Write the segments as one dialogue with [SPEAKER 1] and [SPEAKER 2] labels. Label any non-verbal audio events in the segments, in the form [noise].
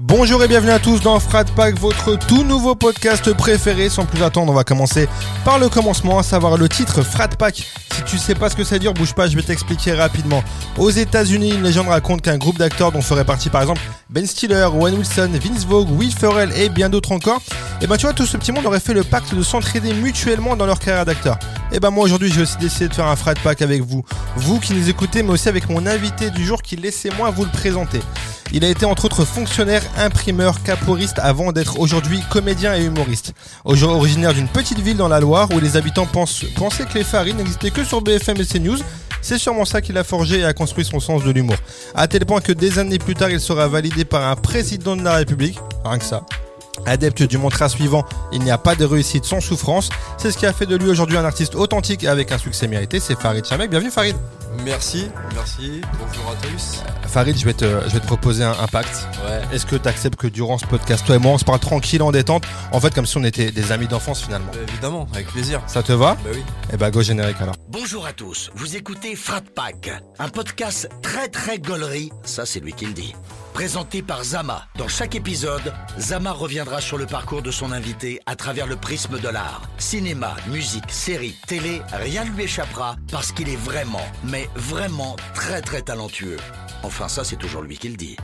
[SPEAKER 1] Bonjour et bienvenue à tous dans Frat Pack, votre tout nouveau podcast préféré. Sans plus attendre, on va commencer par le commencement, à savoir le titre Frat Pack. Si tu sais pas ce que ça dure, bouge pas, je vais t'expliquer rapidement. Aux États-Unis, une légende raconte qu'un groupe d'acteurs dont ferait partie par exemple Ben Stiller, Owen Wilson, Vince Vogue, Will Ferrell et bien d'autres encore, et ben tu vois, tout ce petit monde aurait fait le pacte de s'entraider mutuellement dans leur carrière d'acteur. Et ben moi aujourd'hui, j'ai aussi décidé de faire un Frat Pack avec vous, vous qui nous écoutez, mais aussi avec mon invité du jour qui laissez-moi vous le présenter. Il a été entre autres fonctionnaire, imprimeur, caporiste avant d'être aujourd'hui comédien et humoriste. Aujourd'hui originaire d'une petite ville dans la Loire où les habitants pensent, pensaient que les farines n'existaient que sur BFM et CNews, c'est sûrement ça qu'il a forgé et a construit son sens de l'humour. À tel point que des années plus tard, il sera validé par un président de la République, rien que ça. Adepte du mantra suivant, il n'y a pas de réussite sans souffrance, c'est ce qui a fait de lui aujourd'hui un artiste authentique et avec un succès mérité, c'est Farid Chamek. Bienvenue Farid.
[SPEAKER 2] Merci, merci, bonjour à tous.
[SPEAKER 1] Farid, je vais te, je vais te proposer un, un pacte.
[SPEAKER 2] Ouais.
[SPEAKER 1] Est-ce que tu acceptes que durant ce podcast, toi et moi, on se parle tranquille en détente, en fait comme si on était des amis d'enfance finalement
[SPEAKER 2] Bah, évidemment, avec plaisir.
[SPEAKER 1] Ça te va
[SPEAKER 2] Bah oui.
[SPEAKER 1] Eh bah go générique alors.
[SPEAKER 3] Bonjour à tous, vous écoutez Frat Pack, un podcast très très gaulerie, ça c'est lui qui le dit. Présenté par Zama. Dans chaque épisode, Zama reviendra sur le parcours de son invité à travers le prisme de l'art. Cinéma, musique, série, télé, rien ne lui échappera parce qu'il est vraiment, mais vraiment très très talentueux. Enfin ça c'est toujours lui qui le dit.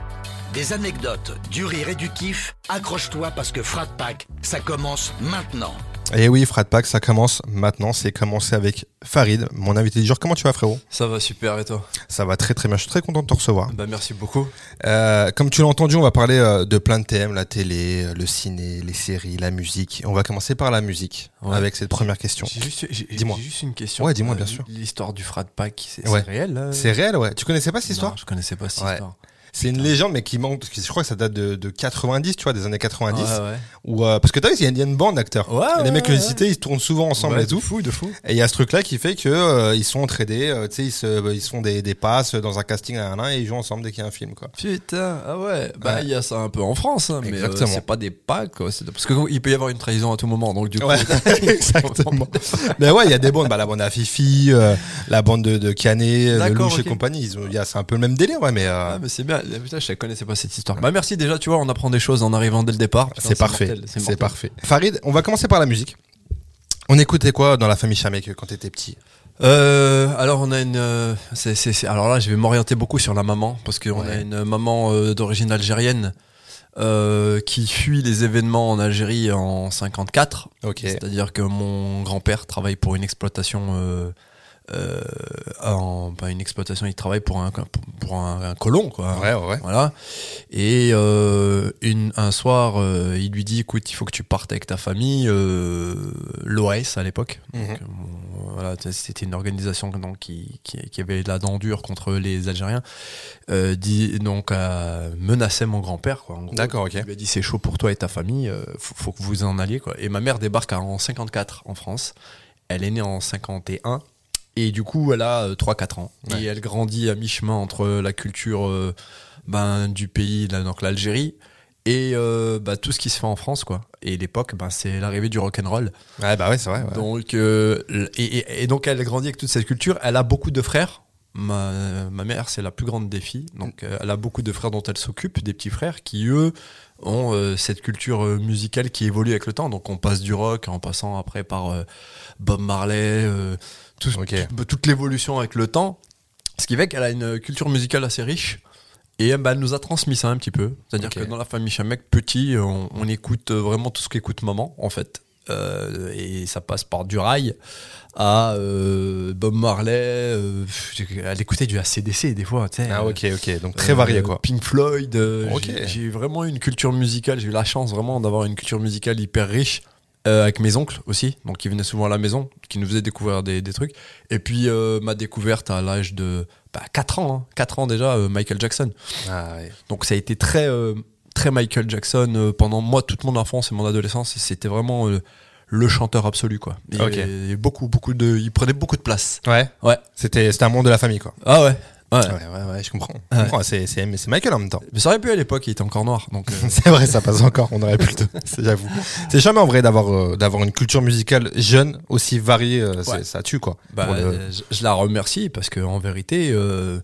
[SPEAKER 3] Des anecdotes, du rire et du kiff, accroche-toi parce que Frat Pack, ça commence maintenant.
[SPEAKER 1] Et Eh oui, Frat Pack, ça commence maintenant. C'est commencé avec Farid, mon invité du jour. Comment tu vas, frérot
[SPEAKER 2] Ça va super et toi
[SPEAKER 1] Ça va très très bien. Je suis très content de te recevoir.
[SPEAKER 2] Bah merci beaucoup.
[SPEAKER 1] Euh, comme tu l'as entendu, on va parler euh, de plein de thèmes la télé, euh, le ciné, les séries, la musique. On va commencer par la musique
[SPEAKER 2] Ouais.
[SPEAKER 1] avec cette première question.
[SPEAKER 2] J'ai juste, j'ai- j'ai
[SPEAKER 1] Dis-moi.
[SPEAKER 2] juste une question.
[SPEAKER 1] Ouais, dis-moi,
[SPEAKER 2] Euh,
[SPEAKER 1] bien sûr.
[SPEAKER 2] L'histoire du frat pack, c'est
[SPEAKER 1] Ouais.
[SPEAKER 2] c'est réel là
[SPEAKER 1] C'est réel, ouais. Tu connaissais pas cette histoire
[SPEAKER 2] Non, Je connaissais pas cette
[SPEAKER 1] Ouais.
[SPEAKER 2] histoire.
[SPEAKER 1] C'est une légende, mais qui manque. Je crois que ça date de, de 90, tu vois, des années 90.
[SPEAKER 2] Ouais, ouais.
[SPEAKER 1] Ou euh, parce que t'as vu, il y a une- il y a une bande d'acteurs.
[SPEAKER 2] Ouais,
[SPEAKER 1] Et les
[SPEAKER 2] ouais,
[SPEAKER 1] mecs que j'ai
[SPEAKER 2] ouais.
[SPEAKER 1] cités, ils se tournent souvent ensemble
[SPEAKER 2] Ouais,
[SPEAKER 1] et tout.
[SPEAKER 2] De fou, de fou.
[SPEAKER 1] Et il y a ce truc-là qui fait que euh, ils sont entraînés, euh, tu sais, ils, se- ils se font des, des passes dans un casting à un et ils jouent ensemble dès qu'il y a un
[SPEAKER 2] [laughs]
[SPEAKER 1] film, quoi.
[SPEAKER 2] Putain, ah ouais. Bah
[SPEAKER 1] Ouais.
[SPEAKER 2] il y a ça un peu en France, hein, mais euh,
[SPEAKER 1] Exactement.
[SPEAKER 2] c'est pas des packs quoi. C'est- Parce qu'il peut y avoir une trahison à tout moment, donc du coup.
[SPEAKER 1] Ouais, [laughs]
[SPEAKER 2] [laughs]
[SPEAKER 1] exactement. Mais ouais, il y a des bandes, bah, la bande à Fifi, euh, la bande de, de Canet, euh, de
[SPEAKER 2] D'accord,
[SPEAKER 1] Louche
[SPEAKER 2] ok.
[SPEAKER 1] et compagnie, ils ont- il y a- c'est un peu le même délire, ouais, mais euh,
[SPEAKER 2] Ah mais c'est bien, putain je connaissais pas cette histoire. Bah merci déjà tu vois on apprend des choses en arrivant dès le départ. Putain,
[SPEAKER 1] c'est parfait.
[SPEAKER 2] mortel,
[SPEAKER 1] C'est
[SPEAKER 2] mortel.
[SPEAKER 1] parfait. Farid, on va commencer par la musique. On écoutait quoi dans la famille Chamek quand t'étais petit
[SPEAKER 2] Euh, alors on a une, euh, c'est- c'est- c'est- alors là je vais m'orienter beaucoup sur la maman parce qu'on a
[SPEAKER 1] Ouais.
[SPEAKER 2] une maman euh, d'origine algérienne euh, qui fuit les événements en Algérie en 54.
[SPEAKER 1] Ok.
[SPEAKER 2] C'est-à-dire que mon grand-père travaille pour une exploitation, euh, euh, en- pas une exploitation, il travaille pour un, pour un, un colon quoi.
[SPEAKER 1] Ouais, ouais, ouais.
[SPEAKER 2] Voilà. Et euh, une, un soir, euh, il lui dit écoute, il faut que tu partes avec ta famille, euh, l'OAS à l'époque. Donc,
[SPEAKER 1] Mhm.
[SPEAKER 2] bon, voilà, t- C'était une organisation donc, qui, qui, qui avait de la dent dure contre les Algériens. Euh, dit, donc, euh, menaçait mon grand-père. quoi, en gros.
[SPEAKER 1] D'accord, ok.
[SPEAKER 2] Il lui a dit c'est chaud pour toi et ta famille, euh, faut, faut que vous en alliez. Quoi. Et ma mère débarque en 54 en France. Elle est née en 51. Et du coup, elle a 3-4 ans.
[SPEAKER 1] Ouais.
[SPEAKER 2] Et elle grandit à mi-chemin entre la culture euh, ben, du pays, là, donc l'Algérie, et euh, bah, tout ce qui se fait en France. quoi. Et l'époque, ben, c'est l'arrivée du rock'n'roll.
[SPEAKER 1] Ouais, bah ouais, c'est vrai. ouais.
[SPEAKER 2] Donc, euh, l- et, et- et donc, elle grandit avec toute cette culture. Elle a beaucoup de frères. Ma, ma mère, c'est la plus grande des filles.
[SPEAKER 1] Mm.
[SPEAKER 2] Donc, euh, elle a beaucoup de frères dont elle s'occupe, des petits frères qui, eux, ont euh, cette culture euh, musicale qui évolue avec le temps. Donc, on passe du rock en passant après par euh, Bob Marley, euh, tout-
[SPEAKER 1] Ok.
[SPEAKER 2] tout- toute l'évolution avec le temps. Ce qui fait qu'elle a une culture musicale assez riche. Et euh, bah, elle nous a transmis ça un petit peu. C'est-à-dire
[SPEAKER 1] Ok.
[SPEAKER 2] que dans la famille Chamek, petit, on, on écoute euh, vraiment tout ce qu'écoute maman, en fait. Euh, et ça passe par du rail à euh, Bob Marley. euh, pff, elle écoutait du ACDC des fois, tu sais.
[SPEAKER 1] Ah
[SPEAKER 2] Euh,
[SPEAKER 1] ok ok donc très
[SPEAKER 2] euh,
[SPEAKER 1] varié quoi.
[SPEAKER 2] Pink Floyd. euh,
[SPEAKER 1] Ok.
[SPEAKER 2] j'ai- J'ai vraiment une culture musicale. J'ai eu la chance vraiment d'avoir une culture musicale hyper riche. euh, avec mes oncles aussi, donc qui venaient souvent à la maison, qui nous faisaient découvrir des, des trucs. Et puis euh, ma découverte à l'âge de bah, 4 ans, hein, 4 ans déjà, euh, Michael Jackson.
[SPEAKER 1] Ah, ouais.
[SPEAKER 2] Donc ça a été très, euh, très Michael Jackson euh, pendant moi, toute mon enfance et mon adolescence. et C'était vraiment euh, le chanteur absolu, quoi. Il,
[SPEAKER 1] Ok.
[SPEAKER 2] il- beaucoup, beaucoup de, il prenait beaucoup de place.
[SPEAKER 1] Ouais.
[SPEAKER 2] Ouais.
[SPEAKER 1] C'était c'était un monde de la famille quoi.
[SPEAKER 2] Ah ouais. ouais.
[SPEAKER 1] Ouais ouais ouais je comprends. Je
[SPEAKER 2] Ouais.
[SPEAKER 1] comprends, C'est c'est mais c'est Michael en même
[SPEAKER 2] [laughs]
[SPEAKER 1] temps.
[SPEAKER 2] Mais ça aurait pu à l'époque, il était encore noir. Donc, euh,
[SPEAKER 1] C'est vrai, ça passe encore, on aurait pu le c'est- j'avoue. C'est jamais en vrai d'avoir euh, d'avoir une culture musicale jeune aussi variée, euh, c'est-
[SPEAKER 2] Ouais.
[SPEAKER 1] ça tue quoi.
[SPEAKER 2] Bah,
[SPEAKER 1] Pour le-
[SPEAKER 2] euh, je, je la remercie parce que en vérité, euh,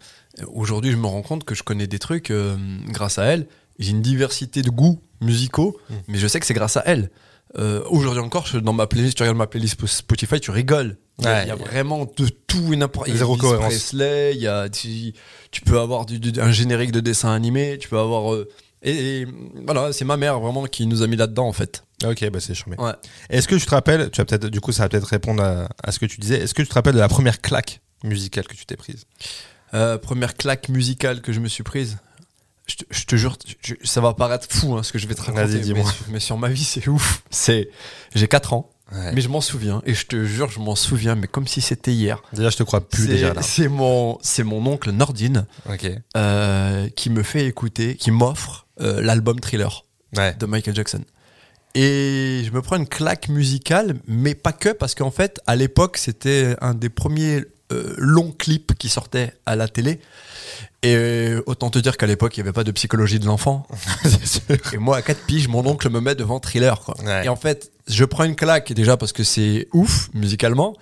[SPEAKER 2] aujourd'hui, je me rends compte que je connais des trucs euh, grâce à elle j'ai une diversité de goûts musicaux,
[SPEAKER 1] Mm.
[SPEAKER 2] mais je sais que c'est grâce à elle. Euh, Aujourd'hui encore, je- dans ma playlist, tu regardes ma playlist Sp- Spotify, tu rigoles. Il y a-
[SPEAKER 1] Ouais.
[SPEAKER 2] il y, a vraiment de tout et n'importe
[SPEAKER 1] Zéro
[SPEAKER 2] Il y a Elvis
[SPEAKER 1] cohérence.
[SPEAKER 2] Presley, il y a, tu, tu peux avoir du- du- un générique de dessin animé, tu peux avoir. euh, et, et voilà, c'est ma mère vraiment qui nous a mis là-dedans en fait.
[SPEAKER 1] Ok, bah c'est charmé.
[SPEAKER 2] Ouais.
[SPEAKER 1] Est-ce que tu te rappelles, tu vas peut-être, du coup, ça va peut-être répondre à, à ce que tu disais. Est-ce que tu te rappelles de la première claque musicale que tu t'es prise
[SPEAKER 2] Euh, première claque musicale que je me suis prise. Je te, je te jure, je- je- ça va paraître fou hein, ce que je vais te
[SPEAKER 1] Vas-y,
[SPEAKER 2] raconter.
[SPEAKER 1] dis-moi.
[SPEAKER 2] Mais, sur- mais sur ma vie, c'est ouf. C'est, j'ai 4 ans,
[SPEAKER 1] Ouais.
[SPEAKER 2] mais je m'en souviens. Et je te jure, je m'en souviens, mais comme si c'était hier.
[SPEAKER 1] Déjà, je te crois plus
[SPEAKER 2] C'est-
[SPEAKER 1] déjà là.
[SPEAKER 2] C'est mon, c'est mon oncle Nordine
[SPEAKER 1] Ok.
[SPEAKER 2] euh, qui me fait écouter, qui m'offre euh, l'album Thriller [laughs]
[SPEAKER 1] Ouais.
[SPEAKER 2] de Michael Jackson. Et je me prends une claque musicale, mais pas que, parce qu'en fait, à l'époque, c'était un des premiers euh, longs clips qui sortaient à la télé. Et euh, autant te dire qu'à l'époque, il n'y avait pas de psychologie
[SPEAKER 1] [laughs]
[SPEAKER 2] de l'enfant. et moi, à 4 piges, mon oncle me met devant thriller. Quoi.
[SPEAKER 1] Ouais.
[SPEAKER 2] Et en fait, je prends une claque déjà parce que c'est ouf musicalement,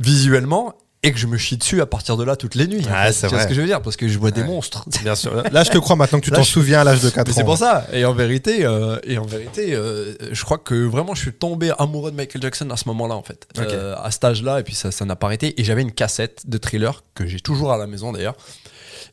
[SPEAKER 2] visuellement, et que je me chie dessus à partir de là toutes les nuits.
[SPEAKER 1] Ouais,
[SPEAKER 2] en fait.
[SPEAKER 1] c'est
[SPEAKER 2] tu vois
[SPEAKER 1] vrai.
[SPEAKER 2] ce que je veux dire Parce que je vois des
[SPEAKER 1] Ouais.
[SPEAKER 2] monstres.
[SPEAKER 1] Bien sûr. Là, je te crois maintenant que tu
[SPEAKER 2] Là,
[SPEAKER 1] t'en
[SPEAKER 2] je-
[SPEAKER 1] souviens à l'âge de 4
[SPEAKER 2] Mais
[SPEAKER 1] ans.
[SPEAKER 2] c'est pour ça. Et en vérité, euh, et en vérité euh, je crois que vraiment, je suis tombé amoureux de Michael Jackson à ce moment-là, en fait.
[SPEAKER 1] Ok.
[SPEAKER 2] Euh, à cet âge-là, et puis ça ça n'a pas arrêté. Et j'avais une cassette de thriller que j'ai toujours à la maison, d'ailleurs.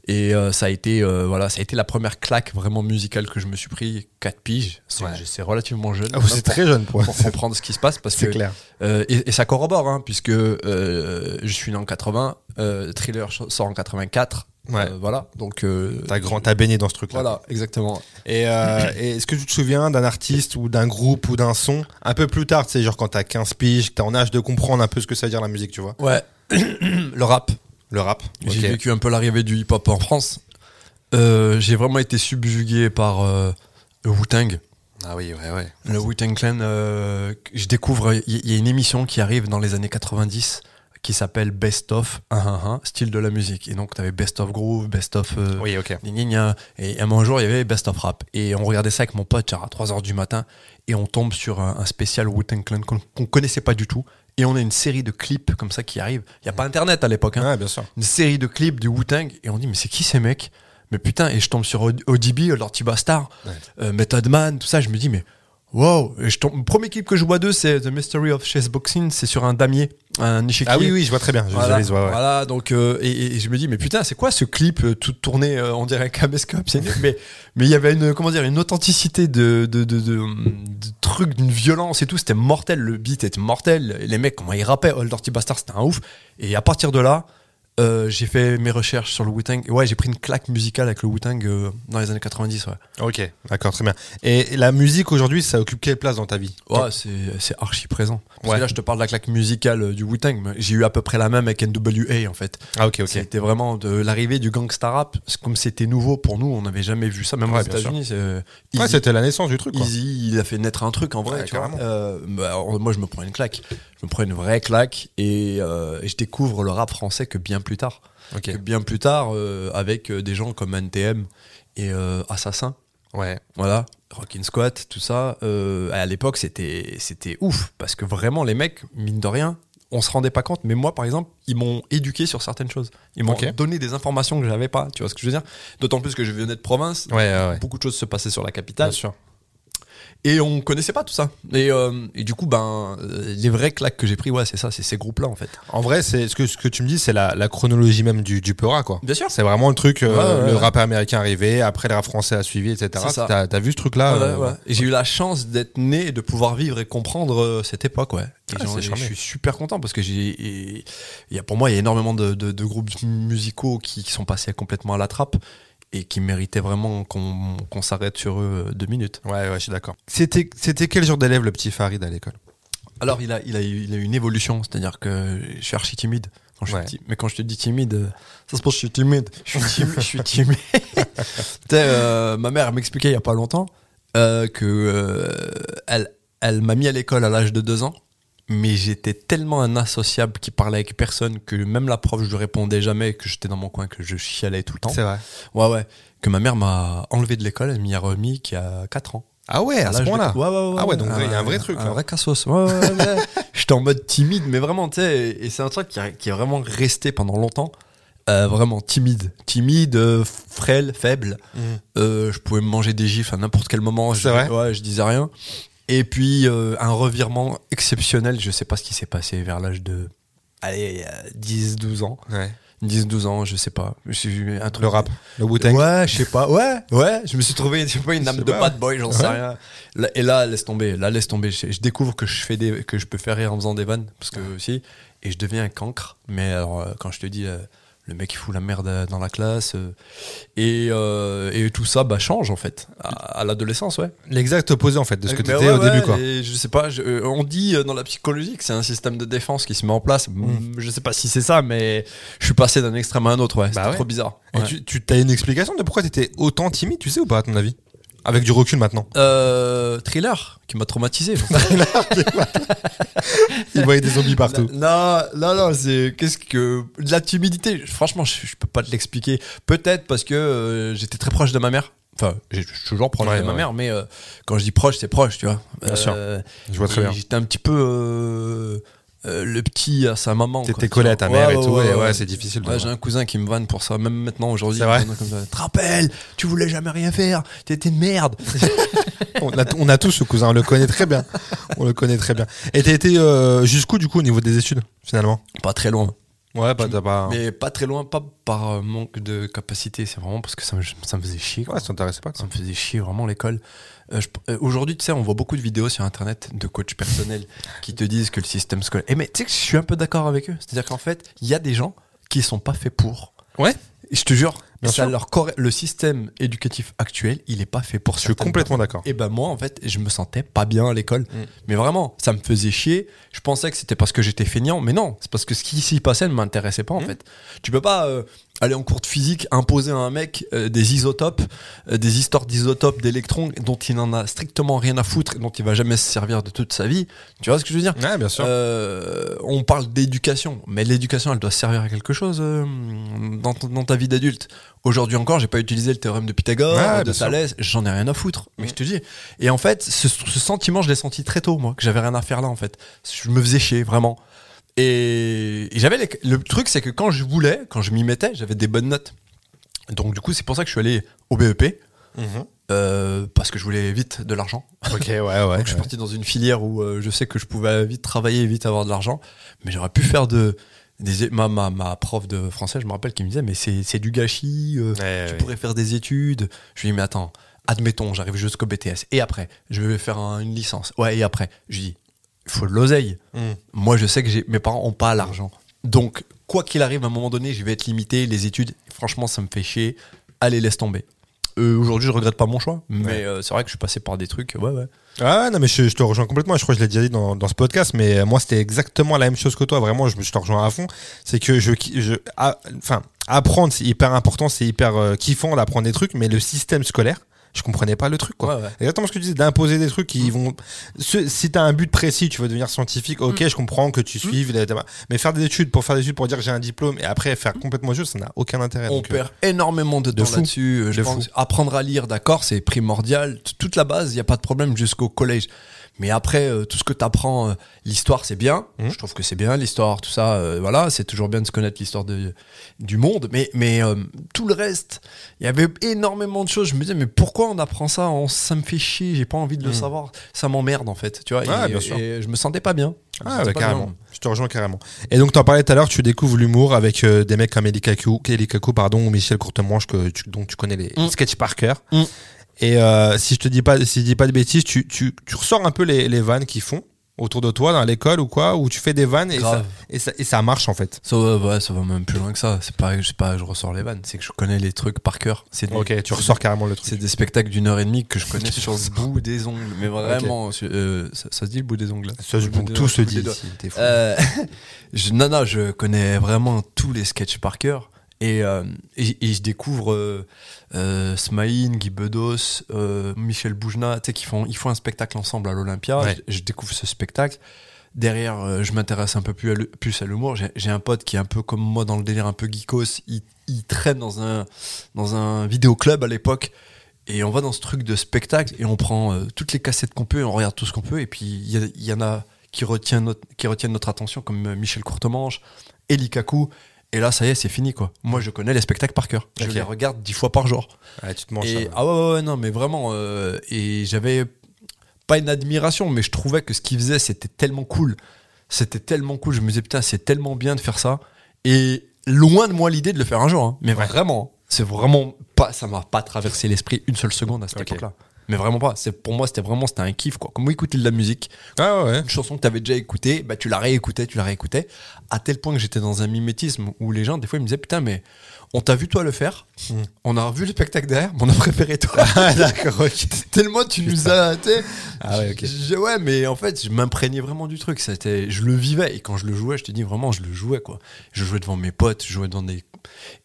[SPEAKER 2] Et euh, ça, a été, euh, voilà, ça a été la première claque vraiment musicale que je me suis pris, 4 piges. C'est
[SPEAKER 1] Ouais.
[SPEAKER 2] c'est relativement jeune.
[SPEAKER 1] Ah, vous, c'est
[SPEAKER 2] pour-
[SPEAKER 1] très jeune pour
[SPEAKER 2] pour comprendre ce qui se passe parce
[SPEAKER 1] C'est
[SPEAKER 2] que
[SPEAKER 1] clair.
[SPEAKER 2] euh, et, et ça corrobore hein, puisque euh, je suis né en 80 euh, thriller sort en 84
[SPEAKER 1] Ouais.
[SPEAKER 2] euh, voilà donc euh,
[SPEAKER 1] T'as grand, t'as baigné dans ce truc-là.
[SPEAKER 2] voilà exactement
[SPEAKER 1] Et, euh, et est-ce que tu te souviens d'un artiste ou d'un groupe ou d'un son un peu plus tard, tu sais, genre quand t'as 15 piges, que t'es en âge de comprendre un peu ce que ça veut dire la musique, tu vois
[SPEAKER 2] Ouais. le rap.
[SPEAKER 1] Le rap.
[SPEAKER 2] J'ai
[SPEAKER 1] Ok.
[SPEAKER 2] vécu un peu l'arrivée du hip-hop en France. Euh, j'ai vraiment été subjugué par euh, le Wu-Tang.
[SPEAKER 1] Ah oui, ouais, ouais.
[SPEAKER 2] Le Wu-Tang Clan, euh, que je découvre, il y, il y a une émission qui arrive dans les années 90 qui s'appelle Best of 1-1-1, style de la musique. Et donc, tu avais Best of Groove, Best of... euh,
[SPEAKER 1] Oui, ok.
[SPEAKER 2] Gna, gna, gna. Et un jour, il y avait Best of Rap. Et on regardait ça avec mon pote genre, à 3h du matin. Et on tombe sur un, un spécial Wu-Tang Clan qu'on qu'on connaissait pas du tout. Et on a une série de clips comme ça qui arrivent. Il n'y a pas Internet à l'époque. hein.
[SPEAKER 1] Ouais, Ah, bien sûr.
[SPEAKER 2] Une série de clips du Wu-Tang. Et on dit, mais c'est qui ces mecs Mais putain, et je tombe sur O- ODB, Lorty Bastard,
[SPEAKER 1] Ouais.
[SPEAKER 2] euh, Method Man, tout ça. Je me dis, mais wow. Et je tombe... Le premier clip que je vois d'eux, c'est The Mystery of Chessboxing. C'est sur un damier, un échiquier.
[SPEAKER 1] Ah oui, oui, je vois très bien. Je
[SPEAKER 2] Voilà,
[SPEAKER 1] visualise, ouais, ouais.
[SPEAKER 2] voilà, donc euh, et, et- et je me dis mais putain c'est quoi ce clip euh, tout tourné euh, on dirait un caméscope c'est nul. mais mais il y avait une comment dire une authenticité de de de, de- de trucs d'une violence et tout c'était mortel le beat était mortel Et les mecs comment ils rappaient Old Dirty Bastard c'était un ouf et à partir de là euh, j'ai fait mes recherches sur le Wu-Tang Et ouais j'ai pris une claque musicale avec le Wu-Tang euh, dans les années 90 ouais,
[SPEAKER 1] Ok, d'accord, très bien. Et la musique aujourd'hui, ça occupe quelle place dans ta vie
[SPEAKER 2] ouais c'est c'est archi présent parce
[SPEAKER 1] Ouais.
[SPEAKER 2] que là je te parle de la claque musicale euh, du Wu-Tang mais j'ai eu à peu près la même avec NWA en fait
[SPEAKER 1] Ah ok, ok.
[SPEAKER 2] C'était vraiment de l'arrivée du gangsta rap, c'est- comme c'était nouveau pour nous, on n'avait jamais vu ça, même
[SPEAKER 1] Ouais,
[SPEAKER 2] aux
[SPEAKER 1] bien sûr.
[SPEAKER 2] États-Unis. c'est, euh,
[SPEAKER 1] Ouais,
[SPEAKER 2] Easy-
[SPEAKER 1] c'était la naissance du truc. Quoi.
[SPEAKER 2] Easy, il a fait naître un truc en vrai.
[SPEAKER 1] Ouais,
[SPEAKER 2] tu vois.
[SPEAKER 1] carrément.
[SPEAKER 2] Euh, bah, alors, moi, je me prends une claque. Je me prends une vraie claque et, euh, et je découvre le rap français que bien plus tard.
[SPEAKER 1] Ok.
[SPEAKER 2] Que bien plus tard, euh, avec euh, des gens comme NTM et euh, Assassin.
[SPEAKER 1] Ouais.
[SPEAKER 2] Voilà, Rockin' Squat, tout ça. Euh, à l'époque, c'était c'était ouf parce que vraiment, les mecs, mine de rien, on se rendait pas compte. Mais moi, par exemple, ils m'ont éduqué sur certaines choses. Ils m'ont
[SPEAKER 1] Ok.
[SPEAKER 2] donné des informations que j'avais pas. Tu vois ce que je veux dire D'autant plus que je venais de province.
[SPEAKER 1] Ouais, ouais, ouais.
[SPEAKER 2] Beaucoup de choses se passaient sur la
[SPEAKER 1] Bien
[SPEAKER 2] capitale
[SPEAKER 1] sûr.
[SPEAKER 2] et on connaissait pas tout ça. Et, euh, et du coup, ben, euh, les vrais claques que j'ai pris, ouais, c'est ça, c'est ces groupes-là en fait.
[SPEAKER 1] En vrai, c'est ce que ce que tu me dis, c'est la, la chronologie même du du Peura, quoi.
[SPEAKER 2] Bien sûr.
[SPEAKER 1] C'est vraiment le truc, euh,
[SPEAKER 2] Ouais, ouais,
[SPEAKER 1] le
[SPEAKER 2] ouais.
[SPEAKER 1] rap américain arrivé, après le rap français a suivi, etc.
[SPEAKER 2] C'est ça.
[SPEAKER 1] T'as t'as vu ce truc-là
[SPEAKER 2] Ouais,
[SPEAKER 1] euh,
[SPEAKER 2] ouais. Et j'ai eu la chance d'être né et de pouvoir vivre et comprendre euh, cette époque. Ouais. Et
[SPEAKER 1] Ah,
[SPEAKER 2] j'en-
[SPEAKER 1] c'est
[SPEAKER 2] et je
[SPEAKER 1] charmé.
[SPEAKER 2] suis super content parce que j'ai. et- il y a- Pour moi, il y a énormément de, de- de groupes musicaux qui, qui sont passés complètement à la trappe et qui méritaient vraiment qu'on qu'on s'arrête sur eux euh, deux minutes.
[SPEAKER 1] Ouais, ouais, je suis d'accord. C'était c'était quel genre d'élève le petit Farid à l'école
[SPEAKER 2] Alors, il a, il a, eu- il a eu une évolution, c'est-à-dire que je suis archi timide. Quand je suis
[SPEAKER 1] Ouais.
[SPEAKER 2] ti- mais quand je te dis timide, euh, ça se pense que je suis timide. Je suis timide. [laughs] je suis timide. Tu sais, euh, ma mère m'expliquait il n'y a pas longtemps euh, que euh, elle, elle m'a mis à l'école à l'âge de 2 ans, mais j'étais tellement un associable qui parlait avec personne que même la prof, je lui répondais jamais, que j'étais dans mon coin, que je chialais tout le temps.
[SPEAKER 1] vrai.
[SPEAKER 2] Ouais, ouais. Que ma mère m'a enlevé de l'école, elle m'y a remis qu'il y a 4 ans.
[SPEAKER 1] Ah ouais, à ce
[SPEAKER 2] L'âge de-
[SPEAKER 1] point-là.
[SPEAKER 2] Ouais, ouais, ouais,
[SPEAKER 1] Ah ouais, donc
[SPEAKER 2] ouais,
[SPEAKER 1] il y a un vrai truc,
[SPEAKER 2] Un
[SPEAKER 1] là.
[SPEAKER 2] vrai cassos. Ouais, ouais, ouais, [laughs] ouais. J'étais en mode timide, mais vraiment, tu sais, et et c'est un truc qui, a- qui est vraiment resté pendant longtemps. euh, vraiment timide, timide, euh, frêle, faible.
[SPEAKER 1] Mmh.
[SPEAKER 2] Euh, je pouvais me manger des gifles à n'importe quel moment. Je,
[SPEAKER 1] C'est vrai
[SPEAKER 2] ouais, je disais rien. Et puis euh, un revirement exceptionnel, je sais pas ce qui s'est passé vers l'âge de allez, 10-12 ans.
[SPEAKER 1] Ouais.
[SPEAKER 2] 10-12 ans, je sais pas. Je suis un truc-
[SPEAKER 1] Le rap, le wu
[SPEAKER 2] Ouais, je sais pas. Ouais, ouais. Je me suis trouvé, je sais pas, une
[SPEAKER 1] Je
[SPEAKER 2] âme
[SPEAKER 1] sais
[SPEAKER 2] de
[SPEAKER 1] pas.
[SPEAKER 2] bad boy, j'en sais rien. Là- Et là, laisse tomber. Là, laisse tomber. Je, je découvre que je fais des, que je peux faire rire en faisant des vannes, parce que aussi, et je deviens un cancre. Mais alors, euh, quand je te dis, euh, le mec il fout la merde euh, dans la classe, euh, et, euh, et tout ça, bah change en fait à, à l'adolescence, ouais.
[SPEAKER 1] L'exact opposé en fait de ce que tu
[SPEAKER 2] Mais
[SPEAKER 1] étais
[SPEAKER 2] ouais,
[SPEAKER 1] au
[SPEAKER 2] ouais,
[SPEAKER 1] début quoi.
[SPEAKER 2] et je sais pas. je- euh, on dit euh, dans la psychologie que c'est un système de défense qui se met en place.
[SPEAKER 1] Mm.
[SPEAKER 2] Mm, Je sais pas si c'est ça, mais je suis passé d'un extrême à un autre, ouais. C'était
[SPEAKER 1] Bah ouais.
[SPEAKER 2] trop bizarre.
[SPEAKER 1] Et
[SPEAKER 2] Ouais.
[SPEAKER 1] tu, tu as une explication de pourquoi t'étais autant timide, tu sais ou pas à ton avis Avec du recul maintenant.
[SPEAKER 2] Euh, thriller qui
[SPEAKER 1] [laughs]
[SPEAKER 2] m'a traumatisé.
[SPEAKER 1] Il voyait des [laughs] zombies partout.
[SPEAKER 2] non, non, non, c'est qu'est-ce que de la timidité. Franchement, je, je peux pas te l'expliquer. Peut-être parce que euh, j'étais très proche de ma mère. Enfin, j'ai- je suis toujours proche
[SPEAKER 1] Ouais,
[SPEAKER 2] de ma
[SPEAKER 1] ouais.
[SPEAKER 2] mère, mais euh, quand je dis proche, c'est proche, tu vois. Euh,
[SPEAKER 1] Bien sûr. Je vois très
[SPEAKER 2] et
[SPEAKER 1] bien.
[SPEAKER 2] J'étais un petit peu euh, euh, le petit à sa maman. quoi,
[SPEAKER 1] T'étais
[SPEAKER 2] tu
[SPEAKER 1] collé
[SPEAKER 2] vois.
[SPEAKER 1] à ta mère
[SPEAKER 2] Ouais,
[SPEAKER 1] et tout,
[SPEAKER 2] ouais,
[SPEAKER 1] et ouais,
[SPEAKER 2] ouais.
[SPEAKER 1] c'est difficile. De
[SPEAKER 2] Ouais, j'ai un cousin qui me vanne pour ça, même maintenant aujourd'hui.
[SPEAKER 1] C'est vrai
[SPEAKER 2] il me comme ça, Te rappelles, tu voulais jamais rien faire, t'étais une
[SPEAKER 1] [laughs]
[SPEAKER 2] merde.
[SPEAKER 1] on, a, on a tous ce cousin, on le connaît très bien. On le connaît très bien. Et t'as été euh, jusqu'où du coup au niveau des études finalement
[SPEAKER 2] pas très loin.
[SPEAKER 1] Ouais, bah t'as pas.
[SPEAKER 2] Mais pas très loin, pas par euh, manque de capacité, c'est vraiment parce que ça me, ça me faisait chier. quoi.
[SPEAKER 1] Ouais, ça t'intéressait pas.
[SPEAKER 2] Ça me faisait chier vraiment l'école. Euh, je- euh, Aujourd'hui, tu sais, on voit beaucoup de vidéos sur internet de
[SPEAKER 1] [laughs]
[SPEAKER 2] coachs personnels qui te disent que le système scolaire. Et mais tu sais que je suis un peu d'accord avec eux. C'est-à-dire qu'en fait, il y a des gens qui sont pas faits pour.
[SPEAKER 1] Ouais.
[SPEAKER 2] Et je te jure,
[SPEAKER 1] Bien
[SPEAKER 2] ça
[SPEAKER 1] sûr.
[SPEAKER 2] leur corré- le système éducatif actuel, il est pas fait pour
[SPEAKER 1] Je suis complètement d'accord.
[SPEAKER 2] et ben moi en fait je me sentais pas bien à l'école
[SPEAKER 1] Mm.
[SPEAKER 2] mais vraiment ça me faisait chier je pensais que c'était parce que j'étais feignant mais non c'est parce que ce qui s'y passait ne m'intéressait pas en
[SPEAKER 1] Mm.
[SPEAKER 2] fait tu peux pas euh, aller en cours de physique imposer à un mec euh, des isotopes euh, des histoires d'isotopes d'électrons dont il n'en a strictement rien à foutre et dont il va jamais se servir de toute sa vie tu vois ce que je veux dire
[SPEAKER 1] Ouais, bien sûr.
[SPEAKER 2] euh, on parle d'éducation, mais l'éducation, elle doit servir à quelque chose euh, dans, ton- dans ta vie d'adulte. Aujourd'hui encore, j'ai pas utilisé le théorème de Pythagore,
[SPEAKER 1] Ouais,
[SPEAKER 2] de
[SPEAKER 1] bien sûr.
[SPEAKER 2] Thalès, j'en ai rien à foutre. Mais je te dis. Et en fait, ce, ce sentiment, je l'ai senti très tôt, moi, que j'avais rien à faire là, en fait. Je me faisais chier, vraiment. Et, et j'avais les- le truc, c'est que quand je voulais, quand je m'y mettais, j'avais des bonnes notes. Donc du coup, c'est pour ça que je suis allé au BEP.
[SPEAKER 1] Mhm.
[SPEAKER 2] euh, parce que je voulais vite de l'argent.
[SPEAKER 1] Ok, ouais, ouais.
[SPEAKER 2] Donc je suis parti dans une filière où euh, je sais que je pouvais vite travailler et vite avoir de l'argent, mais j'aurais pu faire de des ma, ma, ma prof de français, je me rappelle, qui me disait mais c'est c'est du gâchis, euh,
[SPEAKER 1] Ouais,
[SPEAKER 2] tu
[SPEAKER 1] ouais.
[SPEAKER 2] pourrais faire des études. Je lui dis mais attends, admettons, j'arrive jusqu'au BTS et après, je vais faire un- une licence. Ouais et après, je lui dis il faut de l'oseille.
[SPEAKER 1] Mhm.
[SPEAKER 2] Moi je sais que j'ai- mes parents ont pas l'argent, donc quoi qu'il arrive, à un moment donné, je vais être limité. Les études, franchement, ça me fait chier. Allez laisse tomber. Euh, Aujourd'hui, je regrette pas mon choix, mais
[SPEAKER 1] Ouais.
[SPEAKER 2] euh, c'est vrai que je suis passé par des trucs. Ouais ouais.
[SPEAKER 1] Ah ouais, non mais je, je te rejoins complètement. Je crois que je l'ai déjà dit dans, dans ce podcast, mais euh, moi c'était exactement la même chose que toi. Vraiment, je, me- je te rejoins à fond. C'est que je, qui- je, a- enfin, apprendre c'est hyper important, c'est hyper euh, kiffant d'apprendre des trucs, mais le système scolaire, je comprenais pas le truc quoi.
[SPEAKER 2] Ouais, ouais.
[SPEAKER 1] Exactement ce que tu disais, d'imposer des trucs
[SPEAKER 2] Mm.
[SPEAKER 1] qui vont. Ce- si t'as un but précis, tu veux devenir scientifique, ok,
[SPEAKER 2] Mm.
[SPEAKER 1] je comprends que tu suives, la- la- mais faire des études pour faire des études pour dire que j'ai un diplôme et après faire complètement autre chose, ça n'a aucun intérêt.
[SPEAKER 2] Mm. On
[SPEAKER 1] donc, euh,
[SPEAKER 2] perd énormément de,
[SPEAKER 1] de
[SPEAKER 2] temps
[SPEAKER 1] fou.
[SPEAKER 2] là-dessus. euh, Je
[SPEAKER 1] De
[SPEAKER 2] pense
[SPEAKER 1] fou.
[SPEAKER 2] apprendre à lire, d'accord, c'est primordial. T- Toute la base, il n'y a pas de problème jusqu'au collège. Mais après, euh, tout ce que tu apprends, l'histoire, c'est bien.
[SPEAKER 1] Mhm.
[SPEAKER 2] Je trouve que c'est bien, l'histoire, tout ça. euh, voilà, c'est toujours bien de se connaître l'histoire de- du monde. Mais, mais euh, tout le reste, il y avait énormément de choses. Je me disais, mais pourquoi on apprend ça on, Ça me fait chier, j'ai pas envie de le
[SPEAKER 1] Mhm.
[SPEAKER 2] savoir. Ça m'emmerde, en fait. Tu vois,
[SPEAKER 1] Ouais,
[SPEAKER 2] et,
[SPEAKER 1] bien sûr.
[SPEAKER 2] et je me sentais pas bien. Je me
[SPEAKER 1] Ah,
[SPEAKER 2] sentais
[SPEAKER 1] bah,
[SPEAKER 2] pas
[SPEAKER 1] carrément.
[SPEAKER 2] bien.
[SPEAKER 1] Je te rejoins carrément. Et donc, t'en parlais tout à l'heure, tu découvres l'humour avec euh, des mecs comme Eli Kaku, Eli Kaku, pardon, ou Michel Courtemanche, que tu, dont tu connais les
[SPEAKER 2] Mm.
[SPEAKER 1] sketchs par cœur.
[SPEAKER 2] Mm.
[SPEAKER 1] Et euh, si je te dis pas, si je dis pas de bêtises, tu, tu, tu ressors un peu les, les vannes qu'ils font autour de toi, dans l'école ou quoi, où tu fais des vannes et
[SPEAKER 2] Grave.
[SPEAKER 1] ça, et, ça, et ça marche en fait.
[SPEAKER 2] Ça va, ouais, ça va même plus loin que ça. C'est pas, je sais pas, je ressors les vannes. C'est que je connais les trucs par cœur. C'est des,
[SPEAKER 1] Ok, tu
[SPEAKER 2] c'est-
[SPEAKER 1] ressors carrément le truc.
[SPEAKER 2] C'est des spectacles d'une heure et
[SPEAKER 1] [laughs]
[SPEAKER 2] demie que je connais sur le bout des ongles. Mais vraiment, sur- euh, ça, ça se dit le bout des ongles.
[SPEAKER 1] Ça, je-
[SPEAKER 2] Le bout des-
[SPEAKER 1] tout se
[SPEAKER 2] le bout
[SPEAKER 1] dit
[SPEAKER 2] des doigts.
[SPEAKER 1] ici, t'es fou.
[SPEAKER 2] Euh, [laughs] je, non, non, je connais vraiment tous les sketchs par cœur. Et, euh, et- et je découvre euh, euh, Smaïn, Guy Bedos, euh, Michel Boujna, tu sais, qu'ils font, ils font un spectacle ensemble à l'Olympia.
[SPEAKER 1] Ouais.
[SPEAKER 2] Je, je découvre ce spectacle. Derrière, euh, je m'intéresse un peu plus à, l'hu- plus à l'humour. J'ai, j'ai un pote qui est un peu comme moi dans le délire, un peu geekos. Il, il traîne dans un, dans un vidéoclub à l'époque. Et on va dans ce truc de spectacle et on prend euh, toutes les cassettes qu'on peut et on regarde tout ce qu'on peut. Et puis il y, a- il y en a qui retiennent, notre, qui retiennent notre attention, comme euh, Michel Courtemanche, Eli Kaku. Et là, ça y est, c'est fini, quoi. Moi, je connais les spectacles par cœur. Je
[SPEAKER 1] Ok.
[SPEAKER 2] les regarde dix fois par jour.
[SPEAKER 1] Ah, tu te manges
[SPEAKER 2] Et-
[SPEAKER 1] ça.
[SPEAKER 2] ah ouais, ouais, ouais, non, mais vraiment. euh, et j'avais pas une admiration, mais je trouvais que ce qu'il faisait, c'était tellement cool. C'était tellement cool. Je me disais, putain, c'est tellement bien de faire ça. Et loin de moi l'idée de le faire un jour. hein. Mais vraiment, c'est vraiment pas. Ça m'a pas traversé l'esprit une seule seconde à cette
[SPEAKER 1] Ok.
[SPEAKER 2] époque-là. Mais vraiment pas. C'est pour moi, c'était vraiment, c'était un kiff, quoi. Comme écouter de la musique,
[SPEAKER 1] Ah ouais, ouais.
[SPEAKER 2] une chanson que tu avais déjà écoutée, bah, tu la réécoutais, tu la réécoutais, à tel point que j'étais dans un mimétisme où les gens, des fois, ils me disaient Putain, mais on t'a vu toi le faire, on a revu le spectacle derrière, mais on a [laughs] préféré toi. d'accord, [laughs] Tellement tu nous as. tu sais,
[SPEAKER 1] Ah ouais, ok.
[SPEAKER 2] je- je- ouais, mais en fait, je m'imprégnais vraiment du truc. C'était, je le vivais. Et quand je le jouais, je te dis vraiment, je le jouais, quoi. Je jouais devant mes potes, je jouais devant des.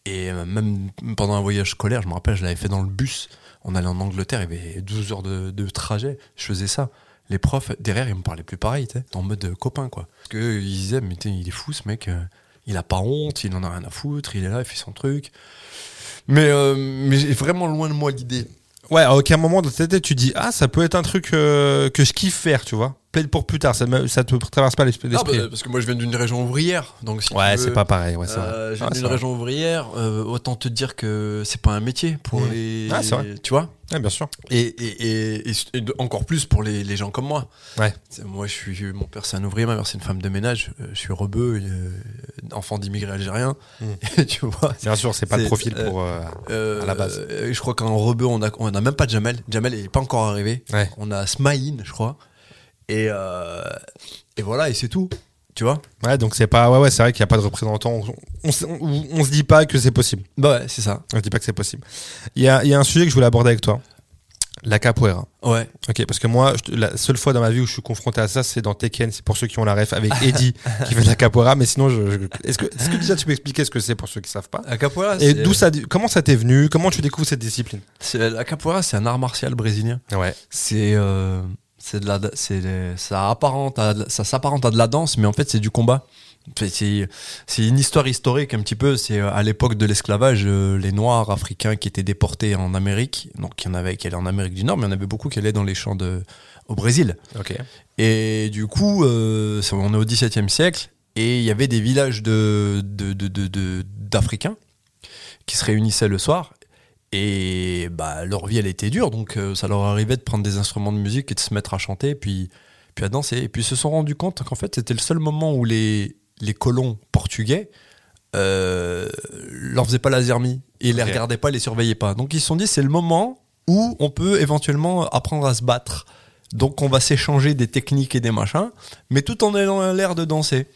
[SPEAKER 2] Et euh, même pendant un voyage scolaire, je me rappelle, je l'avais fait dans le bus. On allait en Angleterre, il y avait 12 heures de, de trajet. Je faisais ça. Les profs, derrière, ils me parlaient plus pareil, tu sais, en mode euh, copain, quoi. Parce qu'ils disaient, mais t'es- il est fou, ce mec. euh, Il a pas honte, il en a rien à foutre, il est là, il fait son truc. Mais, euh, mais j'ai vraiment loin de moi l'idée. Ah,
[SPEAKER 1] Ouais, à aucun moment dans ta tête, tu dis Ah, ça peut être un truc euh, que je kiffe faire, tu vois. Plaide pour plus tard, ça, me- ça te traverse pas l'esprit.
[SPEAKER 2] Ah, bah, parce que moi, je viens d'une région ouvrière. Donc si
[SPEAKER 1] ouais,
[SPEAKER 2] tu
[SPEAKER 1] c'est
[SPEAKER 2] veux,
[SPEAKER 1] pas pareil, ouais, c'est
[SPEAKER 2] Euh,
[SPEAKER 1] vrai.
[SPEAKER 2] j'ai
[SPEAKER 1] Ah, c'est
[SPEAKER 2] une
[SPEAKER 1] vrai.
[SPEAKER 2] région ouvrière, euh, autant te dire que c'est pas un métier pour
[SPEAKER 1] Mmh.
[SPEAKER 2] les.
[SPEAKER 1] Ah, c'est vrai.
[SPEAKER 2] Tu vois
[SPEAKER 1] Ouais, bien sûr.
[SPEAKER 2] et, et- et- et- et de- encore plus pour les, les gens comme moi.
[SPEAKER 1] Ouais.
[SPEAKER 2] C'est- Moi, je suis, mon père, c'est un ouvrier, ma mère, c'est une femme de ménage. euh, Je suis rebeu, euh, enfant d'immigrés algériens.
[SPEAKER 1] Mmh.
[SPEAKER 2] Et [laughs] tu vois
[SPEAKER 1] Bien sûr, c'est pas le
[SPEAKER 2] C'est-
[SPEAKER 1] profil
[SPEAKER 2] euh,
[SPEAKER 1] pour. euh,
[SPEAKER 2] euh,
[SPEAKER 1] À la base.
[SPEAKER 2] euh, je crois qu'en rebeu, on a, on a même pas de Jamel. Jamel n'est pas encore arrivé.
[SPEAKER 1] Ouais.
[SPEAKER 2] On a Smaïn, je crois. Et, euh, et voilà, et c'est tout. Tu vois
[SPEAKER 1] Ouais, donc c'est pas. Ouais, ouais, c'est vrai qu'il n'y a pas de représentant. On, on, on- on se dit pas que c'est possible.
[SPEAKER 2] Bah ouais, c'est ça.
[SPEAKER 1] On se dit pas que c'est possible. Il y a, il y a un sujet que je voulais aborder avec toi la capoeira.
[SPEAKER 2] Ouais.
[SPEAKER 1] Ok, parce que moi, je te- la seule fois dans ma vie où je suis confronté à ça, c'est dans Tekken. C'est pour ceux qui ont la ref [laughs] avec Eddie qui fait de la capoeira. Mais sinon, je, je- est-ce que, est-ce que déjà tu peux expliquer ce que c'est pour ceux qui savent pas
[SPEAKER 2] La capoeira,
[SPEAKER 1] Et
[SPEAKER 2] c'est-
[SPEAKER 1] d'où ça, comment ça t'est venu Comment tu découvres cette discipline
[SPEAKER 2] c'est- La capoeira, c'est un art martial brésilien.
[SPEAKER 1] Ouais.
[SPEAKER 2] c'est euh, c'est de la c'est ça apparente à, de- ça s'apparente à de la danse mais en fait c'est du combat C'est- c'est c'est une histoire historique un petit peu c'est euh, à l'époque de l'esclavage euh, les noirs africains qui étaient déportés en Amérique donc il y en avait qui allaient en Amérique du Nord mais il y en avait beaucoup qui allaient dans les champs de au Brésil
[SPEAKER 1] Ok.
[SPEAKER 2] et du coup, euh, c'est- on est au XVIIe siècle, et il y avait des villages de- de- de- de- de- d'Africains qui se réunissaient le soir. Et bah, leur vie, elle était dure, donc euh, ça leur arrivait de prendre des instruments de musique et de se mettre à chanter, puis, puis à danser. Et puis ils se sont rendus compte qu'en fait, c'était le seul moment où les, les colons portugais euh, leur faisaient pas la zermie, et les
[SPEAKER 1] Ok.
[SPEAKER 2] regardaient pas, les surveillaient pas. Donc ils se sont dit, c'est le moment où on peut éventuellement apprendre à se battre. Donc on va s'échanger des techniques et des machins, mais tout en ayant l'air de danser.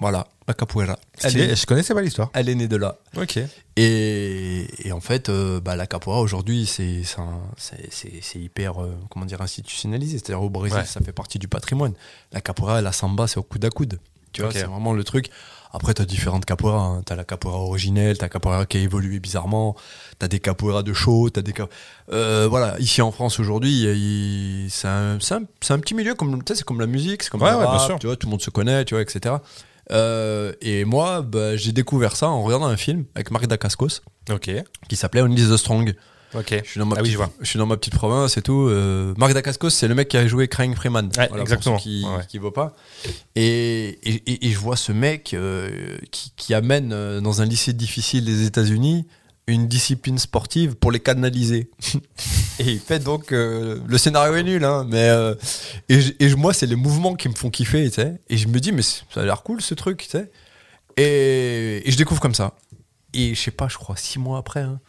[SPEAKER 2] Voilà, la capoeira. Elle
[SPEAKER 1] Stylé,
[SPEAKER 2] est,
[SPEAKER 1] je connaissais pas l'histoire.
[SPEAKER 2] elle est née de là.
[SPEAKER 1] Ok.
[SPEAKER 2] Et, et en fait, euh, bah, la capoeira aujourd'hui, c'est c'est un- c'est- c'est- c'est hyper euh, comment dire, institutionnalisé. C'est-à-dire au Brésil,
[SPEAKER 1] Ouais.
[SPEAKER 2] ça fait partie du patrimoine. La capoeira et la samba, c'est au coude à coude. Tu vois,
[SPEAKER 1] Ok.
[SPEAKER 2] c'est vraiment le truc. Après, tu as différentes capoeiras. hein. T'as Tu as la capoeira originelle, tu la capoeira qui a évolué bizarrement, tu as des capoeiras de show, tu des cap- Euh, Voilà, ici en France aujourd'hui, il- c'est un, c'est un- c'est un petit milieu, comme, tu sais, c'est comme la musique, c'est comme
[SPEAKER 1] Ouais,
[SPEAKER 2] le
[SPEAKER 1] ouais, bien
[SPEAKER 2] rap,
[SPEAKER 1] sûr.
[SPEAKER 2] tu vois, tout le monde se connaît, tu vois, etc. Euh, et moi, bah, j'ai découvert ça en regardant un film avec Marc Dacascos
[SPEAKER 1] Ok.
[SPEAKER 2] qui s'appelait Only the Strong.
[SPEAKER 1] Ok.
[SPEAKER 2] Je suis dans ma
[SPEAKER 1] Ah oui,
[SPEAKER 2] petite,
[SPEAKER 1] je vois.
[SPEAKER 2] suis dans ma petite province et tout. Euh, Marc Dacascos, c'est le mec qui a joué Crying Freeman.
[SPEAKER 1] Ouais, exactement.
[SPEAKER 2] pour ceux Qui,
[SPEAKER 1] Ouais, ouais.
[SPEAKER 2] qui voit pas. Et, et, et- et je vois ce mec euh, qui, qui amène euh, dans un lycée difficile des États-Unis une discipline sportive pour les canaliser. [laughs] et il fait donc euh, le scénario est nul, hein, mais euh, et, je- et je- moi c'est les mouvements qui me font kiffer, tu sais. Et je me dis mais c'est- ça a l'air cool ce truc, tu sais. Et, et je découvre comme ça. Et je sais pas, je crois six mois après. hein,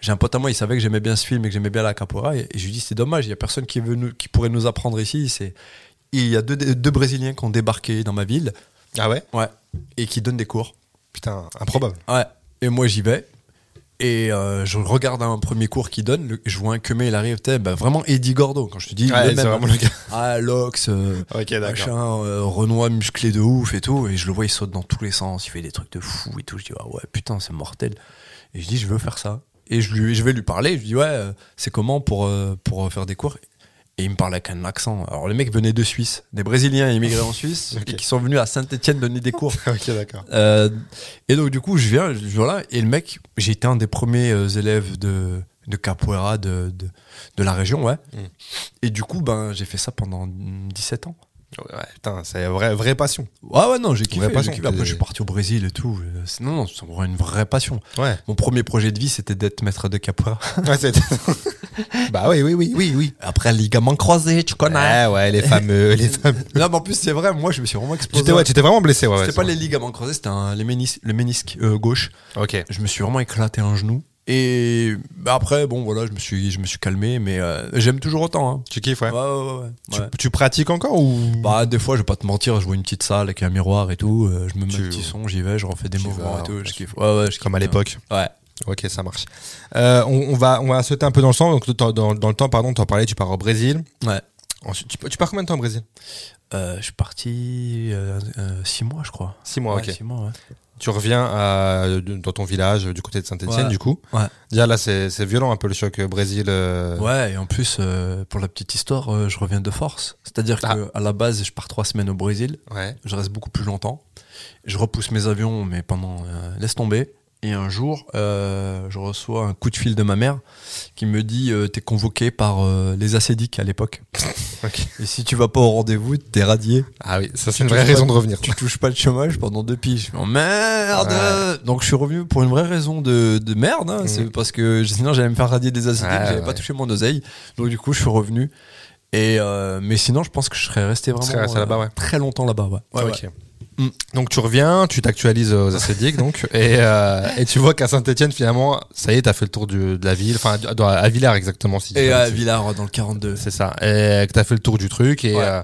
[SPEAKER 2] j'ai un pote à moi, il savait que j'aimais bien ce film et que j'aimais bien la capoeira. Et, et je lui dis, c'est dommage, il y a personne qui, veut nous- qui pourrait nous apprendre ici. C'est, il y a deux, deux Brésiliens qui ont débarqué dans ma ville,
[SPEAKER 1] Ah ouais
[SPEAKER 2] ouais, et qui donnent des cours.
[SPEAKER 1] Putain, improbable.
[SPEAKER 2] Ouais. Et moi, j'y vais. Et euh, je regarde un premier cours qu'ils donnent. le- je vois un cumé, il arrive, t'es, bah, vraiment Eddie Gordo. Quand je te dis,
[SPEAKER 1] Ouais,
[SPEAKER 2] le
[SPEAKER 1] c'est
[SPEAKER 2] même.
[SPEAKER 1] vraiment
[SPEAKER 2] [laughs]
[SPEAKER 1] le gars.
[SPEAKER 2] Ah, Lox. euh,
[SPEAKER 1] [laughs] Ok,
[SPEAKER 2] Machin, euh, Renoir musclé de ouf et tout. Et je le vois, il saute dans tous les sens, il fait des trucs de fou et tout. Je dis, ah ouais, putain, c'est mortel. Et je dis, je veux faire ça. Et je, lui, je vais lui parler. Je lui dis, ouais, euh, c'est comment pour, euh, pour faire des cours Et il me parle avec un accent. Alors, les mecs venaient de Suisse, des Brésiliens immigrés en Suisse,
[SPEAKER 1] [laughs] Ok.
[SPEAKER 2] et qui sont venus à Saint-Etienne donner des cours.
[SPEAKER 1] Ok, d'accord.
[SPEAKER 2] Euh, et donc, du coup, je viens, je- voilà, et le mec, j'ai été un des premiers euh, élèves de, de capoeira de, de, de la région, ouais.
[SPEAKER 1] Mm.
[SPEAKER 2] Et du coup, ben, j'ai fait ça pendant 17 ans.
[SPEAKER 1] Ouais, putain, c'est vraie, vraie passion.
[SPEAKER 2] Ouais, ouais, non, j'ai kiffé.
[SPEAKER 1] Vraie passion.
[SPEAKER 2] j'ai kiffé. Après, je suis parti au Brésil et tout. Euh, c'est- Non, non, c'est vraiment une vraie passion.
[SPEAKER 1] Ouais.
[SPEAKER 2] Mon premier projet de vie, c'était d'être maître de capoeira.
[SPEAKER 1] [laughs]
[SPEAKER 2] [laughs]
[SPEAKER 1] Ouais, [laughs] c'est- bah oui, oui, oui, oui, oui.
[SPEAKER 2] Après, ligament croisé, tu connais.
[SPEAKER 1] Ouais, [laughs] ouais, les fameux, les fameux.
[SPEAKER 2] Là, mais en plus, c'est vrai, moi, je me suis vraiment
[SPEAKER 1] Tu
[SPEAKER 2] explosé.
[SPEAKER 1] t'es ouais, tu t'es vraiment blessé, ouais. ouais,
[SPEAKER 2] c'était
[SPEAKER 1] c'est
[SPEAKER 2] pas
[SPEAKER 1] vrai.
[SPEAKER 2] les ligaments croisés, c'était un- les ménis- le ménisque euh, gauche.
[SPEAKER 1] Ok.
[SPEAKER 2] Je me suis vraiment éclaté un genou. Et bah, après, bon, voilà, je me suis, je me suis calmé, mais euh, j'aime toujours autant. hein.
[SPEAKER 1] Tu kiffes, ouais.
[SPEAKER 2] Ouais, ouais, ouais,
[SPEAKER 1] Tu,
[SPEAKER 2] ouais.
[SPEAKER 1] tu pratiques encore ou
[SPEAKER 2] Bah, des fois, je vais pas te mentir, je vois une petite salle avec un miroir et tout. euh, je me mets
[SPEAKER 1] Tu-
[SPEAKER 2] un petit son, j'y vais, je refais des
[SPEAKER 1] Tu
[SPEAKER 2] mouvements
[SPEAKER 1] vas,
[SPEAKER 2] et tout.
[SPEAKER 1] ouais.
[SPEAKER 2] Je kiffe. Ouais, ouais, je
[SPEAKER 1] comme à
[SPEAKER 2] kiffe.
[SPEAKER 1] l'époque
[SPEAKER 2] Ouais.
[SPEAKER 1] Ok, ça marche. Euh, on, on va, on va sauter un peu dans le temps. Donc, dans, dans- dans le temps, pardon, t'en parlais, tu pars au Brésil.
[SPEAKER 2] Ouais.
[SPEAKER 1] Ensuite, tu, tu pars combien de temps au Brésil
[SPEAKER 2] Euh, je suis parti 6 mois, je crois.
[SPEAKER 1] Six mois,
[SPEAKER 2] Ouais,
[SPEAKER 1] ok.
[SPEAKER 2] six mois, ouais.
[SPEAKER 1] Tu reviens à- dans ton village, du côté de Saint-Etienne,
[SPEAKER 2] Ouais.
[SPEAKER 1] du coup.
[SPEAKER 2] Ouais.
[SPEAKER 1] Déjà, là, c'est c'est violent un peu le choc euh, Brésil. euh,
[SPEAKER 2] Ouais, et en plus, euh, pour la petite histoire, euh, je reviens de force. C'est-à-dire
[SPEAKER 1] Ah.
[SPEAKER 2] que qu'à la base, je pars 3 semaines au Brésil.
[SPEAKER 1] ouais.
[SPEAKER 2] Je reste beaucoup plus longtemps. Je repousse mes avions, mais pendant. euh, laisse tomber. Et un jour, euh, je reçois un coup de fil de ma mère qui me dit euh, T'es convoqué par euh, les acédiques à l'époque.
[SPEAKER 1] Ok.
[SPEAKER 2] Et si tu vas pas au rendez-vous, t'es radié.
[SPEAKER 1] Ah oui, ça, c'est une
[SPEAKER 2] Tu
[SPEAKER 1] vraie
[SPEAKER 2] touches
[SPEAKER 1] raison
[SPEAKER 2] pas-
[SPEAKER 1] de revenir.
[SPEAKER 2] Tu touches pas le chômage pendant deux piges. Oh, merde Donc je suis revenu pour une vraie raison de, de merde. hein.
[SPEAKER 1] Mhm.
[SPEAKER 2] C'est parce que sinon j'allais me faire radier des acides,
[SPEAKER 1] Ouais,
[SPEAKER 2] j'avais
[SPEAKER 1] ouais.
[SPEAKER 2] pas touché mon oseille. Donc du coup je suis revenu. Et euh, mais sinon je pense que je serais resté vraiment euh,
[SPEAKER 1] serais resté là-bas, ouais.
[SPEAKER 2] très longtemps là-bas. Ouais. Ouais,
[SPEAKER 1] Ok.
[SPEAKER 2] ouais.
[SPEAKER 1] Mm. Donc tu reviens, tu t'actualises aux acédiques donc [laughs] et, euh, et tu vois qu'à Saint-Etienne finalement ça y est t'as fait le tour du- de la ville, enfin du- dans- à Villars exactement si.
[SPEAKER 2] Et à
[SPEAKER 1] si-
[SPEAKER 2] Villars dans le 42.
[SPEAKER 1] C'est ça. Et que t'as fait le tour du truc et
[SPEAKER 2] Ouais.
[SPEAKER 1] euh,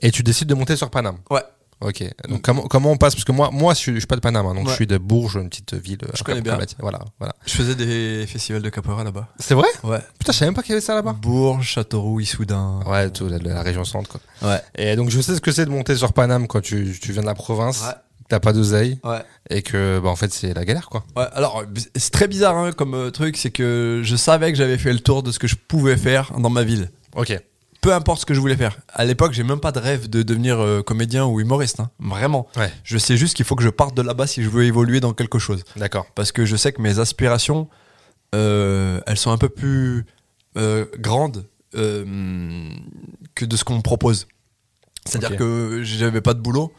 [SPEAKER 1] et tu décides de monter sur Paname.
[SPEAKER 2] Ouais.
[SPEAKER 1] Ok. Donc comment comment on passe parce que moi moi je suis, je suis pas de Paname hein, donc
[SPEAKER 2] Ouais.
[SPEAKER 1] je suis de Bourges une petite ville. euh,
[SPEAKER 2] Je connais
[SPEAKER 1] comme-
[SPEAKER 2] bien.
[SPEAKER 1] comme la tienne. Voilà voilà.
[SPEAKER 2] Je faisais des festivals de capoeira là-bas.
[SPEAKER 1] C'est vrai
[SPEAKER 2] Ouais.
[SPEAKER 1] Putain je savais même pas qu'il y avait ça là-bas.
[SPEAKER 2] Bourges, Châteauroux, Issoudun.
[SPEAKER 1] Ouais tout la, la région centre quoi.
[SPEAKER 2] Ouais.
[SPEAKER 1] Et donc je sais ce que c'est de monter sur Paname quand tu, tu viens de la province.
[SPEAKER 2] Ouais.
[SPEAKER 1] T'as pas d'oseille
[SPEAKER 2] Ouais.
[SPEAKER 1] et que bah en fait c'est la galère quoi.
[SPEAKER 2] Ouais, alors c'est très bizarre hein, comme euh, truc, c'est que je savais que j'avais fait le tour de ce que je pouvais faire dans ma ville.
[SPEAKER 1] Ok.
[SPEAKER 2] Peu importe ce que je voulais faire. À l'époque, j'ai même pas de rêve de devenir euh, comédien ou humoriste, hein. vraiment.
[SPEAKER 1] Ouais.
[SPEAKER 2] Je sais juste qu'il faut que je parte de là-bas si je veux évoluer dans quelque chose,
[SPEAKER 1] D'accord.
[SPEAKER 2] parce que je sais que mes aspirations, euh, elles sont un peu plus euh, grandes euh, que de ce qu'on me propose. C'est-à-dire
[SPEAKER 1] Ok.
[SPEAKER 2] que j'avais pas de boulot,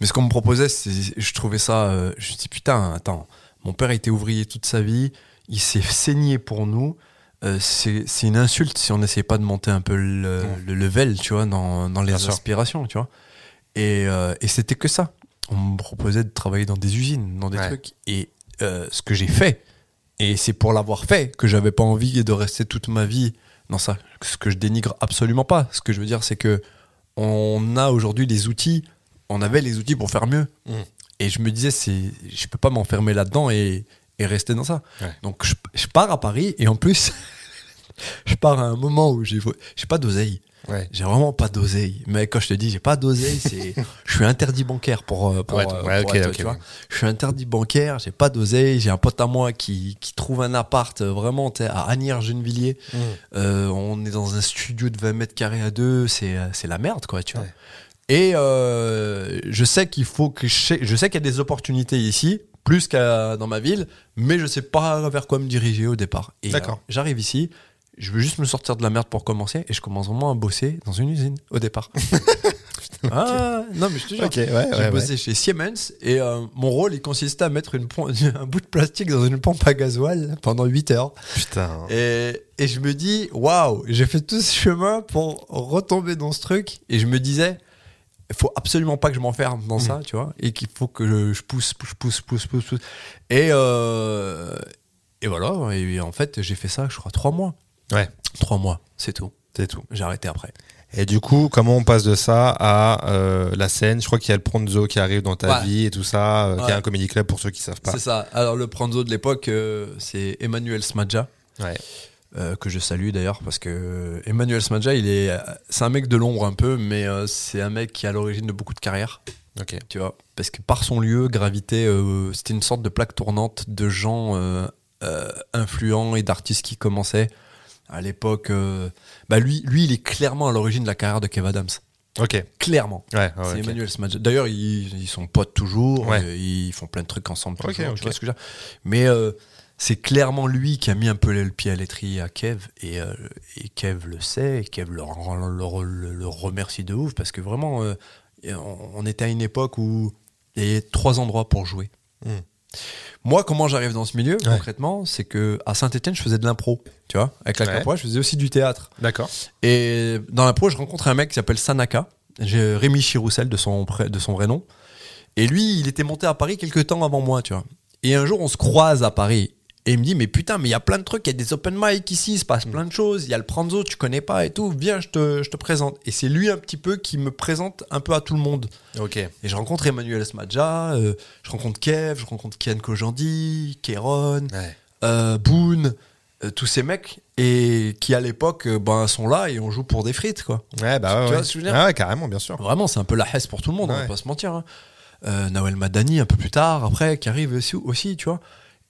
[SPEAKER 2] mais ce qu'on me proposait, c'est- je trouvais ça. euh, je me dis putain, attends, mon père était ouvrier toute sa vie, il s'est saigné pour nous. euh, c'est c'est une insulte si on n'essayait pas de monter un peu le,
[SPEAKER 1] Ouais.
[SPEAKER 2] le level, tu vois, dans, dans les
[SPEAKER 1] Bien sûr.
[SPEAKER 2] aspirations, tu vois. Et, euh, et c'était que ça. On me proposait de travailler dans des usines, dans des
[SPEAKER 1] Ouais.
[SPEAKER 2] trucs. Et euh, ce que j'ai fait, et c'est pour l'avoir fait que j'avais pas envie de rester toute ma vie dans ça. Ce que je dénigre absolument pas. Ce que je veux dire, c'est que on a aujourd'hui les outils, on avait les outils pour faire mieux.
[SPEAKER 1] Mm.
[SPEAKER 2] Et je me disais, c'est, je peux pas m'enfermer là-dedans et, et rester dans ça.
[SPEAKER 1] Ouais.
[SPEAKER 2] Donc je, je pars à Paris et en plus, [laughs] je pars à un moment où j'ai, j'ai pas d'oseille.
[SPEAKER 1] Ouais.
[SPEAKER 2] J'ai vraiment pas d'oseille. Mais quand je te dis, j'ai pas
[SPEAKER 1] [laughs]
[SPEAKER 2] d'oseille, c'est, je suis interdit bancaire pour, euh, pour,
[SPEAKER 1] Ouais,
[SPEAKER 2] euh,
[SPEAKER 1] ouais,
[SPEAKER 2] pour
[SPEAKER 1] ok,
[SPEAKER 2] être,
[SPEAKER 1] ok.
[SPEAKER 2] tu vois. Je suis interdit bancaire, j'ai pas d'oseille, j'ai un pote à moi qui, qui trouve un appart euh, vraiment tu sais, à Agnières-Gennevilliers. Euh, on est dans un studio de 20 mètres carrés à deux, c'est, euh, c'est la merde, quoi, tu vois.
[SPEAKER 1] Ouais.
[SPEAKER 2] Et euh, je sais qu'il faut que je sais, je sais qu'il y a des opportunités ici, plus qu'à dans ma ville, mais je sais pas vers quoi me diriger au départ. Et
[SPEAKER 1] D'accord.
[SPEAKER 2] euh, j'arrive ici, je veux juste me sortir de la merde pour commencer, et je commence vraiment à bosser dans une usine
[SPEAKER 1] [laughs]
[SPEAKER 2] au départ. ah, non, mais je te jure.
[SPEAKER 1] Ok, ouais, ouais,
[SPEAKER 2] J'ai
[SPEAKER 1] ouais.
[SPEAKER 2] bossé chez Siemens et euh, mon rôle il consistait à mettre une pom- [laughs] un bout de plastique dans une pompe à gasoil pendant 8 heures.
[SPEAKER 1] Putain.
[SPEAKER 2] Et, et je me dis, waouh, j'ai fait tout ce chemin pour retomber dans ce truc. Et je me disais, il faut absolument pas que je m'enferme dans ça, tu vois, et qu'il faut que je, je pousse, pousse, pousse, pousse, pousse, pousse. Et, euh, et voilà, et en fait, j'ai fait ça, je crois, trois mois.
[SPEAKER 1] Ouais.
[SPEAKER 2] Trois mois, c'est tout.
[SPEAKER 1] C'est tout.
[SPEAKER 2] J'ai arrêté après.
[SPEAKER 1] Et du coup, comment on passe de ça à euh, la scène Je crois qu'il y a le Pronzo qui arrive dans ta
[SPEAKER 2] Ouais.
[SPEAKER 1] vie et tout ça, euh, qui est
[SPEAKER 2] Ouais.
[SPEAKER 1] un comedy club pour ceux qui savent pas.
[SPEAKER 2] C'est ça. Alors, le pranzo de l'époque, euh, c'est Emmanuel Smadja.
[SPEAKER 1] Ouais.
[SPEAKER 2] euh, que je salue d'ailleurs parce que euh, Emmanuel Smadja, il est, euh, c'est un mec de l'ombre un peu, mais euh, c'est un mec qui est à l'origine de beaucoup de carrières.
[SPEAKER 1] Ok.
[SPEAKER 2] tu vois. Parce que par son lieu, gravité, euh, c'était une sorte de plaque tournante de gens euh, euh, influents et d'artistes qui commençaient. À l'époque, euh, bah lui, lui, il est clairement à l'origine de la carrière de Kev Adams.
[SPEAKER 1] Ok. Ouais.
[SPEAKER 2] Clairement.
[SPEAKER 1] ouais,
[SPEAKER 2] c'est
[SPEAKER 1] ok.
[SPEAKER 2] Emmanuel Smadja. D'ailleurs, ils, ils sont potes toujours.
[SPEAKER 1] Ouais.
[SPEAKER 2] euh, ils font plein de trucs ensemble.
[SPEAKER 1] Ok,
[SPEAKER 2] toujours, tu
[SPEAKER 1] ok.
[SPEAKER 2] vois ce que je veux dire. Mais euh, c'est clairement lui qui a mis un peu le pied à l'étrier à Kev et, euh, et Kev le sait et Kev le, le- le- le remercie de ouf parce que vraiment euh, et on, on était à une époque où il y avait trois endroits pour jouer.
[SPEAKER 1] Mm.
[SPEAKER 2] Moi, comment j'arrive dans ce milieu
[SPEAKER 1] Ouais.
[SPEAKER 2] concrètement, c'est que à Saint-Étienne, je faisais de l'impro, tu vois, avec la
[SPEAKER 1] Ouais.
[SPEAKER 2] capoeira, je faisais aussi du théâtre.
[SPEAKER 1] D'accord.
[SPEAKER 2] Et dans la pro, je rencontre un mec qui s'appelle Sanaka, j'ai Rémi Chiroussel de son, pré- de son vrai nom. Et lui, il était monté à Paris quelques temps avant moi, tu vois. Et un jour, on se croise à Paris. Et il me dit, mais putain, mais il y a plein de trucs, il y a des open mic ici, il se passe plein de choses, il y a le Pranzo, tu connais pas et tout, viens, je te, je te présente. Et c'est lui un petit peu qui me présente un peu à tout le monde.
[SPEAKER 1] Ok.
[SPEAKER 2] Et je rencontre Emmanuel Smadja, euh, je rencontre Kev, je rencontre Kian Kojandi, Kéron,
[SPEAKER 1] Ouais.
[SPEAKER 2] euh, Boone, euh, tous ces mecs, et qui à l'époque euh, ben, sont là et on joue pour des frites. quoi.
[SPEAKER 1] Ouais, bah ouais.
[SPEAKER 2] Tu vois
[SPEAKER 1] ouais.
[SPEAKER 2] ce que je veux dire
[SPEAKER 1] Ah ouais, carrément, bien sûr.
[SPEAKER 2] Vraiment, c'est un peu la hesse pour tout le monde, on
[SPEAKER 1] Ouais.
[SPEAKER 2] va pas se mentir. hein. Euh, Nawel Madani, un peu plus tard, après, qui arrive aussi, aussi tu vois.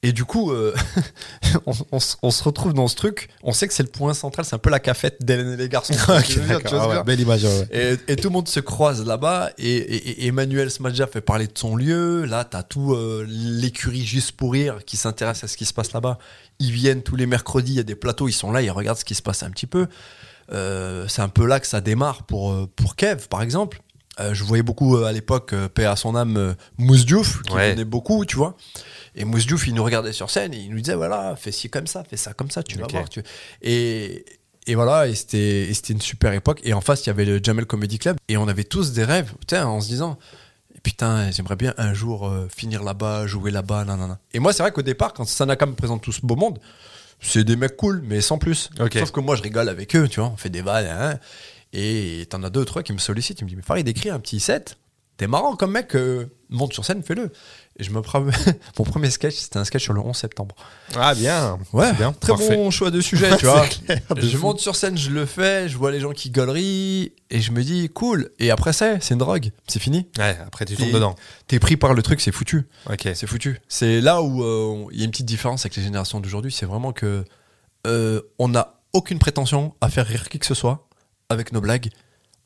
[SPEAKER 2] Et du coup, euh, [laughs] on, on se- on se retrouve dans ce truc, on sait que c'est le point central, c'est un peu la cafette d'Hélène et
[SPEAKER 1] [laughs]
[SPEAKER 2] les garçons. Tu vois ce que je veux dire, tu vois ce que je veux
[SPEAKER 1] Ah ouais,
[SPEAKER 2] dire
[SPEAKER 1] belle image.
[SPEAKER 2] [laughs]
[SPEAKER 1] ouais, ouais.
[SPEAKER 2] et, et tout le monde se croise là-bas. Et, et- et Emmanuel Smadja fait parler de son lieu. Là, t'as tout euh, l'écurie juste pour rire qui s'intéresse à ce qui se passe là-bas. Ils viennent tous les mercredis, il y a des plateaux, ils sont là, ils regardent ce qui se passe un petit peu. Euh, c'est un peu là que ça démarre pour, euh, pour Kev, par exemple. Euh, je voyais beaucoup euh, à l'époque, euh, paix à son âme, euh, Mousse Diouf, qui
[SPEAKER 1] Ouais.
[SPEAKER 2] venait beaucoup, tu vois. Et Mousse Diouf, il nous regardait sur scène et il nous disait voilà, fais ci comme ça, fais ça comme ça, tu vas
[SPEAKER 1] Ok.
[SPEAKER 2] voir. tu- Et, et voilà, et c'était et c'était une super époque. Et en face, il y avait le Jamel Comedy Club et on avait tous des rêves, putain, en se disant putain, j'aimerais bien un jour euh, finir là-bas, jouer là-bas, nanana. Et moi, c'est vrai qu'au départ, quand Sanaka me présente tout ce beau monde, c'est des mecs cool, mais sans plus.
[SPEAKER 1] Ok.
[SPEAKER 2] Sauf que moi, je rigole avec eux, tu vois, on fait des vannes. hein. et t'en as deux, trois qui me sollicitent. Ils me disent, mais Farid, écris un petit set. T'es marrant comme mec, euh, monte sur scène, fais-le. Et je me prends- [laughs] Mon premier sketch, c'était un sketch sur le 11 septembre.
[SPEAKER 1] Ah bien.
[SPEAKER 2] Ouais,
[SPEAKER 1] C'est bien.
[SPEAKER 2] très
[SPEAKER 1] Parfait.
[SPEAKER 2] bon choix de sujet, tu vois.
[SPEAKER 1] de
[SPEAKER 2] Je
[SPEAKER 1] fou.
[SPEAKER 2] monte sur scène, je le fais, je vois les gens qui gollerient, et je me dis, cool. Et après, ça, c'est une drogue, c'est fini.
[SPEAKER 1] Ouais, après tu tombes
[SPEAKER 2] Et-
[SPEAKER 1] dedans.
[SPEAKER 2] T'es pris par le truc, c'est foutu.
[SPEAKER 1] Ok.
[SPEAKER 2] C'est foutu. C'est là où euh, on- il y a une petite différence avec les générations d'aujourd'hui, c'est vraiment que euh, on n'a aucune prétention à faire rire qui que ce soit avec nos blagues.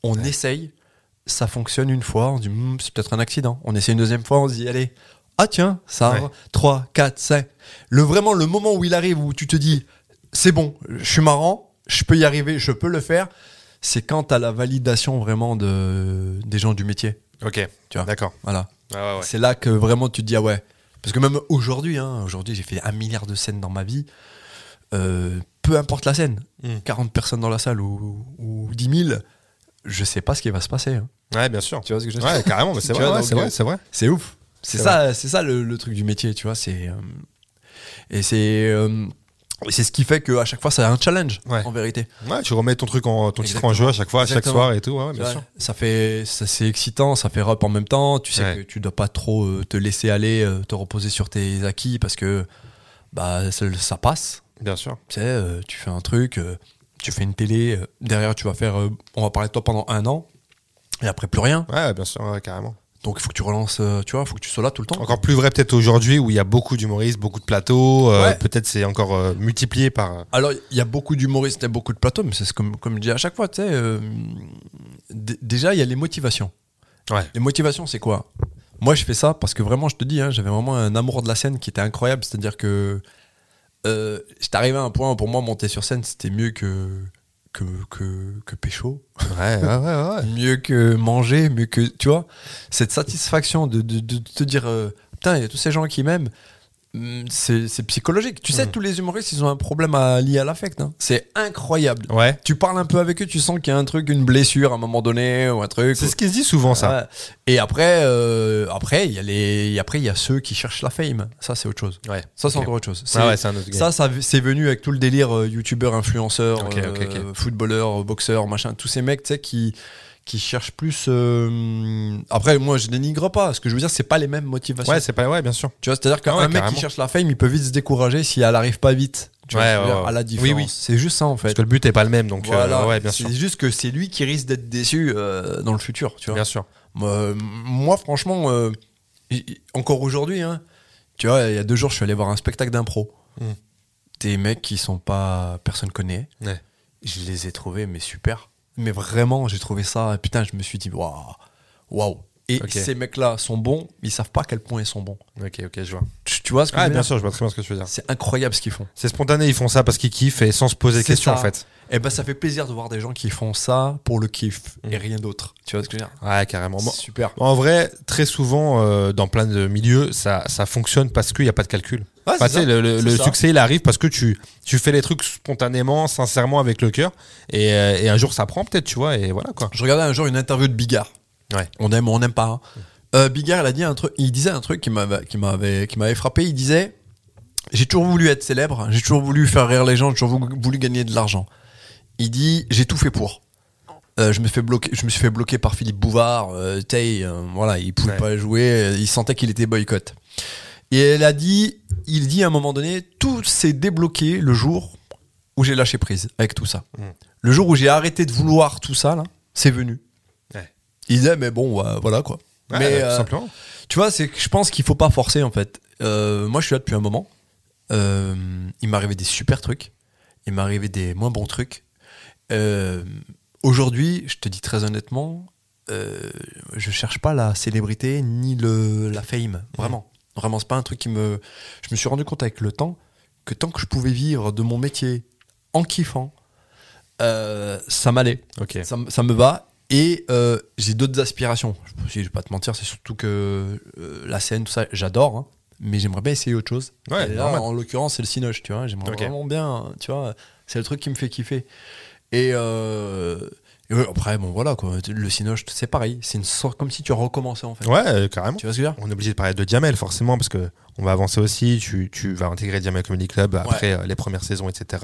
[SPEAKER 2] On
[SPEAKER 1] Ouais.
[SPEAKER 2] essaye, ça fonctionne une fois, on se dit Hmm, c'est peut-être un accident. On essaie une deuxième fois, on se dit allez, ah tiens, ça,
[SPEAKER 1] Ouais.
[SPEAKER 2] va. 3, 4, 5. Le, vraiment le moment où il arrive, où tu te dis c'est bon, je suis marrant, je peux y arriver, je peux le faire, c'est quand à la validation vraiment de, des gens du métier.
[SPEAKER 1] Ok.
[SPEAKER 2] Tu vois.
[SPEAKER 1] D'accord.
[SPEAKER 2] Voilà.
[SPEAKER 1] Ah ouais,
[SPEAKER 2] C'est là que vraiment tu te dis ah ouais. Parce que même aujourd'hui, hein, aujourd'hui j'ai fait un milliard de scènes dans ma vie. Euh, peu importe la scène,
[SPEAKER 1] Mm.
[SPEAKER 2] 40 personnes dans la salle ou, ou 10 000, je sais pas ce qui va se passer. hein.
[SPEAKER 1] ouais. Ouais, bien sûr.
[SPEAKER 2] Tu vois ce que je veux dire
[SPEAKER 1] Ouais, carrément, mais c'est
[SPEAKER 2] Tu
[SPEAKER 1] vrai,
[SPEAKER 2] vois,
[SPEAKER 1] ouais,
[SPEAKER 2] donc,
[SPEAKER 1] c'est vrai,
[SPEAKER 2] euh,
[SPEAKER 1] c'est vrai.
[SPEAKER 2] C'est ouf. C'est
[SPEAKER 1] C'est
[SPEAKER 2] ça, c'est ça le, le truc du métier, tu vois. C'est euh, et c'est euh, et c'est ce qui fait qu'à chaque fois ça a un challenge
[SPEAKER 1] Ouais.
[SPEAKER 2] en vérité.
[SPEAKER 1] Ouais, tu remets ton truc en ton titre en jeu à chaque fois, à chaque
[SPEAKER 2] Exactement.
[SPEAKER 1] soir et tout, ouais, ouais,
[SPEAKER 2] Tu
[SPEAKER 1] bien
[SPEAKER 2] vois,
[SPEAKER 1] sûr.
[SPEAKER 2] Ça fait ça c'est excitant, ça fait rep en même temps. Tu sais
[SPEAKER 1] Ouais.
[SPEAKER 2] que tu dois pas trop euh, te laisser aller, euh, te reposer sur tes acquis parce que bah ça, ça passe.
[SPEAKER 1] Bien sûr.
[SPEAKER 2] Tu sais, euh, tu fais un truc, euh, tu fais une télé, euh, derrière tu vas faire, euh, on va parler de toi pendant un an et après plus rien.
[SPEAKER 1] Ouais, ouais, bien sûr, ouais, carrément.
[SPEAKER 2] Donc il faut que tu relances, euh, tu vois, il faut que tu sois là tout le temps.
[SPEAKER 1] Encore plus vrai peut-être aujourd'hui où il y a beaucoup d'humoristes, beaucoup de plateaux, euh,
[SPEAKER 2] Ouais.
[SPEAKER 1] peut-être c'est encore euh, multiplié
[SPEAKER 2] [laughs]
[SPEAKER 1] par euh,
[SPEAKER 2] Alors, il y a beaucoup d'humoristes et beaucoup de plateaux, mais c'est ce que- comme, je dis à chaque fois, tu sais. euh, d- déjà, il y a les motivations.
[SPEAKER 1] Ouais.
[SPEAKER 2] Les motivations, c'est quoi Moi, je fais ça parce que vraiment, je te dis, hein, j'avais vraiment un amour de la scène qui était incroyable. C'est-à-dire que euh, j'étais arrivé à un point où pour moi, monter sur scène, c'était mieux que, que, que, que Pécho,
[SPEAKER 1] Ouais, ouais,
[SPEAKER 2] hein.
[SPEAKER 1] ouais, ouais.
[SPEAKER 2] mieux que manger, mieux que. Tu vois Cette satisfaction de, de, de- de te dire euh, Putain, il y a tous ces gens qui m'aiment. Hum, C'est c'est psychologique. Tu sais,
[SPEAKER 1] Mm.
[SPEAKER 2] tous les humoristes, ils ont un problème à, lié à l'affect. hein. C'est incroyable.
[SPEAKER 1] Ouais.
[SPEAKER 2] Tu parles un peu avec eux, tu sens qu'il y a un truc, une blessure à un moment donné ou un truc.
[SPEAKER 1] C'est ce qui se dit souvent ça.
[SPEAKER 2] Ouais. Et après, euh, après il y a les, et après il y a ceux qui cherchent la fame. Ça c'est autre chose.
[SPEAKER 1] Ouais.
[SPEAKER 2] Ça c'est
[SPEAKER 1] Ok.
[SPEAKER 2] encore autre chose. C'est-
[SPEAKER 1] Ah ouais, c'est un autre game.
[SPEAKER 2] ça, ça c'est venu avec tout le délire euh, youtubeur, influenceur,
[SPEAKER 1] Ok,
[SPEAKER 2] euh,
[SPEAKER 1] ok, ok.
[SPEAKER 2] footballeur, boxeur, machin, tous ces mecs, tu sais, qui qui cherchent plus. euh, Après, moi, je dénigre pas. Ce que je veux dire, c'est pas les mêmes motivations.
[SPEAKER 1] Ouais, c'est pas ouais, bien sûr.
[SPEAKER 2] Tu vois, c'est-à-dire qu'un
[SPEAKER 1] Ah ouais,
[SPEAKER 2] mec
[SPEAKER 1] carrément.
[SPEAKER 2] qui cherche la fame, il peut vite se décourager si elle arrive pas vite. Tu vois,
[SPEAKER 1] Ouais,
[SPEAKER 2] ce que je veux
[SPEAKER 1] ouais,
[SPEAKER 2] dire,
[SPEAKER 1] ouais.
[SPEAKER 2] à la
[SPEAKER 1] Oui,
[SPEAKER 2] différence.
[SPEAKER 1] oui.
[SPEAKER 2] C'est juste ça en fait.
[SPEAKER 1] Parce que le but est pas le même donc euh,
[SPEAKER 2] Voilà,
[SPEAKER 1] ouais, bien
[SPEAKER 2] c'est
[SPEAKER 1] sûr.
[SPEAKER 2] juste que c'est lui qui risque d'être déçu euh, dans le futur, tu vois.
[SPEAKER 1] Bien sûr.
[SPEAKER 2] Moi, euh, moi, franchement, euh, y- y- encore aujourd'hui, hein, tu vois, il y a deux jours, je suis allé voir un spectacle d'impro.
[SPEAKER 1] Mm.
[SPEAKER 2] Des mecs qui sont pas. Personne connaît.
[SPEAKER 1] Ouais.
[SPEAKER 2] Je les ai trouvés, mais super. Mais vraiment, j'ai trouvé ça. Putain, je me suis dit, waouh, waouh. Et
[SPEAKER 1] Ok.
[SPEAKER 2] ces mecs-là sont bons, mais ils savent pas à quel point ils sont bons.
[SPEAKER 1] OK, OK, je vois.
[SPEAKER 2] Tu, Tu vois ce que je
[SPEAKER 1] Ah,
[SPEAKER 2] veux
[SPEAKER 1] bien
[SPEAKER 2] dire
[SPEAKER 1] sûr, je vois très bien ce que tu veux dire.
[SPEAKER 2] C'est incroyable ce qu'ils font.
[SPEAKER 1] C'est spontané, ils font ça parce qu'ils kiffent et sans se poser
[SPEAKER 2] C'est
[SPEAKER 1] question
[SPEAKER 2] ça.
[SPEAKER 1] en fait.
[SPEAKER 2] Et ben ça fait plaisir de voir des gens qui font ça pour le kiff
[SPEAKER 1] Mm.
[SPEAKER 2] et rien d'autre. Tu vois ce que je veux dire
[SPEAKER 1] Ouais, carrément. Bon,
[SPEAKER 2] C'est Super.
[SPEAKER 1] En vrai, très souvent, euh, dans plein de milieux, ça, ça fonctionne parce qu'il n'y a pas de calcul.
[SPEAKER 2] Ouais,
[SPEAKER 1] Enfin,
[SPEAKER 2] c'est
[SPEAKER 1] Bah, tu sais,
[SPEAKER 2] ça.
[SPEAKER 1] le le-
[SPEAKER 2] C'est
[SPEAKER 1] le
[SPEAKER 2] ça.
[SPEAKER 1] succès, il arrive parce que tu, tu fais les trucs spontanément, sincèrement, avec le cœur. Et, euh, et un jour, ça prend peut-être, tu vois, et voilà quoi.
[SPEAKER 2] Je regardais un jour une interview de Bigard.
[SPEAKER 1] Ouais.
[SPEAKER 2] On aime ou on n'aime pas. hein. Euh, Bigard, il a dit un truc. Il disait un truc qui m'avait, qui m'avait, qui m'avait frappé. Il disait J'ai toujours voulu être célèbre. J'ai toujours voulu faire rire les gens. J'ai toujours vou- voulu gagner de l'argent. Il dit J'ai tout fait pour. Euh, je me fais bloquer. Je me suis fait bloquer par Philippe Bouvard. Euh, tu sais, euh, voilà, il pouvait
[SPEAKER 1] Ouais.
[SPEAKER 2] pas jouer. euh, Il sentait qu'il était boycott. Et elle a dit, il dit à un moment donné, tout s'est débloqué le jour où j'ai lâché prise avec tout ça.
[SPEAKER 1] Mm.
[SPEAKER 2] Le jour où j'ai arrêté de vouloir tout ça, là, c'est venu.
[SPEAKER 1] Ouais.
[SPEAKER 2] Il disait, mais bon, ouais, voilà quoi.
[SPEAKER 1] Ouais,
[SPEAKER 2] mais
[SPEAKER 1] tout
[SPEAKER 2] euh,
[SPEAKER 1] simplement.
[SPEAKER 2] tu vois, c'est que je pense qu'il faut pas forcer en fait. Euh, moi, je suis là depuis un moment. Euh, il m'arrivait des super trucs. Il m'arrivait des moins bons trucs. Euh, Aujourd'hui, je te dis très honnêtement, euh, je cherche pas la célébrité ni le, la fame. Vraiment. Vraiment, c'est pas un truc qui me. Je me suis rendu compte avec le temps que tant que je pouvais vivre de mon métier en kiffant, euh, ça m'allait
[SPEAKER 1] Ok.
[SPEAKER 2] ça, me- ça me va. Et euh, j'ai d'autres aspirations. Je ne vais pas te mentir, c'est surtout que euh, la scène, tout ça, j'adore. hein. mais j'aimerais bien essayer autre chose.
[SPEAKER 1] Ouais,
[SPEAKER 2] Et là,
[SPEAKER 1] normal.
[SPEAKER 2] en l'occurrence, c'est le cinoche, tu vois. J'aimerais
[SPEAKER 1] Ok.
[SPEAKER 2] vraiment bien, tu vois. C'est le truc qui me fait kiffer. Et, euh, et ouais, après, bon, voilà, quoi. Le cinoche, c'est pareil. C'est une sorte comme si tu recommençais, en fait.
[SPEAKER 1] Ouais, euh, carrément.
[SPEAKER 2] Tu vois ce que je veux dire
[SPEAKER 1] On est obligé de parler de Diamel, forcément, parce que on va avancer aussi. Tu, tu vas intégrer Diamel Comedy Club après euh, les premières saisons, etc.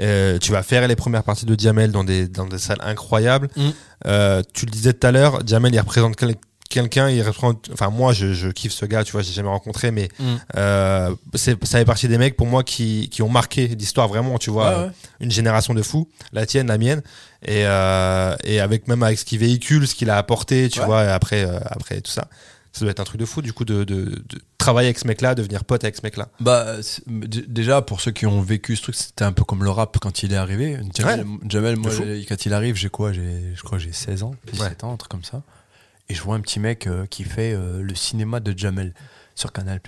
[SPEAKER 1] Euh, tu vas faire les premières parties de Diamel dans des, dans des salles incroyables.
[SPEAKER 2] Mm.
[SPEAKER 1] Euh, tu le disais tout à l'heure, Diamel, il représente quel- quelqu'un, il représente. Enfin, moi, je, je kiffe ce gars, tu vois, j'ai jamais rencontré, mais
[SPEAKER 2] Mm.
[SPEAKER 1] euh, c'est- ça fait partie des mecs, pour moi, qui, qui ont marqué l'histoire vraiment, tu vois.
[SPEAKER 2] Ouais, ouais.
[SPEAKER 1] Une génération de fous, la tienne, la mienne. Et, euh, et avec même avec ce qu'il véhicule, ce qu'il a apporté, tu
[SPEAKER 2] Ouais.
[SPEAKER 1] vois, après, euh, après tout ça. Ça doit être un truc de fou, du coup, de, de- de travailler avec ce mec-là, devenir pote avec ce mec-là.
[SPEAKER 2] Bah, c'est- d- déjà, pour ceux qui ont vécu ce truc, c'était un peu comme le rap quand il est arrivé. Jamel, Jamel, moi,
[SPEAKER 1] De fou.
[SPEAKER 2] j'ai- quand il arrive, j'ai quoi J'ai- Je crois que j'ai 16 ans, 17 ans, un truc comme ça. Et je vois un petit mec euh, qui fait euh, le cinéma de Jamel sur Canal.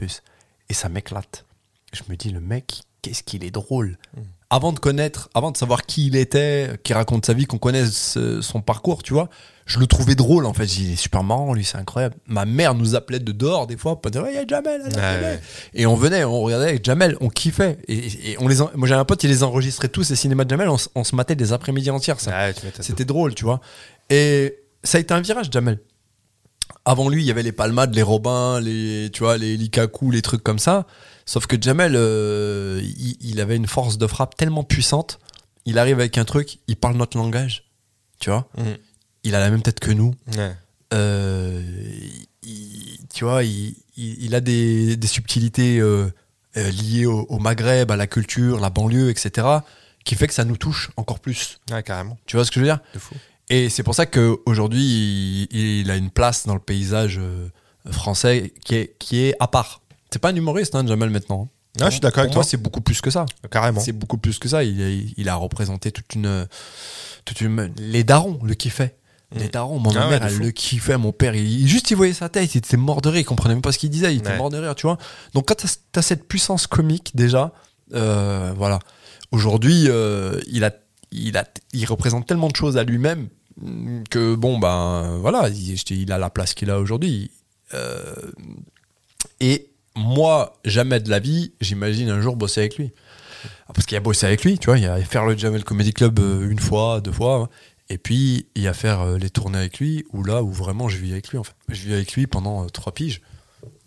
[SPEAKER 2] Et ça m'éclate. Je me dis, le mec, qu'est-ce qu'il est drôle.
[SPEAKER 1] Mm.
[SPEAKER 2] Avant de connaître, avant de savoir qui il était, qui raconte sa vie, qu'on connaisse euh, son parcours, tu vois, je le trouvais drôle en fait. Il est super marrant, lui, c'est incroyable. Ma mère nous appelait de dehors des fois pour dire, Ouais, il y a Jamel, allez,
[SPEAKER 1] Ouais,
[SPEAKER 2] Jamel.
[SPEAKER 1] ouais.
[SPEAKER 2] Et on venait, on regardait avec Jamel, on kiffait. Et, et on les en- Moi, j'avais un pote, il les enregistrait tous, ces cinémas de Jamel, on, s- on se matait des après-midi entières, ça.
[SPEAKER 1] Ouais, tu m'étonnes.
[SPEAKER 2] C'était drôle, Ah, tu vois. Et ça a été un virage, Jamel. Avant lui, il y avait les Palmades, les Robins, les, tu vois, les Likaku, les trucs comme ça. Sauf que Jamel, euh, il, il avait une force de frappe tellement puissante. Il arrive avec un truc, il parle notre langage, tu vois.
[SPEAKER 1] Mhm.
[SPEAKER 2] Il a la même tête que nous.
[SPEAKER 1] Ouais.
[SPEAKER 2] Euh, il- tu vois, il, il- il a des, des subtilités euh, euh, liées au, au Maghreb, à la culture, la banlieue, etc., qui fait que ça nous touche encore plus.
[SPEAKER 1] Ouais, carrément,
[SPEAKER 2] Tu vois ce que je veux dire
[SPEAKER 1] de fou.
[SPEAKER 2] Et c'est pour ça qu'aujourd'hui, il, il a une place dans le paysage euh, français qui est, qui est à part. C'est pas un humoriste, hein, Jamel, maintenant.
[SPEAKER 1] Non, Ah, je suis d'accord
[SPEAKER 2] Pour
[SPEAKER 1] avec
[SPEAKER 2] moi,
[SPEAKER 1] toi,
[SPEAKER 2] c'est beaucoup plus que ça.
[SPEAKER 1] carrément.
[SPEAKER 2] C'est beaucoup plus que ça. Il, a- il a représenté toute une, toute une- les darons le kiffaient. Les
[SPEAKER 1] Mm.
[SPEAKER 2] darons, moi, ma
[SPEAKER 1] Ah ouais,
[SPEAKER 2] mère,
[SPEAKER 1] de
[SPEAKER 2] elle
[SPEAKER 1] fou.
[SPEAKER 2] le kiffait. Mon père, il, il- juste, il voyait sa tête, il était mort de rire, il comprenait même pas ce qu'il disait, il était
[SPEAKER 1] Ouais.
[SPEAKER 2] mort de rire, tu vois. Donc, quand t'as, t'as cette puissance comique, déjà, euh, voilà. Aujourd'hui, euh, il, a, il, a, il représente tellement de choses à lui-même mm, que, bon, ben, voilà, il, je te dis, il a la place qu'il a aujourd'hui. Euh, et moi, jamais de la vie, j'imagine un jour bosser avec lui. Ah, Parce qu'il y a bossé avec lui, tu vois, il y a faire le Jamel Comedy Club euh, une fois, deux fois, hein. et puis il y a faire euh, les tournées avec lui, où là, où vraiment je vis avec lui, en fait. Je vis avec lui pendant euh, trois piges,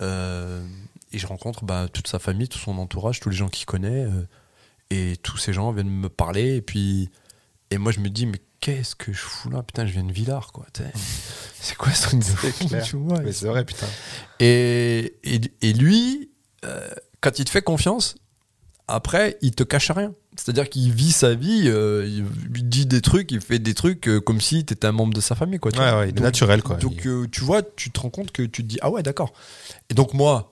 [SPEAKER 2] Euh, et je rencontre bah, toute sa famille, tout son entourage, tous les gens qu'il connaît, euh, et tous ces gens viennent me parler, et puis, et moi je me dis, mais qu'est-ce que je fous là Putain, je viens de Villars, quoi,
[SPEAKER 1] [laughs]
[SPEAKER 2] tu sais. c'est quoi ce truc de fou,
[SPEAKER 1] clair.
[SPEAKER 2] tu vois
[SPEAKER 1] Mais c'est vrai, putain.
[SPEAKER 2] et, et, et lui, euh, quand il te fait confiance, après, il te cache rien. C'est-à-dire qu'il vit sa vie, euh, il lui dit des trucs, il fait des trucs euh, comme si t'étais un membre de sa famille. Quoi, tu
[SPEAKER 1] Ouais,
[SPEAKER 2] vois.
[SPEAKER 1] ouais, il est
[SPEAKER 2] Donc-
[SPEAKER 1] naturel, quoi.
[SPEAKER 2] Donc,
[SPEAKER 1] Il-
[SPEAKER 2] euh, tu vois, tu te rends compte que tu te dis, ah ouais, d'accord. Et donc, moi,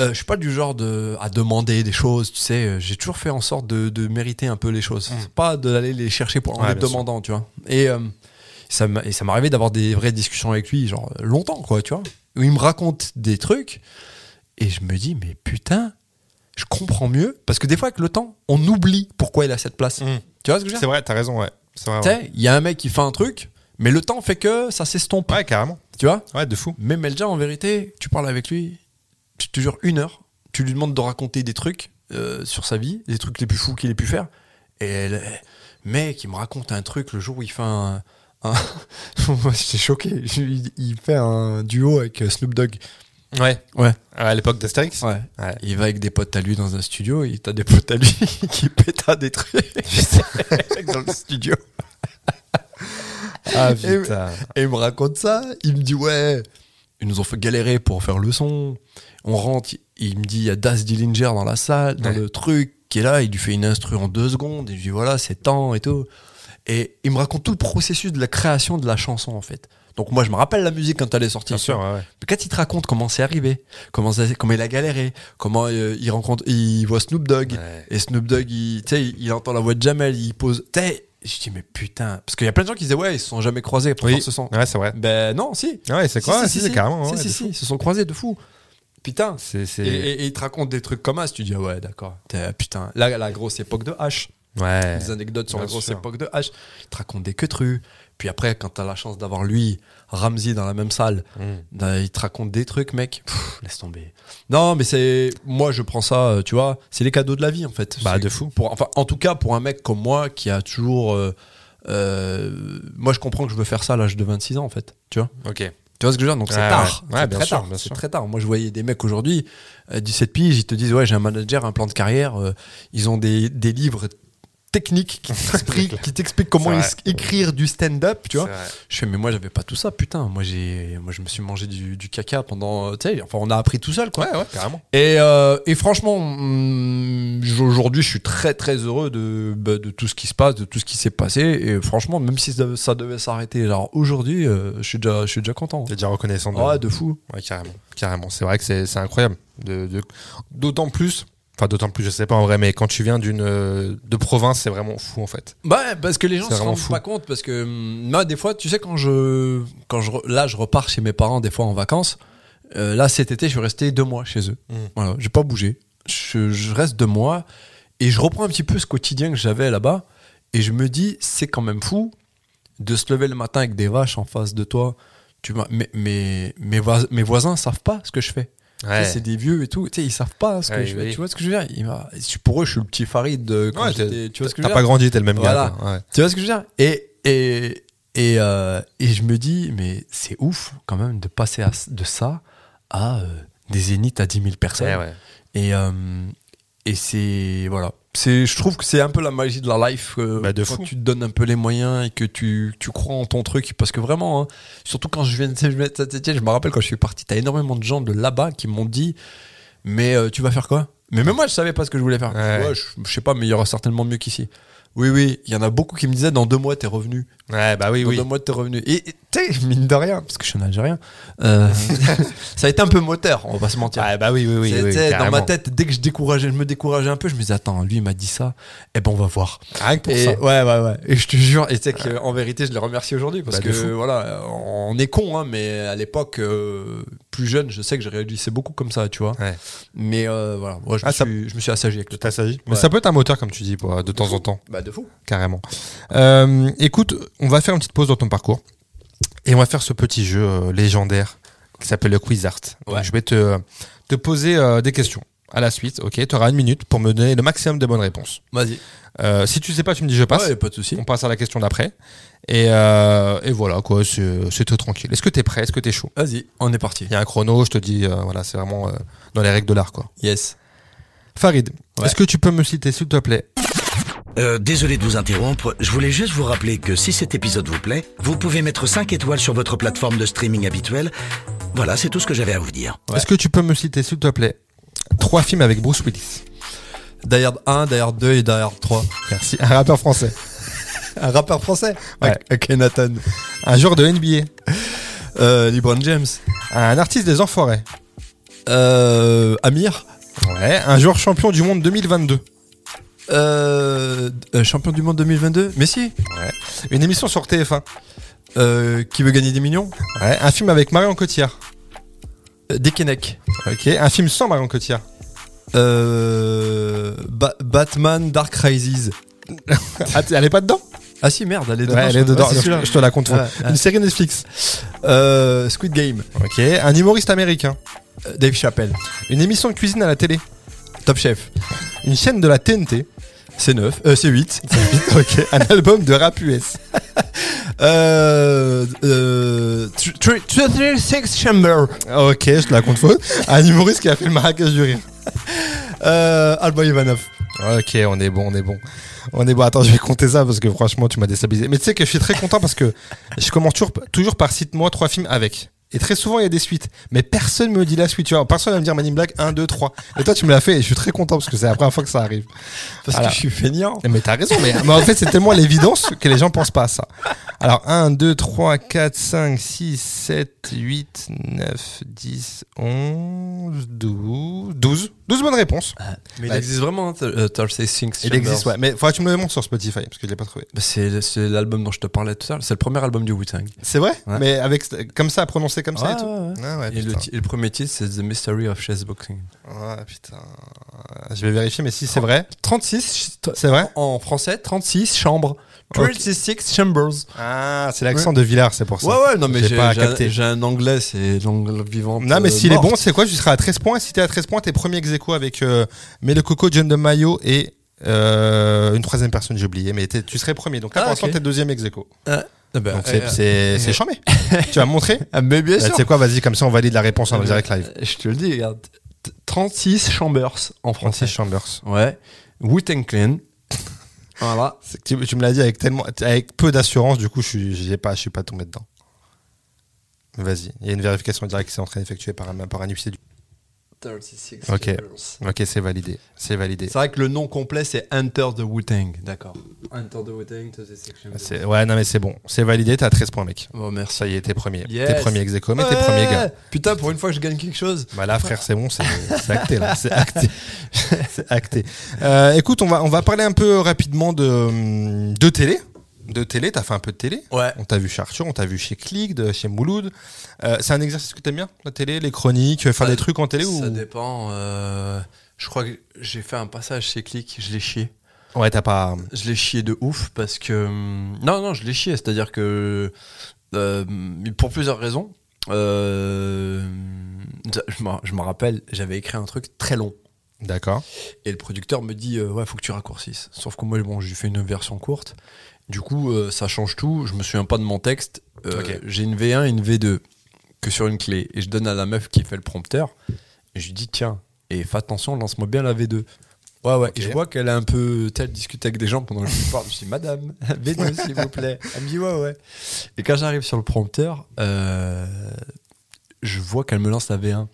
[SPEAKER 2] euh, je suis pas du genre de, à demander des choses, tu sais. euh, J'ai toujours fait en sorte de, de mériter un peu les choses. C'est Pas d'aller les chercher pour en
[SPEAKER 1] Mm. Ouais,
[SPEAKER 2] les
[SPEAKER 1] bien sûr.
[SPEAKER 2] demandant, tu vois. Et euh, ça m'a- et ça m'arrivait d'avoir des vraies discussions avec lui, genre longtemps, quoi, tu vois. Où il me raconte des trucs. Et je me dis, mais putain, je comprends mieux. Parce que des fois, avec le temps, on oublie pourquoi il a cette place.
[SPEAKER 1] Mm.
[SPEAKER 2] Tu vois ce que je veux
[SPEAKER 1] C'est
[SPEAKER 2] dire
[SPEAKER 1] vrai, t'as raison, ouais. C'est vrai.
[SPEAKER 2] Tu
[SPEAKER 1] Ouais.
[SPEAKER 2] sais, il y a un mec qui fait un truc, mais le temps fait que ça s'estompe.
[SPEAKER 1] Ouais, carrément.
[SPEAKER 2] Tu vois
[SPEAKER 1] Ouais, de fou.
[SPEAKER 2] Mais Melja, en vérité, tu parles avec lui, je te jure, une heure. Tu lui demandes de raconter des trucs euh, sur sa vie, des trucs les plus fous qu'il ait pu faire. Et elle, mec, il me raconte un truc le jour où il fait un. un- [laughs] Moi, j'étais choqué. Il, il fait un duo avec euh, Snoop Dogg.
[SPEAKER 1] Ouais.
[SPEAKER 2] Ouais.
[SPEAKER 1] À l'époque d'Astérix.
[SPEAKER 2] Ouais.
[SPEAKER 1] Ouais.
[SPEAKER 2] Il va avec des potes à lui dans un studio, il t'as des potes à lui [laughs] qui pétent à des trucs dans le [laughs] studio.
[SPEAKER 1] Ah,
[SPEAKER 2] Et- Et il me raconte ça, il me dit ouais, ils nous ont fait galérer pour faire le son. On rentre, il- il me dit il y a Das Dillinger dans la salle, dans
[SPEAKER 1] Ouais.
[SPEAKER 2] le truc, qui est là, il lui fait une instru en deux secondes, et je dis voilà, c'est temps et tout. Et il me raconte tout le processus de la création de la chanson en fait. Donc moi je me rappelle la musique quand elle est sortie.
[SPEAKER 1] Bien sûr, ouais, ouais.
[SPEAKER 2] Mais Quand il te raconte comment c'est arrivé, comment, ça- comment il a galéré, comment euh, il rencontre, il voit Snoop Dogg,
[SPEAKER 1] Ouais.
[SPEAKER 2] et Snoop Dogg, il, tu sais, il, il entend la voix de Jamel, il pose. tu sais, Je dis, mais putain. Parce qu'il y a plein de gens qui disaient, ouais, ils se sont jamais croisés pour
[SPEAKER 1] Oui.
[SPEAKER 2] faire ce son.
[SPEAKER 1] Ouais, c'est vrai.
[SPEAKER 2] Ben non, si.
[SPEAKER 1] Ouais, c'est
[SPEAKER 2] Si,
[SPEAKER 1] quoi
[SPEAKER 2] si, si, si.
[SPEAKER 1] carrément.
[SPEAKER 2] Si,
[SPEAKER 1] ouais,
[SPEAKER 2] si,
[SPEAKER 1] de
[SPEAKER 2] si,
[SPEAKER 1] fou.
[SPEAKER 2] ils se sont croisés de fou. Putain.
[SPEAKER 1] C'est,
[SPEAKER 2] Et,
[SPEAKER 1] c'est...
[SPEAKER 2] et- et ils te racontent des trucs comme ça, tu dis, ah ouais, d'accord. T'es- Putain, la, la grosse époque de H.
[SPEAKER 1] Ouais.
[SPEAKER 2] Des anecdotes sur la
[SPEAKER 1] Bien
[SPEAKER 2] grosse
[SPEAKER 1] sûr.
[SPEAKER 2] époque de H. Ils te racontent des queutrues. Puis après, quand t'as la chance d'avoir lui, Ramsey dans la même salle,
[SPEAKER 1] Mm.
[SPEAKER 2] ben, il te raconte des trucs, mec. Pff, laisse tomber. Non, mais c'est. Moi, je prends ça, euh, tu vois. C'est les cadeaux de la vie, en fait.
[SPEAKER 1] Bah,
[SPEAKER 2] C'est-
[SPEAKER 1] de fou.
[SPEAKER 2] pour- enfin, en tout cas, pour un mec comme moi qui a toujours. euh, euh, moi, je comprends que je veux faire ça à l'âge de 26 ans, en fait. Tu vois
[SPEAKER 1] Ok.
[SPEAKER 2] Tu vois ce que je veux dire Donc, c'est
[SPEAKER 1] Ouais,
[SPEAKER 2] tard.
[SPEAKER 1] ouais. Ouais,
[SPEAKER 2] c'est
[SPEAKER 1] bien
[SPEAKER 2] très
[SPEAKER 1] sûr,
[SPEAKER 2] tard.
[SPEAKER 1] bien
[SPEAKER 2] c'est
[SPEAKER 1] sûr.
[SPEAKER 2] très tard. Moi, je voyais des mecs aujourd'hui, euh, 17 piges, ils te disent Ouais, j'ai un manager, un plan de carrière. euh, ils ont des, des livres techniques
[SPEAKER 1] [laughs]
[SPEAKER 2] qui t'expliquent, qui t'expliquent comment
[SPEAKER 1] C'est
[SPEAKER 2] is- écrire du stand-up, tu vois.
[SPEAKER 1] C'est vrai.
[SPEAKER 2] Je fais, mais moi, j'avais pas tout ça, putain. Moi, j'ai, moi je me suis mangé du, du caca pendant. euh, Tu sais, enfin, on a appris tout seul, quoi.
[SPEAKER 1] Ouais, ouais, carrément.
[SPEAKER 2] Et, euh, et franchement, hum, j- aujourd'hui, je suis très, très heureux de, bah, de tout ce qui se passe, de tout ce qui s'est passé. Et franchement, même si ça, ça devait s'arrêter, genre aujourd'hui, euh, je, suis déjà, je suis déjà content.
[SPEAKER 1] T'es déjà reconnaissant Ah, de,
[SPEAKER 2] Ouais, de fou.
[SPEAKER 1] Ouais, carrément. Carrément. C'est vrai que c'est c'est incroyable. De- de- D'autant plus, enfin, d'autant plus, je sais pas en vrai, mais quand tu viens d'une euh, de province, c'est vraiment fou en fait.
[SPEAKER 2] Bah, parce que les gens
[SPEAKER 1] C'est
[SPEAKER 2] se
[SPEAKER 1] vraiment
[SPEAKER 2] rendent
[SPEAKER 1] fou.
[SPEAKER 2] pas compte. Parce que hum, moi, des fois, tu sais, quand je, quand je. re- Là, je repars chez mes parents, des fois en vacances. Euh, là, cet été, je suis resté deux mois chez eux.
[SPEAKER 1] Mm.
[SPEAKER 2] Voilà, j'ai pas bougé. Je, je reste deux mois et je reprends un petit peu ce quotidien que j'avais là-bas. Et je me dis, c'est quand même fou de se lever le matin avec des vaches en face de toi. Tu vois, mes, mes, mes, vois- mes voisins savent pas ce que je fais. Tu sais, C'est des vieux et tout. Tu sais, ils savent pas ce que
[SPEAKER 1] Ouais,
[SPEAKER 2] je fais.
[SPEAKER 1] oui.
[SPEAKER 2] Tu vois ce que je veux dire Ils m'a- Pour eux, je suis le petit Farid. de quand
[SPEAKER 1] Ouais, t'es-
[SPEAKER 2] j'étais- tu vois ce que je veux
[SPEAKER 1] T'as pas
[SPEAKER 2] dire
[SPEAKER 1] grandi, t'es le même
[SPEAKER 2] Voilà.
[SPEAKER 1] gars. quoi. Ouais.
[SPEAKER 2] tu vois ce que je veux dire Et, et, et, euh, et je me dis, mais c'est ouf quand même de passer à- de ça à euh, des zéniths à 10 000 personnes.
[SPEAKER 1] Ouais, ouais.
[SPEAKER 2] Et, euh, et c'est. Voilà. C'est, je trouve que c'est un peu la magie de la life. euh,
[SPEAKER 1] Bah, de
[SPEAKER 2] quand
[SPEAKER 1] fou.
[SPEAKER 2] tu te donnes un peu les moyens et que tu, tu crois en ton truc. Parce que vraiment, hein, surtout quand je viens de je viens de Saint-Etienne, je me rappelle quand je suis parti, t'as énormément de gens de là-bas qui m'ont dit Mais euh, tu vas faire quoi Mais même moi, je savais pas ce que je voulais faire.
[SPEAKER 1] Ouais.
[SPEAKER 2] Ouais, je, je sais pas, mais il y aura certainement mieux qu'ici. Oui, oui, il y en a beaucoup qui me disaient Dans deux mois, t'es revenu.
[SPEAKER 1] Ouais, bah oui,
[SPEAKER 2] Dans
[SPEAKER 1] oui.
[SPEAKER 2] deux mois de tes revenus. Et et, tu sais, mine de rien, parce que je suis un Algérien, euh,
[SPEAKER 1] Mhm.
[SPEAKER 2] [laughs] ça a été un peu moteur, on va pas se mentir.
[SPEAKER 1] Ouais, bah oui, oui, oui.
[SPEAKER 2] C'est-
[SPEAKER 1] oui,
[SPEAKER 2] tu sais, dans
[SPEAKER 1] carrément.
[SPEAKER 2] ma tête, dès que je décourageais, je me décourageais un peu, je me disais, attends, lui, il m'a dit ça, eh ben, on va voir.
[SPEAKER 1] Rien que pour
[SPEAKER 2] et
[SPEAKER 1] ça.
[SPEAKER 2] ouais, ouais, ouais. Et je te jure, et tu sais que, en vérité, je les remercie aujourd'hui parce
[SPEAKER 1] Bah, de
[SPEAKER 2] que,
[SPEAKER 1] fou.
[SPEAKER 2] voilà, on est con, hein, mais à l'époque, euh, plus jeune, je sais que je réagissais beaucoup comme ça, tu vois.
[SPEAKER 1] Ouais.
[SPEAKER 2] Mais euh, voilà, moi, je,
[SPEAKER 1] Ah,
[SPEAKER 2] me
[SPEAKER 1] ça-
[SPEAKER 2] suis, je me suis assagi avec le temps.
[SPEAKER 1] T'as sagi. Mais
[SPEAKER 2] Ouais.
[SPEAKER 1] ça peut être un moteur, comme tu dis, pour, euh, de temps en temps.
[SPEAKER 2] Bah, de fou.
[SPEAKER 1] carrément. Euh, écoute, on va faire une petite pause dans ton parcours et on va faire ce petit jeu euh, légendaire qui s'appelle le Quiz Art. Donc,
[SPEAKER 2] Ouais.
[SPEAKER 1] Je vais te, te poser euh, des questions à la suite. Ok, tu auras une minute pour me donner le maximum de bonnes réponses.
[SPEAKER 2] Vas-y.
[SPEAKER 1] Euh, si tu sais pas, tu me dis je passe.
[SPEAKER 2] Ouais, pas de soucis.
[SPEAKER 1] On passe à la question d'après. Et, euh, et voilà, quoi, c'est c'est tout tranquille. Est-ce que t'es prêt Est-ce que t'es chaud
[SPEAKER 2] Vas-y, on est parti.
[SPEAKER 1] Il y a un chrono, je te dis, euh, voilà, c'est vraiment euh, dans les règles de l'art, quoi.
[SPEAKER 2] Yes.
[SPEAKER 1] Farid,
[SPEAKER 2] Ouais.
[SPEAKER 1] est-ce que tu peux me citer, s'il te plaît,
[SPEAKER 3] Euh, désolé de vous interrompre, je voulais juste vous rappeler que si cet épisode vous plaît, vous pouvez mettre 5 étoiles sur votre plateforme de streaming habituelle. Voilà, c'est tout ce que j'avais à vous dire.
[SPEAKER 2] Ouais.
[SPEAKER 1] est-ce que tu peux me citer, s'il te plaît, trois films avec Bruce Willis
[SPEAKER 2] Die Hard 1, Die Hard 2 et Die Hard 3.
[SPEAKER 1] Merci. Un rappeur français.
[SPEAKER 2] Un rappeur français
[SPEAKER 1] Ouais.
[SPEAKER 2] Ok, Nathan.
[SPEAKER 1] Un joueur de NBA.
[SPEAKER 2] Euh, LeBron James.
[SPEAKER 1] Un artiste des Enfoirés.
[SPEAKER 2] Euh, Amir.
[SPEAKER 1] Ouais. Un joueur champion du monde 2022.
[SPEAKER 2] Euh, euh, champion du monde 2022. Messi.
[SPEAKER 1] Une émission sur TF1.
[SPEAKER 2] Euh, qui veut gagner des millions
[SPEAKER 1] Ouais. Un film avec Marion Cotillard.
[SPEAKER 2] Dekenek.
[SPEAKER 1] Ok, un film sans Marion Cotillard.
[SPEAKER 2] Euh, Ba- Batman Dark Rises.
[SPEAKER 1] Ah, t- elle est pas dedans
[SPEAKER 2] Ah si, merde, elle est dedans.
[SPEAKER 1] Ouais, elle est
[SPEAKER 2] je-
[SPEAKER 1] dedans.
[SPEAKER 2] ah, c'est celui-là.
[SPEAKER 1] je te la confonds.
[SPEAKER 2] Ouais, ouais.
[SPEAKER 1] Une série Netflix.
[SPEAKER 2] Euh, Squid Game.
[SPEAKER 1] Ok, un humoriste américain.
[SPEAKER 2] Euh, Dave Chappelle.
[SPEAKER 1] Une émission de cuisine à la télé. [laughs]
[SPEAKER 2] Top Chef.
[SPEAKER 1] Une chaîne de la TNT.
[SPEAKER 2] C'est 9. Euh, c'est 8.
[SPEAKER 1] ok, un album de rap US.
[SPEAKER 2] Euh, euh, tr- tr- 36 Chamber.
[SPEAKER 1] Ok, je te la compte faute. Un humoriste qui a fait le Marrakech du rire.
[SPEAKER 2] Euh, Alba Ivanov.
[SPEAKER 1] Ok, on est bon, on est bon. On est bon. Attends, je vais compter ça parce que franchement, tu m'as déstabilisé. Mais tu sais que je suis très content parce que je commence toujours, toujours par cite-moi trois films avec. Et très souvent, il y a des suites. Mais personne me dit la suite. Tu vois, personne va me dire Man in Black 1, 2, 3. Et toi, tu me l'as fait et je suis très content parce que c'est la première fois que ça arrive.
[SPEAKER 2] Parce
[SPEAKER 1] Voilà.
[SPEAKER 2] que je suis feignant.
[SPEAKER 1] Mais t'as raison, mais, mais en fait, c'est tellement l'évidence que les gens pensent pas à ça. Alors, 1, 2, 3, 4, 5, 6, 7, 8, 9, 10, 11, 12, 12. 12 bonnes réponses.
[SPEAKER 2] Mais
[SPEAKER 1] Ouais.
[SPEAKER 2] il existe vraiment hein, th- euh, 36 Chambers.
[SPEAKER 1] Il existe, ouais. Mais faudra que tu me le montres sur Spotify, parce que je l'ai pas trouvé.
[SPEAKER 2] Bah, C'est c'est l'album dont je te parlais tout à l'heure. C'est le premier album du Wu-Tang.
[SPEAKER 1] C'est vrai
[SPEAKER 2] Ouais.
[SPEAKER 1] Mais avec, comme ça, prononcé comme ça et
[SPEAKER 2] Ouais,
[SPEAKER 1] tout.
[SPEAKER 2] ouais, ouais.
[SPEAKER 1] Ah ouais,
[SPEAKER 2] Et le,
[SPEAKER 1] putain.
[SPEAKER 2] ti- et le premier titre, c'est The Mystery of Chessboxing.
[SPEAKER 1] Ouais, putain. Je vais vérifier, mais si c'est vrai.
[SPEAKER 2] 36, ch-
[SPEAKER 1] C'est vrai
[SPEAKER 2] en français, 36 chambres. 36 chambers.
[SPEAKER 1] Ah, c'est l'accent de Villard, c'est pour ça.
[SPEAKER 2] Ouais, ouais, non, mais
[SPEAKER 1] J'ai
[SPEAKER 2] j'ai
[SPEAKER 1] pas
[SPEAKER 2] j'ai
[SPEAKER 1] capté.
[SPEAKER 2] un- j'ai un anglais, c'est euh, l'anglais vivant.
[SPEAKER 1] Non, mais s'il est bon, c'est quoi Tu seras à 13 points. Si t'es à 13 points, t'es premier ex aequo avec euh, Melo Coco, John de Mayo et euh, une troisième personne, j'ai oublié. Mais t'es- tu serais premier. Donc là,
[SPEAKER 2] Ah,
[SPEAKER 1] pour l'instant,
[SPEAKER 2] ok.
[SPEAKER 1] t'es deuxième ex aequo.
[SPEAKER 2] Ah, bah,
[SPEAKER 1] Donc c'est-
[SPEAKER 2] c'est.
[SPEAKER 1] c'est c'est charmé. Tu vas me montrer
[SPEAKER 2] Ah, mais euh, [laughs] bien
[SPEAKER 1] Bah, Tu
[SPEAKER 2] sûr. Euh,
[SPEAKER 1] sais quoi Vas-y, comme ça, on valide la réponse en direct live.
[SPEAKER 2] Je te le dis, regarde. T- 36 chambers en français.
[SPEAKER 1] Francis Chambers.
[SPEAKER 2] Ouais. Wu-Tang Clan. [laughs] voilà.
[SPEAKER 1] C'est que Tu, tu me l'as dit avec tellement, avec peu d'assurance, du coup, je suis, j'ai pas, je suis pas tombé dedans. Vas-y, il y a une vérification directe qui est en train d'effectuer par un, par un huissier du.
[SPEAKER 2] 36
[SPEAKER 1] Ok. Ok, c'est validé, c'est validé.
[SPEAKER 2] C'est vrai que le nom complet, c'est Enter the Wu-Tang. D'accord. Enter the Wu-Tang, 36 chambers.
[SPEAKER 1] Ah, C'est- Oh, ouais, non mais c'est bon, c'est validé. T'as 13 points, mec.
[SPEAKER 2] Bon, merci.
[SPEAKER 1] Ça y est, t'es premier.
[SPEAKER 2] Yes.
[SPEAKER 1] T'es premier ex aequo, mais t'es
[SPEAKER 2] Ouais.
[SPEAKER 1] premier gars.
[SPEAKER 2] Putain, pour une fois que je gagne quelque chose.
[SPEAKER 1] Bah là, frère, c'est bon, c'est c'est acté, là. C'est acté. [laughs] c'est acté. Euh, écoute, on va, on va parler un peu rapidement de, hum, de télé. De télé, t'as fait un peu de télé.
[SPEAKER 2] Ouais.
[SPEAKER 1] On t'a vu chez Arthur, on t'a vu chez Click, de, chez Mouloud. Euh, c'est un exercice que t'aimes bien, la télé, les chroniques, euh, faire
[SPEAKER 2] Ça-
[SPEAKER 1] des trucs en télé ou.
[SPEAKER 2] Ça dépend. euh, je crois que j'ai fait un passage chez Click, je l'ai chié.
[SPEAKER 1] Ouais, t'as pas.
[SPEAKER 2] Je l'ai chié de ouf parce que. hum, Non, non, je l'ai chié. C'est-à-dire que. euh, pour plusieurs raisons. Euh, je me- je me rappelle, j'avais écrit un truc très long.
[SPEAKER 1] D'accord.
[SPEAKER 2] Et le producteur me dit euh, Ouais, faut que tu raccourcisses. Sauf que moi, bon, j'ai fait une version courte. Du coup, euh, ça change tout. Je me souviens pas de mon texte. Euh,
[SPEAKER 1] Ok.
[SPEAKER 2] J'ai une V1 et une V2 que sur une clé. Et je donne à la meuf qui fait le prompteur. Et je lui dis Tiens, et fais attention, lance-moi bien la V2. Ouais, ouais. Et je vois qu'elle a un peu. Elle discute avec des gens pendant que je parle. Je
[SPEAKER 1] [laughs]
[SPEAKER 2] dis Madame, V2, s'il vous plaît. Elle me dit Ouais, ouais. Et quand j'arrive sur le prompteur, euh, je vois qu'elle me lance la V1.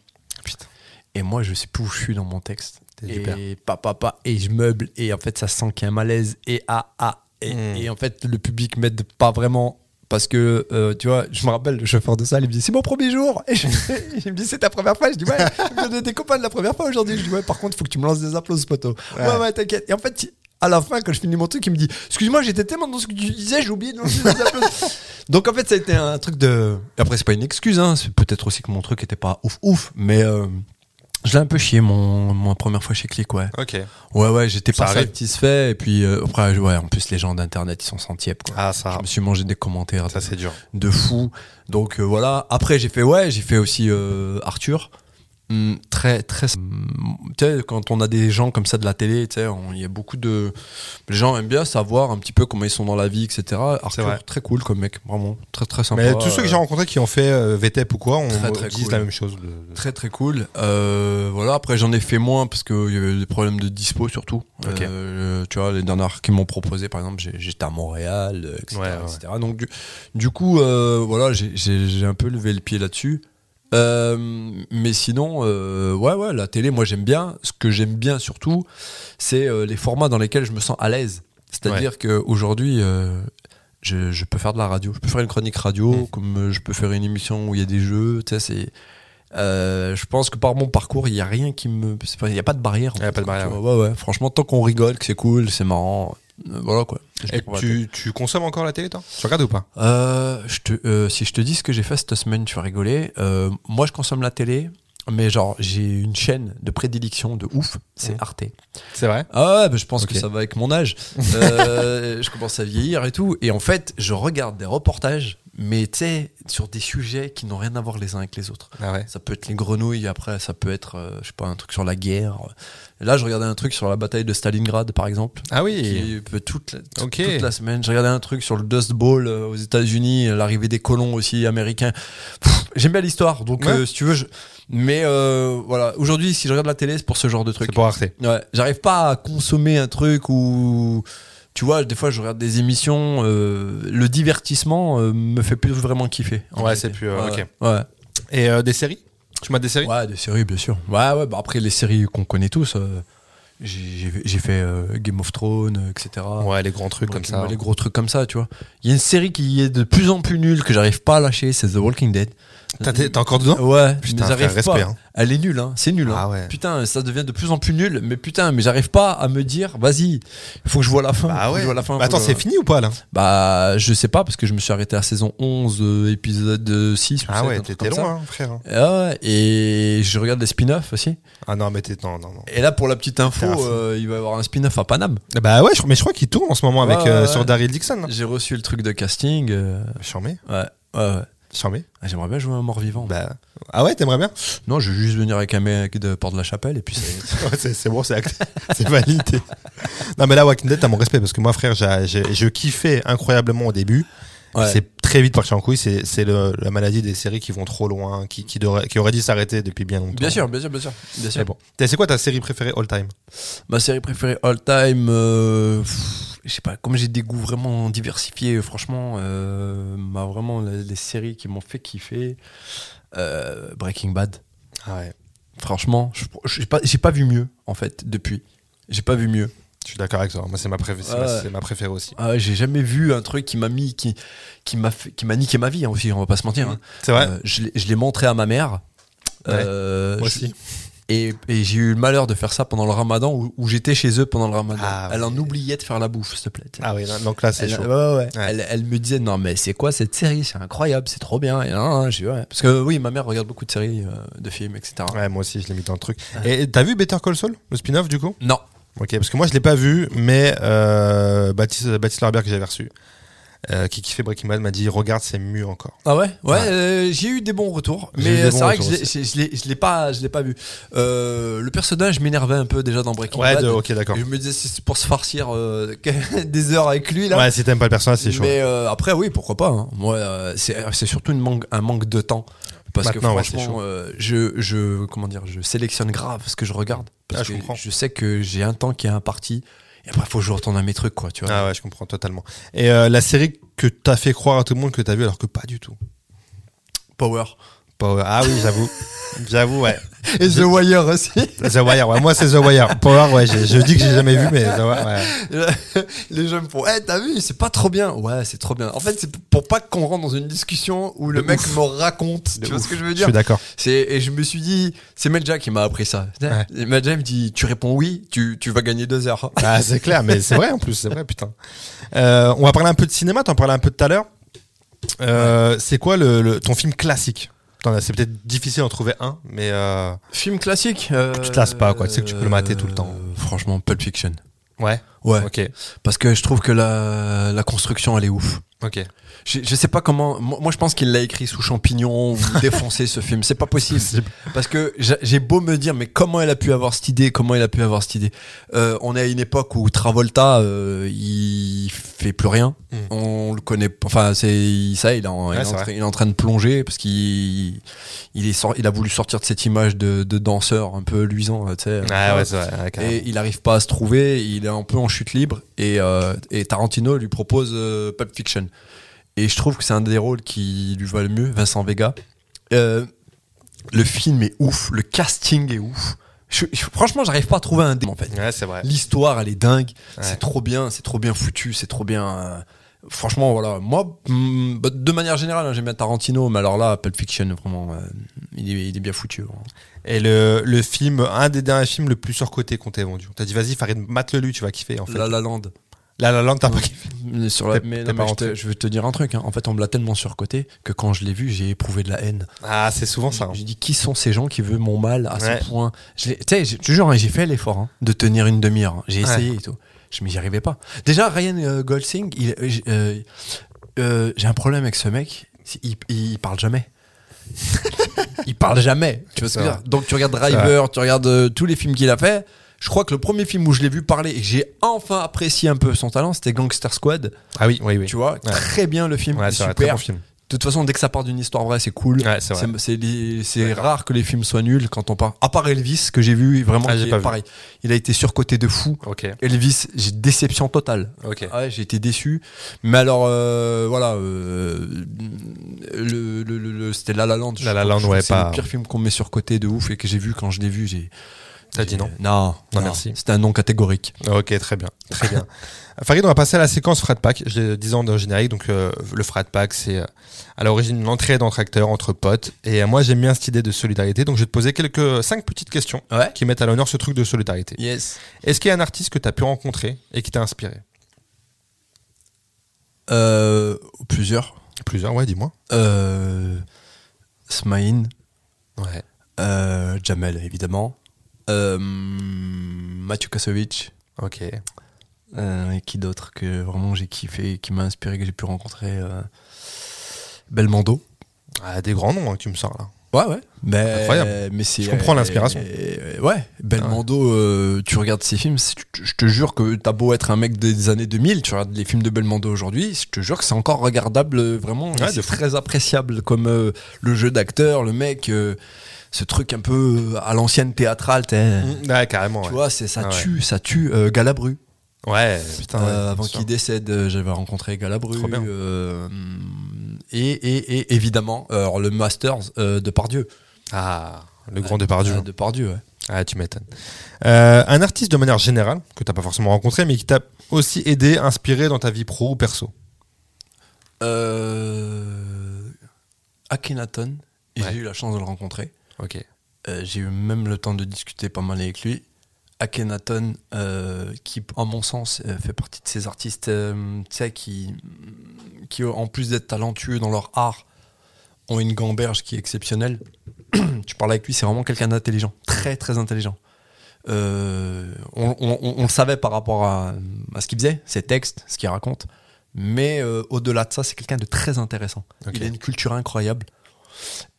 [SPEAKER 1] Putain.
[SPEAKER 2] Et moi, je sais plus où je suis dans mon texte.
[SPEAKER 1] T'es du père.
[SPEAKER 2] Et pa, pa, pa, et je meuble. Et en fait, ça sent qu'il y a un malaise. Et ah, ah. Et,
[SPEAKER 1] Hmm.
[SPEAKER 2] et en fait, le public m'aide pas vraiment. Parce que, euh, tu vois, je me rappelle, le chauffeur de salle, il me dit C'est mon premier jour Et je, [laughs] il me dit C'est ta première fois Je dis Ouais, j'ai des copains de la première fois aujourd'hui. Je dis Ouais, par contre, faut que tu me lances des applaudissements, poteau. Ouais, ouais, t'inquiète. Et en fait, à la fin, quand je finis mon truc, il me dit Excuse-moi, j'étais tellement dans ce que tu disais, j'ai oublié de lancer des applaudissements. [laughs] Donc en fait, ça a été un truc de. et Après, c'est pas une excuse, hein. c'est peut-être aussi que mon truc était pas ouf ouf, mais euh, je l'ai un peu chié mon, mon première fois chez Click, ouais.
[SPEAKER 1] Ok.
[SPEAKER 2] Ouais, ouais, j'étais
[SPEAKER 1] Ça
[SPEAKER 2] pas
[SPEAKER 1] arrive.
[SPEAKER 2] satisfait, et puis euh, après, ouais, en plus, les gens d'internet, ils sont sans tiep, quoi.
[SPEAKER 1] Ah,
[SPEAKER 2] Je
[SPEAKER 1] ça.
[SPEAKER 2] me suis mangé des commentaires
[SPEAKER 1] Ça, c'est dur.
[SPEAKER 2] de fou. Donc euh, voilà. Après, j'ai fait, ouais, j'ai fait aussi euh, Arthur. Hum, très, très. hum, tu sais, quand on a des gens comme ça de la télé, tu sais, on- il y a beaucoup de. Les gens aiment bien savoir un petit peu comment ils sont dans la vie, etc.
[SPEAKER 1] vrai.
[SPEAKER 2] Arthur, très cool comme mec, vraiment. Très, très sympa.
[SPEAKER 1] Mais tous ceux que
[SPEAKER 2] euh,
[SPEAKER 1] j'ai rencontrés qui ont fait euh, VTEP ou quoi, on
[SPEAKER 2] Très,
[SPEAKER 1] me
[SPEAKER 2] très
[SPEAKER 1] disent
[SPEAKER 2] cool.
[SPEAKER 1] la même chose. de-
[SPEAKER 2] Très très cool. Euh, voilà, après j'en ai fait moins parce qu'il y avait des problèmes de dispo surtout.
[SPEAKER 1] Ok.
[SPEAKER 2] Euh, tu vois, les dernières qui m'ont proposé, par exemple, j'ai- j'étais à Montréal, euh, etc.
[SPEAKER 1] Ouais, ouais.
[SPEAKER 2] etc. Donc du, du coup, euh, voilà, j'ai- j'ai j'ai un peu levé le pied là-dessus. Euh, mais sinon, euh, ouais, ouais, la télé, moi j'aime bien. Ce que j'aime bien surtout, c'est euh, les formats dans lesquels je me sens à l'aise. C'est-à-dire qu'aujourd'hui, euh, je, je peux faire de la radio. Je peux faire une chronique radio,
[SPEAKER 1] Mm.
[SPEAKER 2] comme euh, je peux faire une émission où il y a des jeux. Tu sais, c'est. Euh, je pense que par mon parcours, il n'y a rien qui me. c'est pas- Il n'y a pas de barrière. en
[SPEAKER 1] Il y a
[SPEAKER 2] fait,
[SPEAKER 1] pas de
[SPEAKER 2] quoi,
[SPEAKER 1] barrière,
[SPEAKER 2] tu vois. Ouais, ouais. Franchement, tant qu'on rigole, que c'est cool, c'est marrant. euh, voilà quoi. Je
[SPEAKER 1] Et
[SPEAKER 2] trouve la
[SPEAKER 1] tu, tu consommes encore la télé, toi Tu regardes ou pas
[SPEAKER 2] euh, je te, euh, si je te dis ce que j'ai fait cette semaine, tu vas rigoler. Euh, moi, je consomme la télé. Mais genre, j'ai une chaîne de prédilection de ouf,
[SPEAKER 1] Mm.
[SPEAKER 2] c'est Arte.
[SPEAKER 1] C'est vrai
[SPEAKER 2] Ah ouais, bah, je pense
[SPEAKER 1] Ok.
[SPEAKER 2] que ça va avec mon
[SPEAKER 1] [laughs]
[SPEAKER 2] âge. Euh, je commence à vieillir et tout. Et en fait, je regarde des reportages, mais tu sais, sur des sujets qui n'ont rien à voir les uns avec les autres.
[SPEAKER 1] Ah ouais.
[SPEAKER 2] Ça peut être les grenouilles, après ça peut être, euh, je sais pas, un truc sur la guerre. Là, je regardais un truc sur la bataille de Stalingrad, par exemple.
[SPEAKER 1] Ah oui.
[SPEAKER 2] Qui, peut toute, la, toute-
[SPEAKER 1] Ok.
[SPEAKER 2] toute la semaine, je regardais un truc sur le Dust Bowl euh, aux États-Unis, euh, l'arrivée des colons aussi américains. Pff, J'aime bien l'histoire, donc
[SPEAKER 1] Ouais.
[SPEAKER 2] euh, si tu veux, je... mais euh, voilà. Aujourd'hui, si je regarde la télé, c'est pour ce genre de truc.
[SPEAKER 1] C'est pour Arte.
[SPEAKER 2] Ouais, j'arrive pas à consommer un truc où. Tu vois, des fois, je regarde des émissions, euh, le divertissement euh, me fait plus vraiment kiffer. en
[SPEAKER 1] Ouais,
[SPEAKER 2] réalité.
[SPEAKER 1] c'est plus, euh,
[SPEAKER 2] Ouais,
[SPEAKER 1] ok.
[SPEAKER 2] ouais.
[SPEAKER 1] Et euh, des séries Tu m'as des séries
[SPEAKER 2] Ouais, des séries, bien sûr. Ouais, ouais, bah après, les séries qu'on connaît tous, euh, j'ai j'ai- j'ai fait euh, Game of Thrones, euh, etc.
[SPEAKER 1] Ouais, les grands trucs comme
[SPEAKER 2] Walking-
[SPEAKER 1] ça. hein.
[SPEAKER 2] Les gros trucs comme ça, tu vois. Il y a une série qui est de plus en plus nulle que j'arrive pas à lâcher, c'est The Walking Dead.
[SPEAKER 1] T'as- T'es t'es encore dedans
[SPEAKER 2] Ouais,
[SPEAKER 1] Putain,
[SPEAKER 2] mais j'arrive
[SPEAKER 1] frère,
[SPEAKER 2] pas.
[SPEAKER 1] respect, hein.
[SPEAKER 2] Elle est nulle, hein. c'est nul. hein.
[SPEAKER 1] Ah ouais.
[SPEAKER 2] Putain, ça devient de plus en plus nul, mais putain, mais j'arrive pas à me dire, vas-y, faut que je vois la fin. faut que je vois la fin,
[SPEAKER 1] Bah
[SPEAKER 2] faut
[SPEAKER 1] attends,
[SPEAKER 2] que je
[SPEAKER 1] c'est
[SPEAKER 2] vois-
[SPEAKER 1] fini ou pas là
[SPEAKER 2] Bah, je sais pas, parce que je me suis arrêté à saison 11, euh, épisode euh, 6. ou 7, un truc comme ça.
[SPEAKER 1] hein, frère. hein.
[SPEAKER 2] Ah ouais, et je regarde les spin-offs aussi.
[SPEAKER 1] Ah non, mais t'es. Non, non, non.
[SPEAKER 2] Et là, pour la petite info,
[SPEAKER 1] T'es un fou.
[SPEAKER 2] euh, il va y avoir un spin-off à Paname.
[SPEAKER 1] Bah ouais, je- mais je crois qu'il tourne en ce moment avec
[SPEAKER 2] Ouais,
[SPEAKER 1] euh,
[SPEAKER 2] ouais,
[SPEAKER 1] sur
[SPEAKER 2] ouais.
[SPEAKER 1] Daryl Dixon.
[SPEAKER 2] J'ai reçu le truc de casting. euh,
[SPEAKER 1] Charmé,
[SPEAKER 2] ouais, ouais, ouais.
[SPEAKER 1] charmé.
[SPEAKER 2] Ah, J'aimerais bien jouer un mort-vivant.
[SPEAKER 1] Bah. Ah ouais, t'aimerais bien
[SPEAKER 2] Non, je vais juste venir avec un mec de Porte de la Chapelle et puis
[SPEAKER 1] [laughs]
[SPEAKER 2] c'est.
[SPEAKER 1] [laughs] Ouais, c'est, c'est bon, c'est acté. [laughs] C'est validé. Non, mais là, Walking Dead, t'as mon respect parce que moi, frère, j'ai, j'ai- je kiffais incroyablement au début.
[SPEAKER 2] Ouais.
[SPEAKER 1] C'est très vite parti en couille. C'est, c'est le- la maladie des séries qui vont trop loin, qui, qui, devraient- qui auraient dû s'arrêter depuis bien longtemps.
[SPEAKER 2] Bien sûr, bien sûr, bien sûr. Bien sûr.
[SPEAKER 1] Mais bon. T'as- C'est quoi ta série préférée all time
[SPEAKER 2] Ma série préférée all time, euh, pff, je sais pas, comme j'ai des goûts vraiment diversifiés, franchement, euh, m'a vraiment les, les séries qui m'ont fait kiffer. euh, Breaking Bad.
[SPEAKER 1] Ah ouais.
[SPEAKER 2] Franchement, je- j'ai pas, j'ai pas vu mieux en fait depuis. J'ai pas vu mieux.
[SPEAKER 1] Je suis d'accord avec toi. Moi, c'est ma, préfé- c'est ma-
[SPEAKER 2] Ouais.
[SPEAKER 1] c'est ma préférée aussi.
[SPEAKER 2] Ah ouais, j'ai jamais vu un truc qui m'a mis, qui, qui m'a, fait- qui m'a niqué ma vie hein, aussi. On va pas se mentir. hein.
[SPEAKER 1] C'est vrai
[SPEAKER 2] Euh, je l'ai- je l'ai montré à ma mère.
[SPEAKER 1] Ouais.
[SPEAKER 2] Euh,
[SPEAKER 1] Moi
[SPEAKER 2] je-
[SPEAKER 1] aussi.
[SPEAKER 2] Et, et j'ai eu le malheur de faire ça pendant le ramadan où, où j'étais chez eux pendant le ramadan.
[SPEAKER 1] Ah
[SPEAKER 2] elle
[SPEAKER 1] ouais.
[SPEAKER 2] en oubliait de faire la bouffe, s'il te plaît.
[SPEAKER 1] Ah oui, non, donc là, c'est
[SPEAKER 2] elle,
[SPEAKER 1] chaud.
[SPEAKER 2] ouais, ouais.
[SPEAKER 1] Ouais.
[SPEAKER 2] Elle, elle me disait non mais c'est quoi cette série c'est incroyable c'est trop bien et non, non, j'ai dit, ouais. parce que euh, oui ma mère regarde beaucoup de séries euh, de films etc
[SPEAKER 1] Ouais, moi aussi, je l'ai mis dans le truc. Et et t'as vu Better Call Saul, le spin-off du coup
[SPEAKER 2] non
[SPEAKER 1] Ok, parce que moi je l'ai pas vu, mais euh, Baptiste, Baptiste Larbert que j'avais reçu, euh, qui kiffait Breaking Bad, m'a dit regarde, c'est mieux encore.
[SPEAKER 2] ah ouais ouais,
[SPEAKER 1] Ouais.
[SPEAKER 2] euh, j'ai eu des bons retours
[SPEAKER 1] J'ai
[SPEAKER 2] mais
[SPEAKER 1] eu des
[SPEAKER 2] euh,
[SPEAKER 1] bons
[SPEAKER 2] c'est vrai que je
[SPEAKER 1] retours
[SPEAKER 2] l'ai- je je l'ai je l'ai pas je l'ai pas vu Euh, le personnage m'énervait un peu déjà dans Breaking
[SPEAKER 1] Ouais,
[SPEAKER 2] Bad
[SPEAKER 1] de- ok, d'accord.
[SPEAKER 2] Et je me disais c'est pour se farcir euh, [laughs] des heures avec lui là
[SPEAKER 1] Ouais, si t'aimes pas le personnage, c'est chaud.
[SPEAKER 2] Mais euh, après, oui, pourquoi pas. hein. Moi, euh, c'est c'est surtout une manque, un manque de temps. Parce
[SPEAKER 1] Maintenant, ouais,
[SPEAKER 2] que
[SPEAKER 1] c'est
[SPEAKER 2] franchement,
[SPEAKER 1] chaud.
[SPEAKER 2] euh, je, je, comment dire, je sélectionne grave ce que je regarde. Parce
[SPEAKER 1] Ah, je
[SPEAKER 2] que
[SPEAKER 1] comprends.
[SPEAKER 2] je sais que j'ai un temps qui est imparti. Et après, faut que je retourne à mes trucs, quoi. Tu vois.
[SPEAKER 1] Ah ouais, je comprends totalement. Et euh, la série que t'as fait croire à tout le monde que t'as vu alors que pas du tout.
[SPEAKER 2] Power.
[SPEAKER 1] Power- Ah oui,
[SPEAKER 2] [laughs]
[SPEAKER 1] j'avoue. j'avoue, ouais.
[SPEAKER 2] Et The Wire aussi. [laughs]
[SPEAKER 1] The Wire, ouais. Moi, c'est The Wire. Power, ouais, j'ai- je dis que j'ai jamais vu, mais The Wire, ouais.
[SPEAKER 2] Les gens me font, eh, t'as vu, c'est pas trop bien. Ouais, c'est trop bien. En fait, c'est pour pas qu'on rentre dans une discussion où le
[SPEAKER 1] De
[SPEAKER 2] mec
[SPEAKER 1] ouf.
[SPEAKER 2] me raconte.
[SPEAKER 1] De
[SPEAKER 2] Tu vois
[SPEAKER 1] ouf.
[SPEAKER 2] ce que je veux
[SPEAKER 1] Je
[SPEAKER 2] dire
[SPEAKER 1] suis d'accord.
[SPEAKER 2] C'est- Et je me suis dit, c'est Medja qui m'a appris ça.
[SPEAKER 1] Ouais.
[SPEAKER 2] Et Medja il me dit, tu réponds oui, tu, tu vas gagner deux heures.
[SPEAKER 1] Ah, c'est clair, mais c'est vrai en plus, c'est vrai, putain. Euh, on va parler un peu de cinéma, t'en parlais un peu tout à l'heure. Euh, C'est quoi le, le- ton film classique Putain, C'est peut-être difficile d'en trouver un, mais euh,
[SPEAKER 2] Film classique euh,
[SPEAKER 1] Tu te lasses pas, quoi. Tu sais que tu peux le mater tout le temps.
[SPEAKER 2] euh, Franchement, Pulp Fiction.
[SPEAKER 1] ouais.
[SPEAKER 2] Ouais,
[SPEAKER 1] Ok,
[SPEAKER 2] parce que je trouve que la, la construction, elle est ouf.
[SPEAKER 1] ok.
[SPEAKER 2] Je, je sais pas comment. Moi, moi, je pense qu'il l'a écrit sous
[SPEAKER 1] [laughs]
[SPEAKER 2] champignon ou défoncé ce film. C'est pas possible. Parce que j'a- j'ai beau me dire, mais comment elle a pu avoir cette idée Comment elle a pu avoir cette idée Euh, On est à une époque où Travolta, euh, il fait plus rien.
[SPEAKER 1] Mm.
[SPEAKER 2] On le connaît. p- Enfin, c'est il- ça. Il est, en,
[SPEAKER 1] Ouais,
[SPEAKER 2] il, est
[SPEAKER 1] c'est
[SPEAKER 2] en
[SPEAKER 1] vrai.
[SPEAKER 2] train- il est en train de plonger parce qu'il il est sor- il a voulu sortir de cette image de, de danseur un peu luisant, tu sais.
[SPEAKER 1] Ah ouais, c'est vrai. ouais, carrément.
[SPEAKER 2] Et il n'arrive pas à se trouver, il est un peu en chute libre, et, euh, et Tarantino lui propose euh, Pulp Fiction. Et je trouve que c'est un des rôles qui lui va le mieux, Vincent Vega. Euh, le film est ouf, le casting est ouf. Je- je- franchement, j'arrive pas à trouver un dé en fait.
[SPEAKER 1] Ouais, c'est vrai.
[SPEAKER 2] L'histoire, elle est dingue,
[SPEAKER 1] Ouais.
[SPEAKER 2] c'est trop bien, c'est trop bien foutu, c'est trop bien. euh, franchement, voilà, moi, mm, bah, de manière générale, hein, j'aime bien Tarantino, mais alors là, Pulp Fiction, vraiment, euh, il, est, il est bien foutu. vraiment.
[SPEAKER 1] Et le, le film, un des derniers films le plus surcoté qu'on t'ait vendu. On t'a dit, vas-y, Farid, mate-le lui, tu vas kiffer en fait.
[SPEAKER 2] La La Land.
[SPEAKER 1] La La Land, t'as pas kiffé.
[SPEAKER 2] Mais Sur la...
[SPEAKER 1] T'es-
[SPEAKER 2] mais non,
[SPEAKER 1] t'es
[SPEAKER 2] mais
[SPEAKER 1] pas
[SPEAKER 2] je, te,
[SPEAKER 1] rentré.
[SPEAKER 2] je veux te dire un truc. hein. En fait, on me l'a tellement surcoté que quand je l'ai vu, j'ai éprouvé de la haine.
[SPEAKER 1] Ah, c'est souvent ça. hein.
[SPEAKER 2] J'ai dit, qui sont ces gens qui veulent mon mal à
[SPEAKER 1] Ouais.
[SPEAKER 2] ce point Je l'ai- Tu sais, j'ai- je te jure, hein, j'ai fait l'effort hein, de tenir une demi-heure. hein. J'ai
[SPEAKER 1] Ouais.
[SPEAKER 2] essayé et tout. Je mais j'y arrivais pas. Déjà, Ryan euh, Gosling, il- euh, j'ai- euh, euh, j'ai un problème avec ce mec. C'est- Il, il
[SPEAKER 1] [laughs]
[SPEAKER 2] parle jamais. il parle jamais. Tu vois ce
[SPEAKER 1] C'est
[SPEAKER 2] que je veux
[SPEAKER 1] vrai.
[SPEAKER 2] dire Donc, tu regardes Driver, tu regardes euh, tous les films qu'il a fait. Je crois que le premier film où je l'ai vu parler et que j'ai enfin apprécié un peu son talent, c'était Gangster Squad.
[SPEAKER 1] Ah oui, oui, oui.
[SPEAKER 2] Tu vois, très bien le film.
[SPEAKER 1] Ouais, c'est
[SPEAKER 2] super.
[SPEAKER 1] vrai, très bon film.
[SPEAKER 2] De toute façon, dès que ça part d'une histoire vraie, c'est cool.
[SPEAKER 1] Ouais, c'est vrai.
[SPEAKER 2] C'est- c'est les- c'est rare que les films soient nuls quand on part. À part Elvis, que j'ai vu, vraiment,
[SPEAKER 1] Ah, j'ai
[SPEAKER 2] qui est
[SPEAKER 1] pas vu.
[SPEAKER 2] pareil. Il a été surcoté de fou.
[SPEAKER 1] Ok.
[SPEAKER 2] Elvis, j'ai déception totale. Ah
[SPEAKER 1] Ok.
[SPEAKER 2] Ouais, j'ai été déçu. Mais alors, euh, voilà, euh, le, le- le- le- c'était La La Land. Je
[SPEAKER 1] La La
[SPEAKER 2] crois
[SPEAKER 1] Land,
[SPEAKER 2] que je-
[SPEAKER 1] ouais,
[SPEAKER 2] c'est
[SPEAKER 1] pas-
[SPEAKER 2] le pire film qu'on met sur côté de ouf et que j'ai vu quand je l'ai vu. J'ai.
[SPEAKER 1] T'as
[SPEAKER 2] j'ai-
[SPEAKER 1] dit non.
[SPEAKER 2] Non,
[SPEAKER 1] Non, merci.
[SPEAKER 2] C'était un non catégorique.
[SPEAKER 1] Ok, très bien, très bien. Euh, Farid, on va passer à la séquence frat pack. Je l'ai- disais en générique, donc euh, le frat pack, c'est euh, à l'origine une entrée d'entre acteurs, entre potes. Et euh, moi, j'aime bien cette idée de solidarité, donc je vais te poser quelques euh, cinq petites questions
[SPEAKER 2] Ouais.
[SPEAKER 1] qui mettent à l'honneur ce truc de solidarité.
[SPEAKER 2] Yes.
[SPEAKER 1] Est-ce qu'il y a un artiste que t'as pu rencontrer et qui t'a inspiré
[SPEAKER 2] Euh, plusieurs.
[SPEAKER 1] Plusieurs, ouais, dis-moi.
[SPEAKER 2] Euh, Smaïn.
[SPEAKER 1] Ouais.
[SPEAKER 2] Euh, Jamel, évidemment. Euh, Mathieu Kasovic.
[SPEAKER 1] Ok.
[SPEAKER 2] Euh, et qui d'autre que vraiment j'ai kiffé, et qui m'a inspiré, que j'ai pu rencontrer euh, Belmondo.
[SPEAKER 1] Ah, des grands noms hein, que tu me sors là.
[SPEAKER 2] Ouais, ouais. Mais,
[SPEAKER 1] Incroyable.
[SPEAKER 2] Mais c'est,
[SPEAKER 1] Je comprends l'inspiration. Ah
[SPEAKER 2] euh, ouais, Belmondo, euh, tu regardes ses films, c'est- tu- je te jure que t'as beau être un mec des années 2000, tu regardes les films de Belmondo aujourd'hui, je te jure que c'est encore regardable, euh, vraiment.
[SPEAKER 1] Ouais,
[SPEAKER 2] et
[SPEAKER 1] de
[SPEAKER 2] c'est très appréciable comme euh, le jeu d'acteur, le mec, euh, ce truc un peu euh, à l'ancienne théâtrale, t'es-
[SPEAKER 1] Ouais, carrément.
[SPEAKER 2] Mm. tu
[SPEAKER 1] Mm. ouais.
[SPEAKER 2] vois, c'est, ça
[SPEAKER 1] Ah ouais.
[SPEAKER 2] tue, ça tue. euh, Galabru.
[SPEAKER 1] Ouais, putain. ouais,
[SPEAKER 2] Euh,
[SPEAKER 1] bien
[SPEAKER 2] avant
[SPEAKER 1] sûr.
[SPEAKER 2] qu'il décède, euh, j'avais rencontré Galabru.
[SPEAKER 1] Trop bien.
[SPEAKER 2] euh, et, et- et évidemment, euh, alors, le Masters euh, de Pardieu.
[SPEAKER 1] Ah, le grand Depardieu.
[SPEAKER 2] Euh, de Pardieu, ouais.
[SPEAKER 1] Ah, tu m'étonnes. Euh, un artiste de manière générale, que t'as pas forcément rencontré, mais qui t'a aussi aidé, inspiré dans ta vie pro ou perso.
[SPEAKER 2] Euh, Akhenaton, et
[SPEAKER 1] Ouais.
[SPEAKER 2] j'ai eu la chance de le rencontrer.
[SPEAKER 1] Ok.
[SPEAKER 2] Euh, j'ai eu même le temps de discuter pas mal avec lui. Akhenaton, euh, qui, à mon sens, euh, fait partie de ces artistes euh, tu sais, qui, qui, en plus d'être talentueux dans leur art, ont une gamberge qui est exceptionnelle. [coughs] tu parles avec lui, c'est vraiment quelqu'un d'intelligent, très très intelligent. Euh, on, on- on- on le savait par rapport à, à ce qu'il faisait, ses textes, ce qu'il raconte. Mais euh, au-delà de ça, c'est quelqu'un de très intéressant.
[SPEAKER 1] Ok.
[SPEAKER 2] Il a une culture incroyable.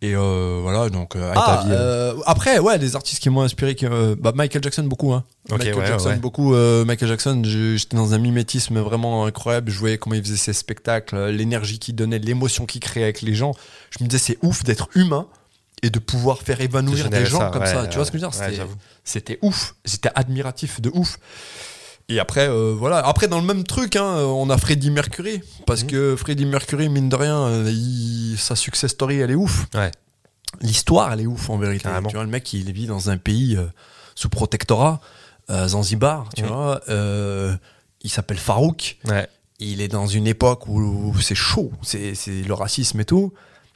[SPEAKER 2] Et euh, voilà, donc euh,
[SPEAKER 1] Ah,
[SPEAKER 2] à ta vie, euh, après, ouais, les artistes qui m'ont inspiré, qui, euh, bah, Michael Jackson beaucoup. Hein.
[SPEAKER 1] Ok,
[SPEAKER 2] Michael
[SPEAKER 1] ouais,
[SPEAKER 2] Jackson
[SPEAKER 1] ouais.
[SPEAKER 2] beaucoup. euh, Michael Jackson, je- j'étais dans un mimétisme vraiment incroyable. Je voyais comment il faisait ses spectacles, euh, l'énergie qu'il donnait, l'émotion qu'il créait avec les gens. Je me disais, c'est ouf d'être humain et de pouvoir faire évanouir
[SPEAKER 1] générer
[SPEAKER 2] des gens
[SPEAKER 1] ça,
[SPEAKER 2] comme
[SPEAKER 1] ouais,
[SPEAKER 2] ça. Tu vois
[SPEAKER 1] ouais,
[SPEAKER 2] ce que je veux dire
[SPEAKER 1] ouais,
[SPEAKER 2] C'était-
[SPEAKER 1] j'avoue.
[SPEAKER 2] C'était ouf. C'était admiratif de ouf. Et après, euh, voilà. Après, dans le même truc, hein, on a Freddie Mercury. Parce
[SPEAKER 1] Mhm.
[SPEAKER 2] que Freddie Mercury, mine de rien, euh, il- sa success story, elle est ouf.
[SPEAKER 1] Ouais.
[SPEAKER 2] L'histoire, elle est ouf en vérité.
[SPEAKER 1] Carrément.
[SPEAKER 2] Tu vois, le mec, il vit dans un pays euh, sous protectorat, euh, Zanzibar, tu
[SPEAKER 1] Mhm.
[SPEAKER 2] vois. euh, il s'appelle Farouk.
[SPEAKER 1] Ouais.
[SPEAKER 2] Il est dans une époque où, où c'est chaud, c'est c'est le racisme et tout.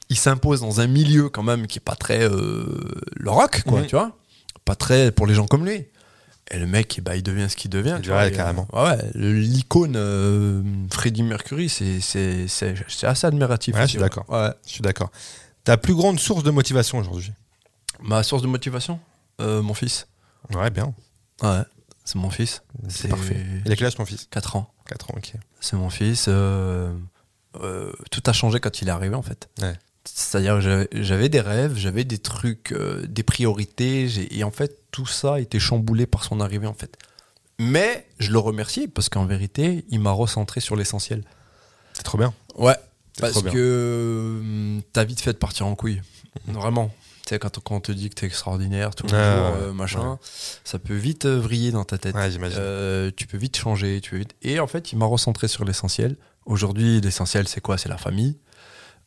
[SPEAKER 2] Il s'impose dans un milieu quand même qui est pas très euh, le rock, quoi,
[SPEAKER 1] Mhm.
[SPEAKER 2] tu vois. Pas très pour les gens comme lui. Et le mec, eh ben, il devient ce qu'il devient.
[SPEAKER 1] Il
[SPEAKER 2] tu
[SPEAKER 1] devient,
[SPEAKER 2] vois,
[SPEAKER 1] ouais,
[SPEAKER 2] et,
[SPEAKER 1] carrément.
[SPEAKER 2] euh, ouais, ouais, le- l'icône euh, Freddie Mercury, c'est- c'est c'est- c'est assez admiratif.
[SPEAKER 1] Ouais, je
[SPEAKER 2] aussi,
[SPEAKER 1] suis d'accord.
[SPEAKER 2] Ouais.
[SPEAKER 1] Je suis d'accord. Ta plus grande source de motivation aujourd'hui
[SPEAKER 2] Ma source de motivation Euh, Mon fils.
[SPEAKER 1] Ouais, bien.
[SPEAKER 2] Ouais, c'est mon fils.
[SPEAKER 1] C'est parfait. Il a quel âge ton fils
[SPEAKER 2] 4 ans.
[SPEAKER 1] 4 ans, ok.
[SPEAKER 2] C'est mon fils. euh, euh, tout a changé quand il est arrivé, en fait.
[SPEAKER 1] Ouais.
[SPEAKER 2] C'est-à-dire que j'avais- j'avais des rêves, j'avais des trucs, euh, des priorités, j'ai- et en fait, tout ça a été chamboulé par son arrivée, en fait. Mais je le remercie parce qu'en vérité, il m'a recentré sur l'essentiel.
[SPEAKER 1] C'est trop bien.
[SPEAKER 2] Ouais,
[SPEAKER 1] C'est
[SPEAKER 2] parce
[SPEAKER 1] trop bien.
[SPEAKER 2] que euh, t'as vite fait de partir en couille. Vraiment. Tu sais, quand, on- quand on te dit que t'es extraordinaire, tout le
[SPEAKER 1] Ouais,
[SPEAKER 2] jour,
[SPEAKER 1] Ah, ouais,
[SPEAKER 2] euh, machin,
[SPEAKER 1] ouais.
[SPEAKER 2] ça peut vite euh, vriller dans ta tête.
[SPEAKER 1] Ouais, j'imagine.
[SPEAKER 2] Euh, tu peux vite changer. Tu peux vite... Et en fait, il m'a recentré sur l'essentiel. Aujourd'hui, l'essentiel, c'est quoi C'est la famille.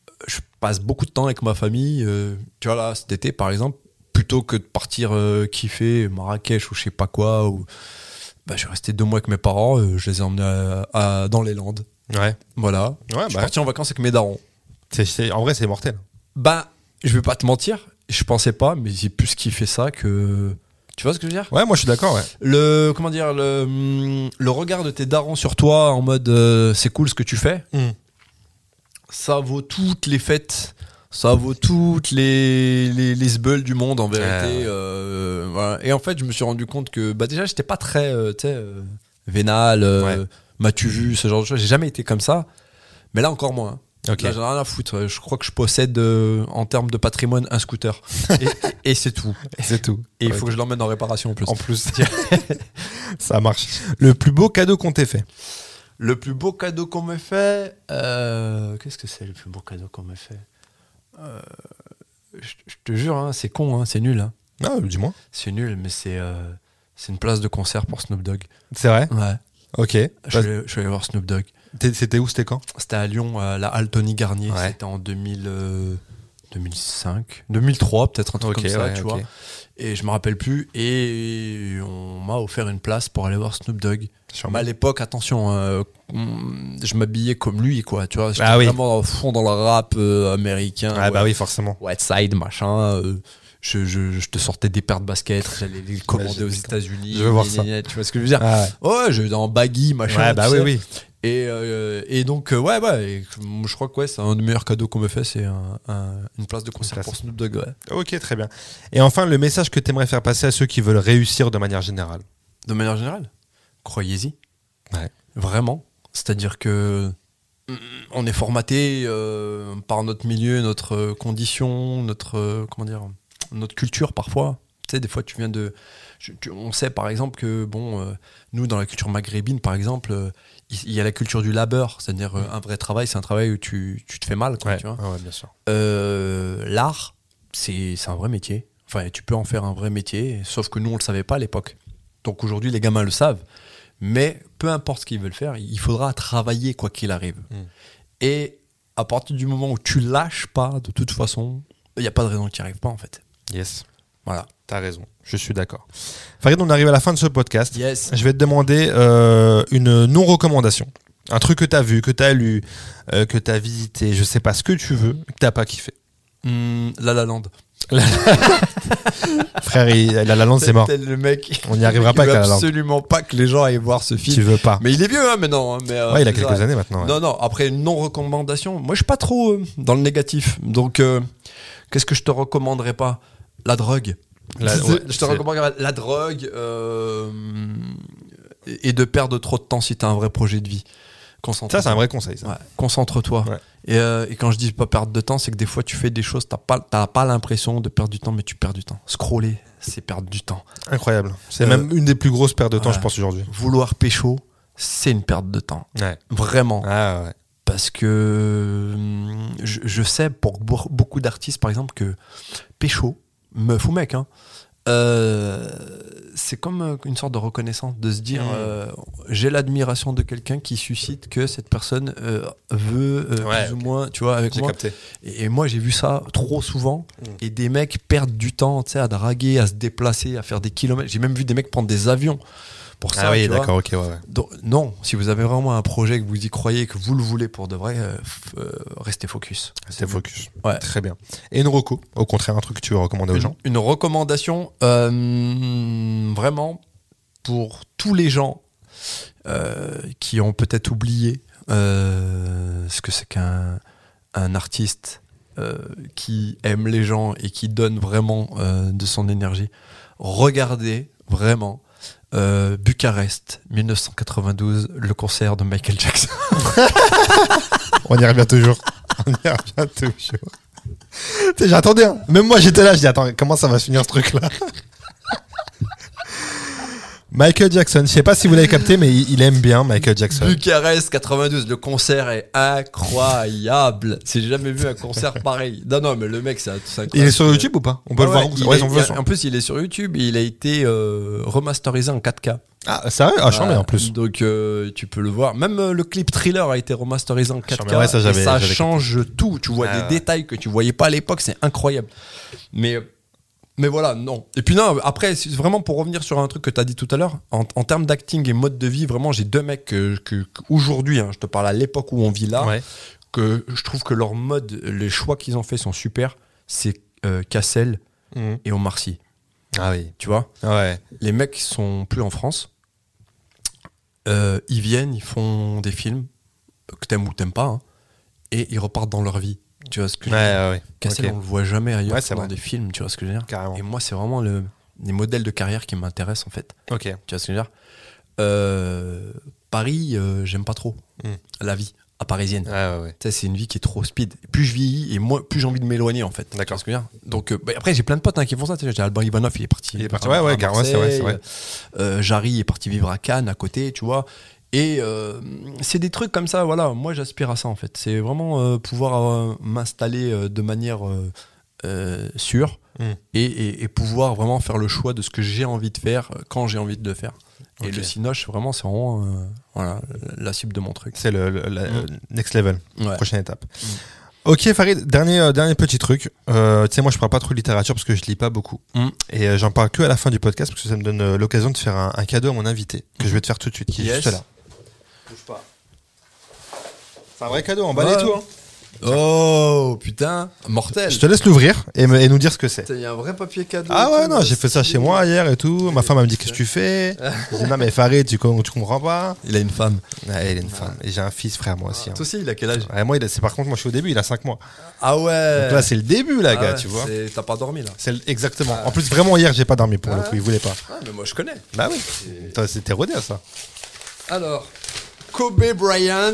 [SPEAKER 2] Euh, Je passe beaucoup de temps avec ma famille. euh, tu vois, là, cet été, par exemple, plutôt que de partir euh, kiffer Marrakech ou je sais pas quoi, ou... bah, je suis resté deux mois avec mes parents. euh, je les ai emmenés à- à- dans les Landes.
[SPEAKER 1] Ouais.
[SPEAKER 2] Voilà.
[SPEAKER 1] Ouais,
[SPEAKER 2] je suis
[SPEAKER 1] bah.
[SPEAKER 2] parti en vacances avec mes darons.
[SPEAKER 1] C'est- c'est- en vrai, c'est mortel.
[SPEAKER 2] Bah, je vais pas te mentir, je pensais pas, mais j'ai plus kiffé ça que Tu vois ce que je veux dire
[SPEAKER 1] Ouais, moi je suis d'accord, ouais.
[SPEAKER 2] le comment dire le, hum, le regard de tes darons sur toi en mode euh, c'est cool ce que tu fais
[SPEAKER 1] Mm.
[SPEAKER 2] ça vaut toutes les fêtes ça vaut toutes les les, les sbeules du monde en
[SPEAKER 1] Ah,
[SPEAKER 2] vérité euh, voilà. et en fait je me suis rendu compte que bah déjà j'étais pas très euh, tu sais, euh, vénal euh,
[SPEAKER 1] Ouais.
[SPEAKER 2] m'as-tu vu ce genre de choses j'ai jamais été comme ça mais là encore moins
[SPEAKER 1] Ok.
[SPEAKER 2] Là, j'en ai rien à foutre. Je crois que je possède, euh, en termes de patrimoine,
[SPEAKER 1] [laughs]
[SPEAKER 2] un scooter. Et, et c'est tout.
[SPEAKER 1] C'est tout.
[SPEAKER 2] Et il faut que je l'emmène en réparation en plus.
[SPEAKER 1] En plus, [laughs] ça marche. Le plus beau cadeau qu'on t'ait fait.
[SPEAKER 2] Le plus beau cadeau qu'on m'ait fait. euh, Qu'est-ce que c'est le plus beau cadeau qu'on m'ait fait Euh, je, je te jure, hein, c'est con, hein, c'est nul. hein.
[SPEAKER 1] Ah, dis-moi.
[SPEAKER 2] C'est nul, mais c'est euh, c'est une place de concert pour Snoop Dogg.
[SPEAKER 1] C'est vrai
[SPEAKER 2] Ouais.
[SPEAKER 1] Ok. Bah,
[SPEAKER 2] Je suis, allé- je suis allé voir Snoop Dogg.
[SPEAKER 1] T'es- C'était où C'était quand
[SPEAKER 2] C'était à Lyon, à la Halle Tony Garnier.
[SPEAKER 1] Ouais.
[SPEAKER 2] C'était en 2000, euh, 2005, 2003, peut-être un truc
[SPEAKER 1] Ok,
[SPEAKER 2] comme ça,
[SPEAKER 1] ouais,
[SPEAKER 2] tu
[SPEAKER 1] ok.
[SPEAKER 2] vois. Et je me rappelle plus. Et on m'a offert une place pour aller voir Snoop Dogg. Mais à l'époque, attention, euh, mm, je m'habillais comme lui, quoi. Tu vois, j'étais
[SPEAKER 1] Ah oui.
[SPEAKER 2] vraiment au fond dans le rap euh, américain.
[SPEAKER 1] Ah, bah oui, forcément.
[SPEAKER 2] Whiteside, machin. euh, je, je- je te sortais des paires de baskets, j'allais les commander
[SPEAKER 1] Imagine,
[SPEAKER 2] aux
[SPEAKER 1] putain.
[SPEAKER 2] États-Unis.
[SPEAKER 1] Je veux voir
[SPEAKER 2] gna,
[SPEAKER 1] ça.
[SPEAKER 2] gna, gna, Tu vois ce que je veux dire
[SPEAKER 1] Ah, ouais.
[SPEAKER 2] Ouais, je dans baggy, machin.
[SPEAKER 1] Ouais,
[SPEAKER 2] tu
[SPEAKER 1] bah oui,
[SPEAKER 2] sais.
[SPEAKER 1] oui.
[SPEAKER 2] Et, euh, et donc, euh, ouais, ouais. et je- je crois que ouais, c'est un des meilleurs cadeaux qu'on me fait, c'est un- un- une place de concert
[SPEAKER 1] place.
[SPEAKER 2] pour Snoop Dogg. ouais.
[SPEAKER 1] Ok, très bien. Et enfin, le message que t'aimerais faire passer à ceux qui veulent réussir de manière générale.
[SPEAKER 2] De manière générale, croyez-y.
[SPEAKER 1] Ouais.
[SPEAKER 2] Vraiment. C'est-à-dire que mm, on est formaté euh, par notre milieu, notre euh, condition, notre euh, comment dire, notre culture parfois. Tu sais, des fois, tu viens de. tu- tu- on sait par exemple que bon, euh, nous dans la culture maghrébine, par exemple, euh, il il y, a la culture du labeur, c'est-à-dire euh, un vrai travail, c'est un travail où tu, tu te fais mal, quoi, tu vois.
[SPEAKER 1] bien sûr.
[SPEAKER 2] Euh, l'art, c'est c'est un vrai métier. Enfin, tu peux en faire un vrai métier, sauf que nous, on le savait pas à l'époque. Donc aujourd'hui, les gamins le savent. Mais peu importe ce qu'ils veulent faire, il faudra travailler quoi qu'il arrive.
[SPEAKER 1] Mm.
[SPEAKER 2] Et à partir du moment où tu lâches pas, de toute façon, il n'y a pas de raison qu'il n'y arrive pas, en fait.
[SPEAKER 1] Yes,
[SPEAKER 2] Voilà.
[SPEAKER 1] t'as raison. Je suis d'accord. Farid, on arrive à la fin de ce podcast.
[SPEAKER 2] Yes.
[SPEAKER 1] Je vais te demander euh, une non-recommandation. Un truc que t'as vu, que t'as lu, euh, que t'as visité, je sais pas ce que tu veux,
[SPEAKER 2] Mm-hmm.
[SPEAKER 1] que t'as pas kiffé.
[SPEAKER 2] Hmm, la la land.
[SPEAKER 1] Frère, il, la la lande, c'est mort.
[SPEAKER 2] Tel le mec.
[SPEAKER 1] On n'y
[SPEAKER 2] [laughs]
[SPEAKER 1] arrivera
[SPEAKER 2] qui
[SPEAKER 1] pas
[SPEAKER 2] veut
[SPEAKER 1] avec La La Land.
[SPEAKER 2] absolument pas que les gens aillent voir ce
[SPEAKER 1] Tu
[SPEAKER 2] film.
[SPEAKER 1] veux pas.
[SPEAKER 2] Mais il est vieux, hein, maintenant. hein, mais, euh,
[SPEAKER 1] Ouais, il a
[SPEAKER 2] c'est
[SPEAKER 1] quelques
[SPEAKER 2] ça.
[SPEAKER 1] années maintenant. ouais.
[SPEAKER 2] Non, non, après une non-recommandation, moi je suis pas trop euh, dans le négatif. Donc, euh, qu'est-ce que je te recommanderais pas La drogue.
[SPEAKER 1] La-
[SPEAKER 2] C'est-
[SPEAKER 1] ouais,
[SPEAKER 2] je
[SPEAKER 1] c'est-
[SPEAKER 2] te recommande la drogue euh, et et de perdre trop de temps si t'as un vrai projet de vie.
[SPEAKER 1] Ça,
[SPEAKER 2] Concentre-toi.
[SPEAKER 1] c'est un vrai conseil. Ça.
[SPEAKER 2] Ouais, Concentre-toi.
[SPEAKER 1] Ouais.
[SPEAKER 2] Et, euh, et quand je dis pas perdre de temps, c'est que des fois tu fais des choses, t'as pas, t'as pas l'impression de perdre du temps, mais tu perds du temps. Scroller, c'est perdre du temps.
[SPEAKER 1] Incroyable. C'est
[SPEAKER 2] Euh,
[SPEAKER 1] même une des plus grosses pertes de temps,
[SPEAKER 2] ouais.
[SPEAKER 1] je pense, aujourd'hui.
[SPEAKER 2] Vouloir pécho, c'est une perte de temps.
[SPEAKER 1] Ouais.
[SPEAKER 2] Vraiment.
[SPEAKER 1] Ah ouais.
[SPEAKER 2] parce que hum, je, je sais pour bo- beaucoup d'artistes, par exemple, que pécho, meuf ou mec, hein, euh, c'est comme euh, une sorte de reconnaissance de se dire
[SPEAKER 1] Mhm.
[SPEAKER 2] euh, j'ai l'admiration de quelqu'un qui suscite que cette personne euh, veut euh,
[SPEAKER 1] Ouais,
[SPEAKER 2] plus ou moins, tu vois, avec moi.
[SPEAKER 1] capté.
[SPEAKER 2] Et, et moi, j'ai vu ça trop souvent.
[SPEAKER 1] Mhm.
[SPEAKER 2] Et des mecs perdent du temps, tu sais, à draguer, à se déplacer, à faire des kilomètres. J'ai même vu des mecs prendre des avions pour ça.
[SPEAKER 1] Ah oui,
[SPEAKER 2] tu vois.
[SPEAKER 1] d'accord, ok, ouais, ouais.
[SPEAKER 2] Donc, non, si vous avez vraiment un projet que vous y croyez, que vous le voulez pour de vrai, euh, f- euh, restez focus.
[SPEAKER 1] C'est focus.
[SPEAKER 2] Ouais.
[SPEAKER 1] Très bien. Et une reco, au contraire, un truc que tu veux recommander aux
[SPEAKER 2] Une,
[SPEAKER 1] gens.
[SPEAKER 2] une recommandation euh, vraiment pour tous les gens euh, qui ont peut-être oublié euh, ce que c'est qu'un un artiste euh, qui aime les gens et qui donne vraiment euh, de son énergie. Regardez vraiment euh, Bucarest 1992, le concert de Michael Jackson.
[SPEAKER 1] On y revient toujours. [laughs] On y revient toujours. Tu sais, J'attendais, hein. même moi j'étais là, je dis attends, comment ça va se finir ce truc là [laughs] Michael Jackson, je sais pas si vous l'avez capté, mais il, il aime bien Michael Jackson.
[SPEAKER 2] Bucarest 92, le concert est incroyable. J'ai jamais vu un concert pareil. Non, non, mais le mec, c'est un- c'est
[SPEAKER 1] Il
[SPEAKER 2] incroyable.
[SPEAKER 1] est sur YouTube ou pas On peut
[SPEAKER 2] Ouais,
[SPEAKER 1] le voir
[SPEAKER 2] Ah ouais,
[SPEAKER 1] où
[SPEAKER 2] il
[SPEAKER 1] Ouais,
[SPEAKER 2] est-
[SPEAKER 1] on peut
[SPEAKER 2] il
[SPEAKER 1] le
[SPEAKER 2] a-
[SPEAKER 1] voir.
[SPEAKER 2] en plus, il est sur YouTube et il a été euh, remasterisé en 4K.
[SPEAKER 1] Ah, sérieux Ah, j'en ai en plus.
[SPEAKER 2] Donc, euh, tu peux le voir. Même euh, le clip thriller a été remasterisé en 4K.
[SPEAKER 1] mais Ah, ouais, ça,
[SPEAKER 2] et
[SPEAKER 1] j'avais-
[SPEAKER 2] ça
[SPEAKER 1] j'avais
[SPEAKER 2] change tout. Tu vois
[SPEAKER 1] Ah,
[SPEAKER 2] des
[SPEAKER 1] ouais.
[SPEAKER 2] détails que tu voyais pas à l'époque. C'est incroyable. Mais, mais voilà, non. Et puis, non, après, c'est vraiment pour revenir sur un truc que tu as dit tout à l'heure, en, en termes d'acting et mode de vie, vraiment, j'ai deux mecs que, que- qu'aujourd'hui, hein, je te parle à l'époque où on vit là,
[SPEAKER 1] Ouais.
[SPEAKER 2] que je trouve que leur mode, les choix qu'ils ont fait sont super. C'est euh, Cassel
[SPEAKER 1] Mhm.
[SPEAKER 2] et Omar Sy.
[SPEAKER 1] Ah oui.
[SPEAKER 2] tu vois.
[SPEAKER 1] Ouais.
[SPEAKER 2] Les mecs sont plus en France. Euh, ils viennent, ils font des films que t'aimes ou t'aimes pas, hein, et ils repartent dans leur vie. Tu vois ce que
[SPEAKER 1] Ouais,
[SPEAKER 2] je veux dire
[SPEAKER 1] ouais, ouais.
[SPEAKER 2] Cassel,
[SPEAKER 1] Ok.
[SPEAKER 2] on le voit jamais ailleurs
[SPEAKER 1] Ouais,
[SPEAKER 2] que
[SPEAKER 1] c'est
[SPEAKER 2] dans
[SPEAKER 1] vrai.
[SPEAKER 2] des films, tu vois ce que je veux dire
[SPEAKER 1] Carrément.
[SPEAKER 2] Et moi, c'est vraiment le, les modèles de carrière qui m'intéressent, en fait.
[SPEAKER 1] Ok.
[SPEAKER 2] Tu vois ce que je veux dire Euh, Paris, euh, j'aime pas trop.
[SPEAKER 1] Hmm.
[SPEAKER 2] La vie, à parisienne.
[SPEAKER 1] Ouais, ouais, ouais.
[SPEAKER 2] Tu sais, c'est une vie qui est trop speed. Plus je vieillis et moins, plus j'ai envie de m'éloigner en fait.
[SPEAKER 1] D'accord.
[SPEAKER 2] Tu vois ce que je veux dire Donc euh, bah, après j'ai plein de potes hein, qui font ça. Tu sais, j'ai Alban Ivanov, il est parti.
[SPEAKER 1] Il est parti,
[SPEAKER 2] à-
[SPEAKER 1] ouais, ouais,
[SPEAKER 2] à
[SPEAKER 1] Garouin, c'est vrai, c'est
[SPEAKER 2] Marseille. Euh, Jarry est parti vivre à Cannes à côté, tu vois. Et euh, c'est des trucs comme ça. Voilà, moi j'aspire à ça en fait. C'est vraiment euh, pouvoir euh, m'installer euh, de manière euh, euh, sûre
[SPEAKER 1] Mm.
[SPEAKER 2] et, et- et pouvoir vraiment faire le choix de ce que j'ai envie de faire euh, quand j'ai envie de le faire. Et
[SPEAKER 1] Ok.
[SPEAKER 2] le Cinoche, vraiment, c'est vraiment euh, voilà, la cible de mon truc.
[SPEAKER 1] C'est le, le- la-
[SPEAKER 2] Mm.
[SPEAKER 1] euh, next level,
[SPEAKER 2] Ouais.
[SPEAKER 1] prochaine étape. Ok Farid, dernier, euh, dernier petit truc. Euh, tu sais, moi je parle pas trop de littérature parce que je lis pas beaucoup.
[SPEAKER 2] Mm.
[SPEAKER 1] Et euh, j'en parle que à la fin du podcast parce que ça me donne euh, l'occasion de faire un, un cadeau à mon invité que je vais te faire tout de suite, qui est
[SPEAKER 2] Yes.
[SPEAKER 1] juste là. C'est un vrai cadeau, en bas
[SPEAKER 2] Ouais.
[SPEAKER 1] et tout. hein.
[SPEAKER 2] Oh putain, mortel.
[SPEAKER 1] Je te laisse l'ouvrir et, me- et nous dire ce que c'est.
[SPEAKER 2] Il y a un vrai papier cadeau.
[SPEAKER 1] Ah ouais, non, j'ai fait ça chez moi hier et tout. Ma femme elle me dit Qu'est-ce que tu fais Je dis Non, mais Farid, tu, com- tu comprends pas.
[SPEAKER 2] Il a une femme.
[SPEAKER 1] Ouais, elle est une femme. Et j'ai un fils, frère, moi aussi. hein.
[SPEAKER 2] Toi aussi, il a quel âge
[SPEAKER 1] Ouais, moi, il a- c'est par contre, moi je suis au début, il a 5 mois.
[SPEAKER 2] Ah ouais.
[SPEAKER 1] Donc là, c'est le début, là,
[SPEAKER 2] Ah
[SPEAKER 1] gars,
[SPEAKER 2] ouais,
[SPEAKER 1] tu vois.
[SPEAKER 2] c'est- T'as pas dormi là.
[SPEAKER 1] C'est le- exactement. En plus, vraiment hier, j'ai pas dormi pour le coup. Il voulait pas.
[SPEAKER 2] Ah mais moi je connais.
[SPEAKER 1] Ah. Bah oui. Toi, C'était rodé à ça.
[SPEAKER 2] Alors, Kobe Bryant.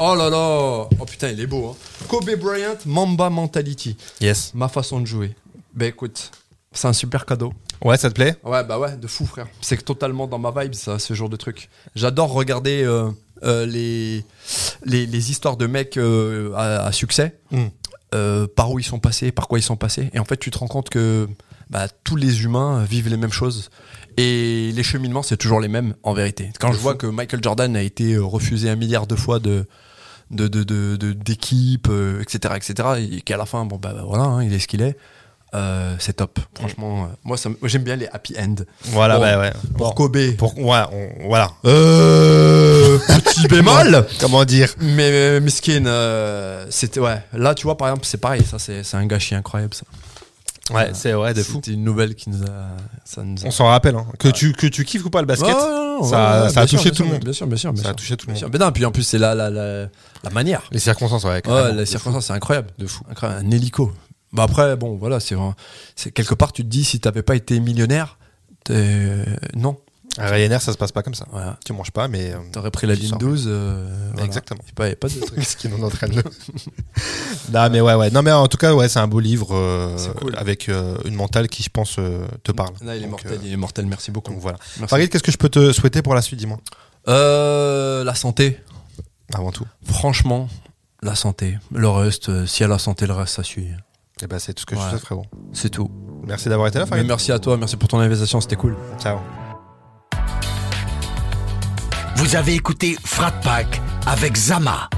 [SPEAKER 2] Oh là là. Oh putain, il est beau. hein. Kobe Bryant, Mamba Mentality.
[SPEAKER 1] Yes.
[SPEAKER 2] Ma façon de jouer. Bah écoute, c'est un super cadeau.
[SPEAKER 1] Ouais, ça te plaît
[SPEAKER 2] Ouais, bah ouais, de fou, frère. C'est que totalement dans ma vibe, ça, ce genre de truc. J'adore regarder euh, euh, les, les, les histoires de mecs euh, à, à succès,
[SPEAKER 1] Mm.
[SPEAKER 2] Euh, par où ils sont passés, par quoi ils sont passés. Et en fait, tu te rends compte que bah, tous les humains vivent les mêmes choses. Et les cheminements, c'est toujours les mêmes, en vérité. Quand je vois que Michael Jordan a été euh, refusé un milliard de fois de de- de- de- de- d'équipes, euh, etc., etc., et qu'à la fin, bon, bah, bah, voilà, hein, il est ce qu'il est. euh, c'est top, franchement. euh, moi, ça me- moi, j'aime bien les happy end.
[SPEAKER 1] Voilà,
[SPEAKER 2] Bon.
[SPEAKER 1] bah ouais.
[SPEAKER 2] Pour
[SPEAKER 1] Bon.
[SPEAKER 2] Kobe.
[SPEAKER 1] Pour- ouais, on- voilà.
[SPEAKER 2] [laughs] Euh, petit bémol.
[SPEAKER 1] Comment dire
[SPEAKER 2] Mais, mais Miskin, euh, c'était ouais. Là, tu vois, par exemple, c'est pareil. Ça, c'est c'est un gâchis incroyable. Ça.
[SPEAKER 1] Ouais, c'est ouais, de fou.
[SPEAKER 2] C'était une nouvelle qui nous a. Ça nous a...
[SPEAKER 1] On s'en rappelle. hein. Que, tu, que tu kiffes ou pas le basket,
[SPEAKER 2] Ouais, ouais, ouais,
[SPEAKER 1] ça-
[SPEAKER 2] ouais, ouais,
[SPEAKER 1] ça a
[SPEAKER 2] bien
[SPEAKER 1] touché
[SPEAKER 2] sûr,
[SPEAKER 1] tout le
[SPEAKER 2] bien sûr,
[SPEAKER 1] monde.
[SPEAKER 2] Bien sûr, bien sûr, bien
[SPEAKER 1] ça a
[SPEAKER 2] sûr.
[SPEAKER 1] touché tout le
[SPEAKER 2] Bien sûr.
[SPEAKER 1] monde. Ah,
[SPEAKER 2] Mais non, puis en plus, c'est la, la, la, la manière.
[SPEAKER 1] Les circonstances, ouais.
[SPEAKER 2] Ouais,
[SPEAKER 1] carrément.
[SPEAKER 2] les circonstances, c'est incroyable. De fou. Incroyable. Un hélico. Bah après, bon, voilà, c'est vraiment- c'est quelque part, tu te dis, si t'avais pas été millionnaire, t'es- euh, non.
[SPEAKER 1] À Ryanair, ça se passe pas comme ça.
[SPEAKER 2] Voilà.
[SPEAKER 1] Tu manges pas, mais. euh,
[SPEAKER 2] T'aurais pris la
[SPEAKER 1] Tu
[SPEAKER 2] ligne
[SPEAKER 1] sors.
[SPEAKER 2] 12. euh, voilà.
[SPEAKER 1] Exactement. [laughs]
[SPEAKER 2] Y a pas- y a pas de truc.
[SPEAKER 1] ce qui nous entraîne le- [laughs] non mais ouais ouais non mais en tout cas ouais c'est un beau livre euh,
[SPEAKER 2] C'est cool.
[SPEAKER 1] avec euh, une mentale qui je pense euh, te parle
[SPEAKER 2] Là, il est
[SPEAKER 1] Donc,
[SPEAKER 2] mortel,
[SPEAKER 1] euh,
[SPEAKER 2] il est mortel. Merci beaucoup.
[SPEAKER 1] donc voilà
[SPEAKER 2] Merci.
[SPEAKER 1] Farid qu'est-ce que je peux te souhaiter pour la suite dis-moi
[SPEAKER 2] Euh, la santé.
[SPEAKER 1] avant tout
[SPEAKER 2] Franchement, la santé. Le reste, euh, s'il y a la santé, le reste, ça suit.
[SPEAKER 1] et ben c'est tout ce que je te
[SPEAKER 2] Ouais.
[SPEAKER 1] souhaite frérot
[SPEAKER 2] C'est tout.
[SPEAKER 1] merci d'avoir été là
[SPEAKER 2] Mais
[SPEAKER 1] Farid
[SPEAKER 2] merci à toi, merci pour ton invitation, c'était cool.
[SPEAKER 1] ciao
[SPEAKER 3] Vous avez écouté Frat Pack avec Zama,